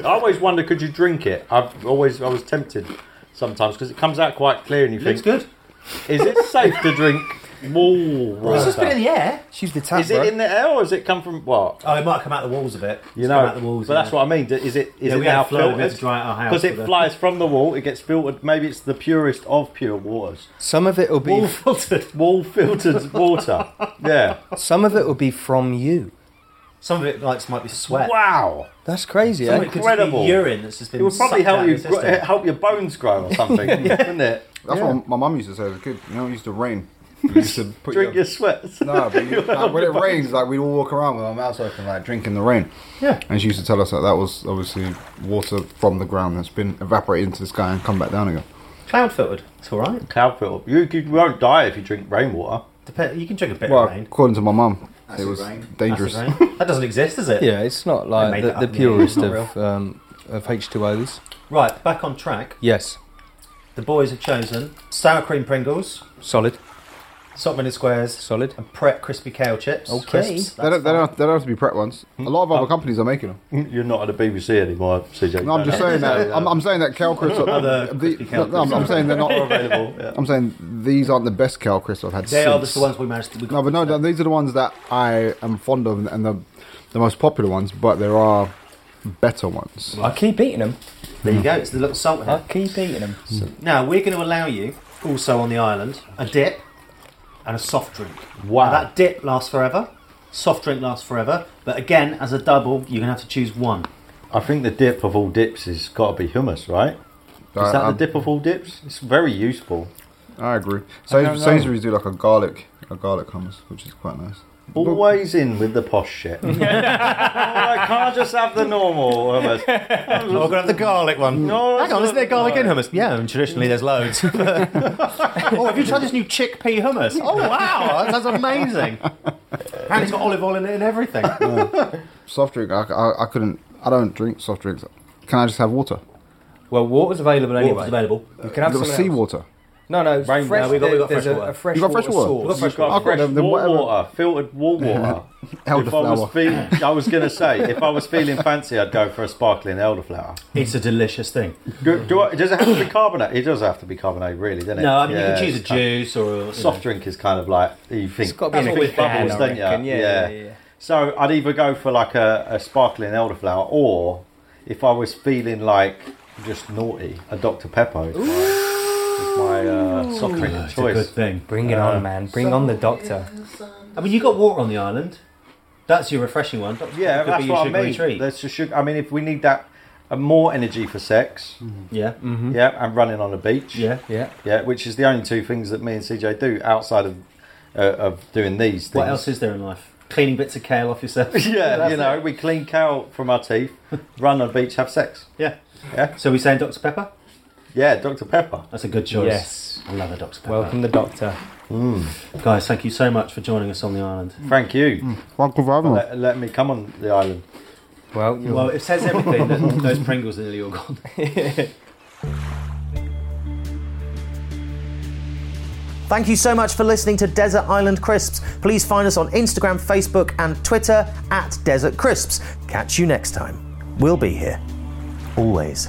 Speaker 1: I always wonder, could you drink it? I've always, I was tempted sometimes because it comes out quite clear, and you
Speaker 3: Looks
Speaker 1: think,
Speaker 3: good.
Speaker 1: is it safe to drink? Wall
Speaker 3: It's just been
Speaker 1: water?
Speaker 3: in the air.
Speaker 5: She's the tap,
Speaker 1: Is it
Speaker 5: bro.
Speaker 1: in the air or has it come from what?
Speaker 3: Oh, it might come out the walls a bit.
Speaker 1: You
Speaker 3: It's
Speaker 1: know,
Speaker 3: come out the walls.
Speaker 1: but that's what I mean. d- Is it is
Speaker 3: Yeah,
Speaker 1: it
Speaker 3: we had
Speaker 1: now
Speaker 3: a flow of it
Speaker 1: filtered?
Speaker 3: to dry at our house
Speaker 1: Because
Speaker 3: for
Speaker 1: it
Speaker 3: the-
Speaker 1: flies from the wall, it gets filtered. Maybe it's the purest of pure waters.
Speaker 5: Some of it will be.
Speaker 3: all filtered.
Speaker 1: Wall filtered water. Yeah.
Speaker 5: Some of it will be from you.
Speaker 3: Some of it like might be sweat.
Speaker 1: Wow.
Speaker 5: That's crazy.
Speaker 3: Some
Speaker 5: Eh?
Speaker 3: of it could
Speaker 1: Incredible.
Speaker 3: be urine that's just been.
Speaker 1: It would probably
Speaker 3: sucked out
Speaker 1: help
Speaker 3: of
Speaker 1: you
Speaker 3: your
Speaker 1: gr-
Speaker 3: system.
Speaker 1: help your bones grow or something, wouldn't it?
Speaker 2: That's what my mum used to say as a kid. You know, it used to rain. You used to put
Speaker 1: Drink your sweats.
Speaker 2: No, but you, like, when it rains, like we all walk around with our mouths open, like drinking the rain.
Speaker 3: Yeah.
Speaker 2: And she used to tell us that that was obviously water from the ground that's been evaporated into the sky and come back down again.
Speaker 3: Cloud filtered. It's all right.
Speaker 1: Cow filter. You, you won't die if you drink rainwater.
Speaker 3: Dep- you can drink a bit
Speaker 2: Well,
Speaker 3: of rain.
Speaker 2: according to my mum, it
Speaker 9: Acid
Speaker 2: was
Speaker 9: rain.
Speaker 2: dangerous.
Speaker 3: Acid rain. That doesn't exist, does it?
Speaker 5: Yeah, it's not
Speaker 3: made
Speaker 5: like
Speaker 3: it
Speaker 5: the,
Speaker 3: up,
Speaker 5: the
Speaker 3: yeah.
Speaker 5: purest
Speaker 3: Not
Speaker 5: of um, of H2Os.
Speaker 3: Right, back on track.
Speaker 5: Yes,
Speaker 3: The boys have chosen sour cream Pringles,
Speaker 5: solid,
Speaker 3: salt vinegar squares,
Speaker 5: solid.
Speaker 3: and Pret crispy kale chips.
Speaker 5: Okay.
Speaker 3: Crisps,
Speaker 2: They don't,
Speaker 3: that's
Speaker 2: they,
Speaker 3: fine.
Speaker 2: don't have, they don't have to be prep ones. A lot of other companies are making them.
Speaker 1: You're not at the BBC anymore, CJ.
Speaker 2: No, I'm just saying that. I'm, I'm saying that cow crisps. Are,
Speaker 3: Other
Speaker 2: the-
Speaker 3: crispy
Speaker 2: no,
Speaker 3: cow
Speaker 2: no, I'm, I'm saying they're not.
Speaker 1: available. Yeah.
Speaker 2: I'm saying these aren't the best cow crisps I've had.
Speaker 3: They are just
Speaker 2: since.
Speaker 3: the ones we managed to. We
Speaker 2: No, but no, no, these are the ones that I am fond of and the the most popular ones. But there are better ones.
Speaker 5: I keep eating them.
Speaker 3: There you go. It's the little salt
Speaker 5: I
Speaker 3: here.
Speaker 5: keep eating them.
Speaker 3: Now we're going to allow you, also on the island, a dip and a soft drink.
Speaker 1: Wow.
Speaker 3: Now, that dip lasts forever. Soft drink lasts forever. But again, as a double, you're going to have to choose one.
Speaker 1: I think the dip of all dips has got to be hummus, right? Is
Speaker 2: I,
Speaker 1: that
Speaker 2: I,
Speaker 1: the dip of all dips? It's very useful.
Speaker 2: I agree.
Speaker 5: don't
Speaker 2: Sainsbury's,
Speaker 5: know.
Speaker 2: Sainsbury's do like a garlic, a garlic hummus, which is quite nice.
Speaker 1: Always in with the posh shit. I can't just have the normal hummus.
Speaker 8: I'm going to Oh, have the garlic one.
Speaker 1: No,
Speaker 8: Hang on,
Speaker 1: it's
Speaker 8: isn't there
Speaker 1: not-
Speaker 8: garlic in
Speaker 1: no.
Speaker 8: hummus? Yeah, and traditionally there's loads. oh, have you tried this new chickpea hummus? Oh, wow, that sounds amazing. And it's got olive oil in it and everything.
Speaker 2: Soft drink. I, I, I couldn't. I don't drink soft drinks. Can I just have water?
Speaker 5: Well, water's available anyway.
Speaker 3: Water's available.
Speaker 5: You can have
Speaker 2: You've
Speaker 5: some
Speaker 2: got seawater.
Speaker 5: No, no,
Speaker 1: Rain-
Speaker 5: fresh.
Speaker 1: no,
Speaker 5: we
Speaker 1: we
Speaker 5: got,
Speaker 1: got- we
Speaker 5: there,
Speaker 1: got fresh
Speaker 5: there's a,
Speaker 1: water.
Speaker 5: a fresh
Speaker 2: You got fresh
Speaker 5: water
Speaker 2: water?
Speaker 5: source.
Speaker 1: You've got
Speaker 2: I've got
Speaker 1: fresh
Speaker 2: them, then
Speaker 1: wa-
Speaker 2: whatever-
Speaker 1: water, filtered warm water. if I was
Speaker 2: Elderflower.
Speaker 1: feeling, I was going to say, if I was feeling fancy, I'd go for a sparkling elderflower.
Speaker 3: It's a delicious thing.
Speaker 1: Do, do I, does it have to be carbonated? It does have to be carbonated, really, doesn't it?
Speaker 3: No, I mean you
Speaker 1: Yeah,
Speaker 3: can choose a
Speaker 1: it's kind-
Speaker 3: juice or a
Speaker 1: Soft drink is kind of like you think
Speaker 5: It's got to be in
Speaker 1: think
Speaker 5: a can,
Speaker 1: bubbles,
Speaker 5: I
Speaker 1: don't you?
Speaker 5: reckon. Yeah, yeah, yeah.
Speaker 1: So I'd either go for like a, a sparkling elderflower, or if I was feeling like just naughty, a Dr Pepper is my, is my uh, soft drink of
Speaker 3: It's a good
Speaker 1: choice.
Speaker 3: thing.
Speaker 5: Bring it on, man. Bring on the doctor.
Speaker 3: I mean, you got water on the island. That's your refreshing one. Doctor
Speaker 1: Yeah,
Speaker 3: Pepper could
Speaker 1: that's
Speaker 3: be your
Speaker 1: what I
Speaker 3: sugary
Speaker 1: mean.
Speaker 3: treat.
Speaker 1: There's just sugar. I mean, if we need that, uh, more energy for sex,
Speaker 3: Yeah,
Speaker 1: yeah, and running on a beach,
Speaker 3: Mm-hmm. yeah.
Speaker 5: Yeah.
Speaker 1: Mm-hmm. yeah, which is the only two things that me and CJ do outside of uh, of doing these. Things.
Speaker 3: What else is there in life? Cleaning bits of kale off yourself.
Speaker 1: Yeah,
Speaker 3: that's
Speaker 1: you know,
Speaker 3: it.
Speaker 1: we clean cow from our teeth, run on the beach, have sex.
Speaker 3: Yeah.
Speaker 1: Yeah.
Speaker 3: So we saying Dr Pepper?
Speaker 1: Yeah, Dr Pepper.
Speaker 3: That's a good choice.
Speaker 5: Yes.
Speaker 3: I love a Dr Pepper.
Speaker 5: Welcome the doctor.
Speaker 3: guys. Thank you so much for joining us on the island.
Speaker 1: Thank you.
Speaker 3: Mm.
Speaker 2: Thank you very much.
Speaker 1: Let, let me come on the island.
Speaker 5: Well, you
Speaker 3: Well, Oh, it says everything. that those Pringles are nearly all gone.
Speaker 4: Thank you so much for listening to Desert Island Crisps. Please find us on Instagram, Facebook, and Twitter at Desert Crisps. Catch you next time. We'll be here. Always.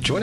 Speaker 10: Join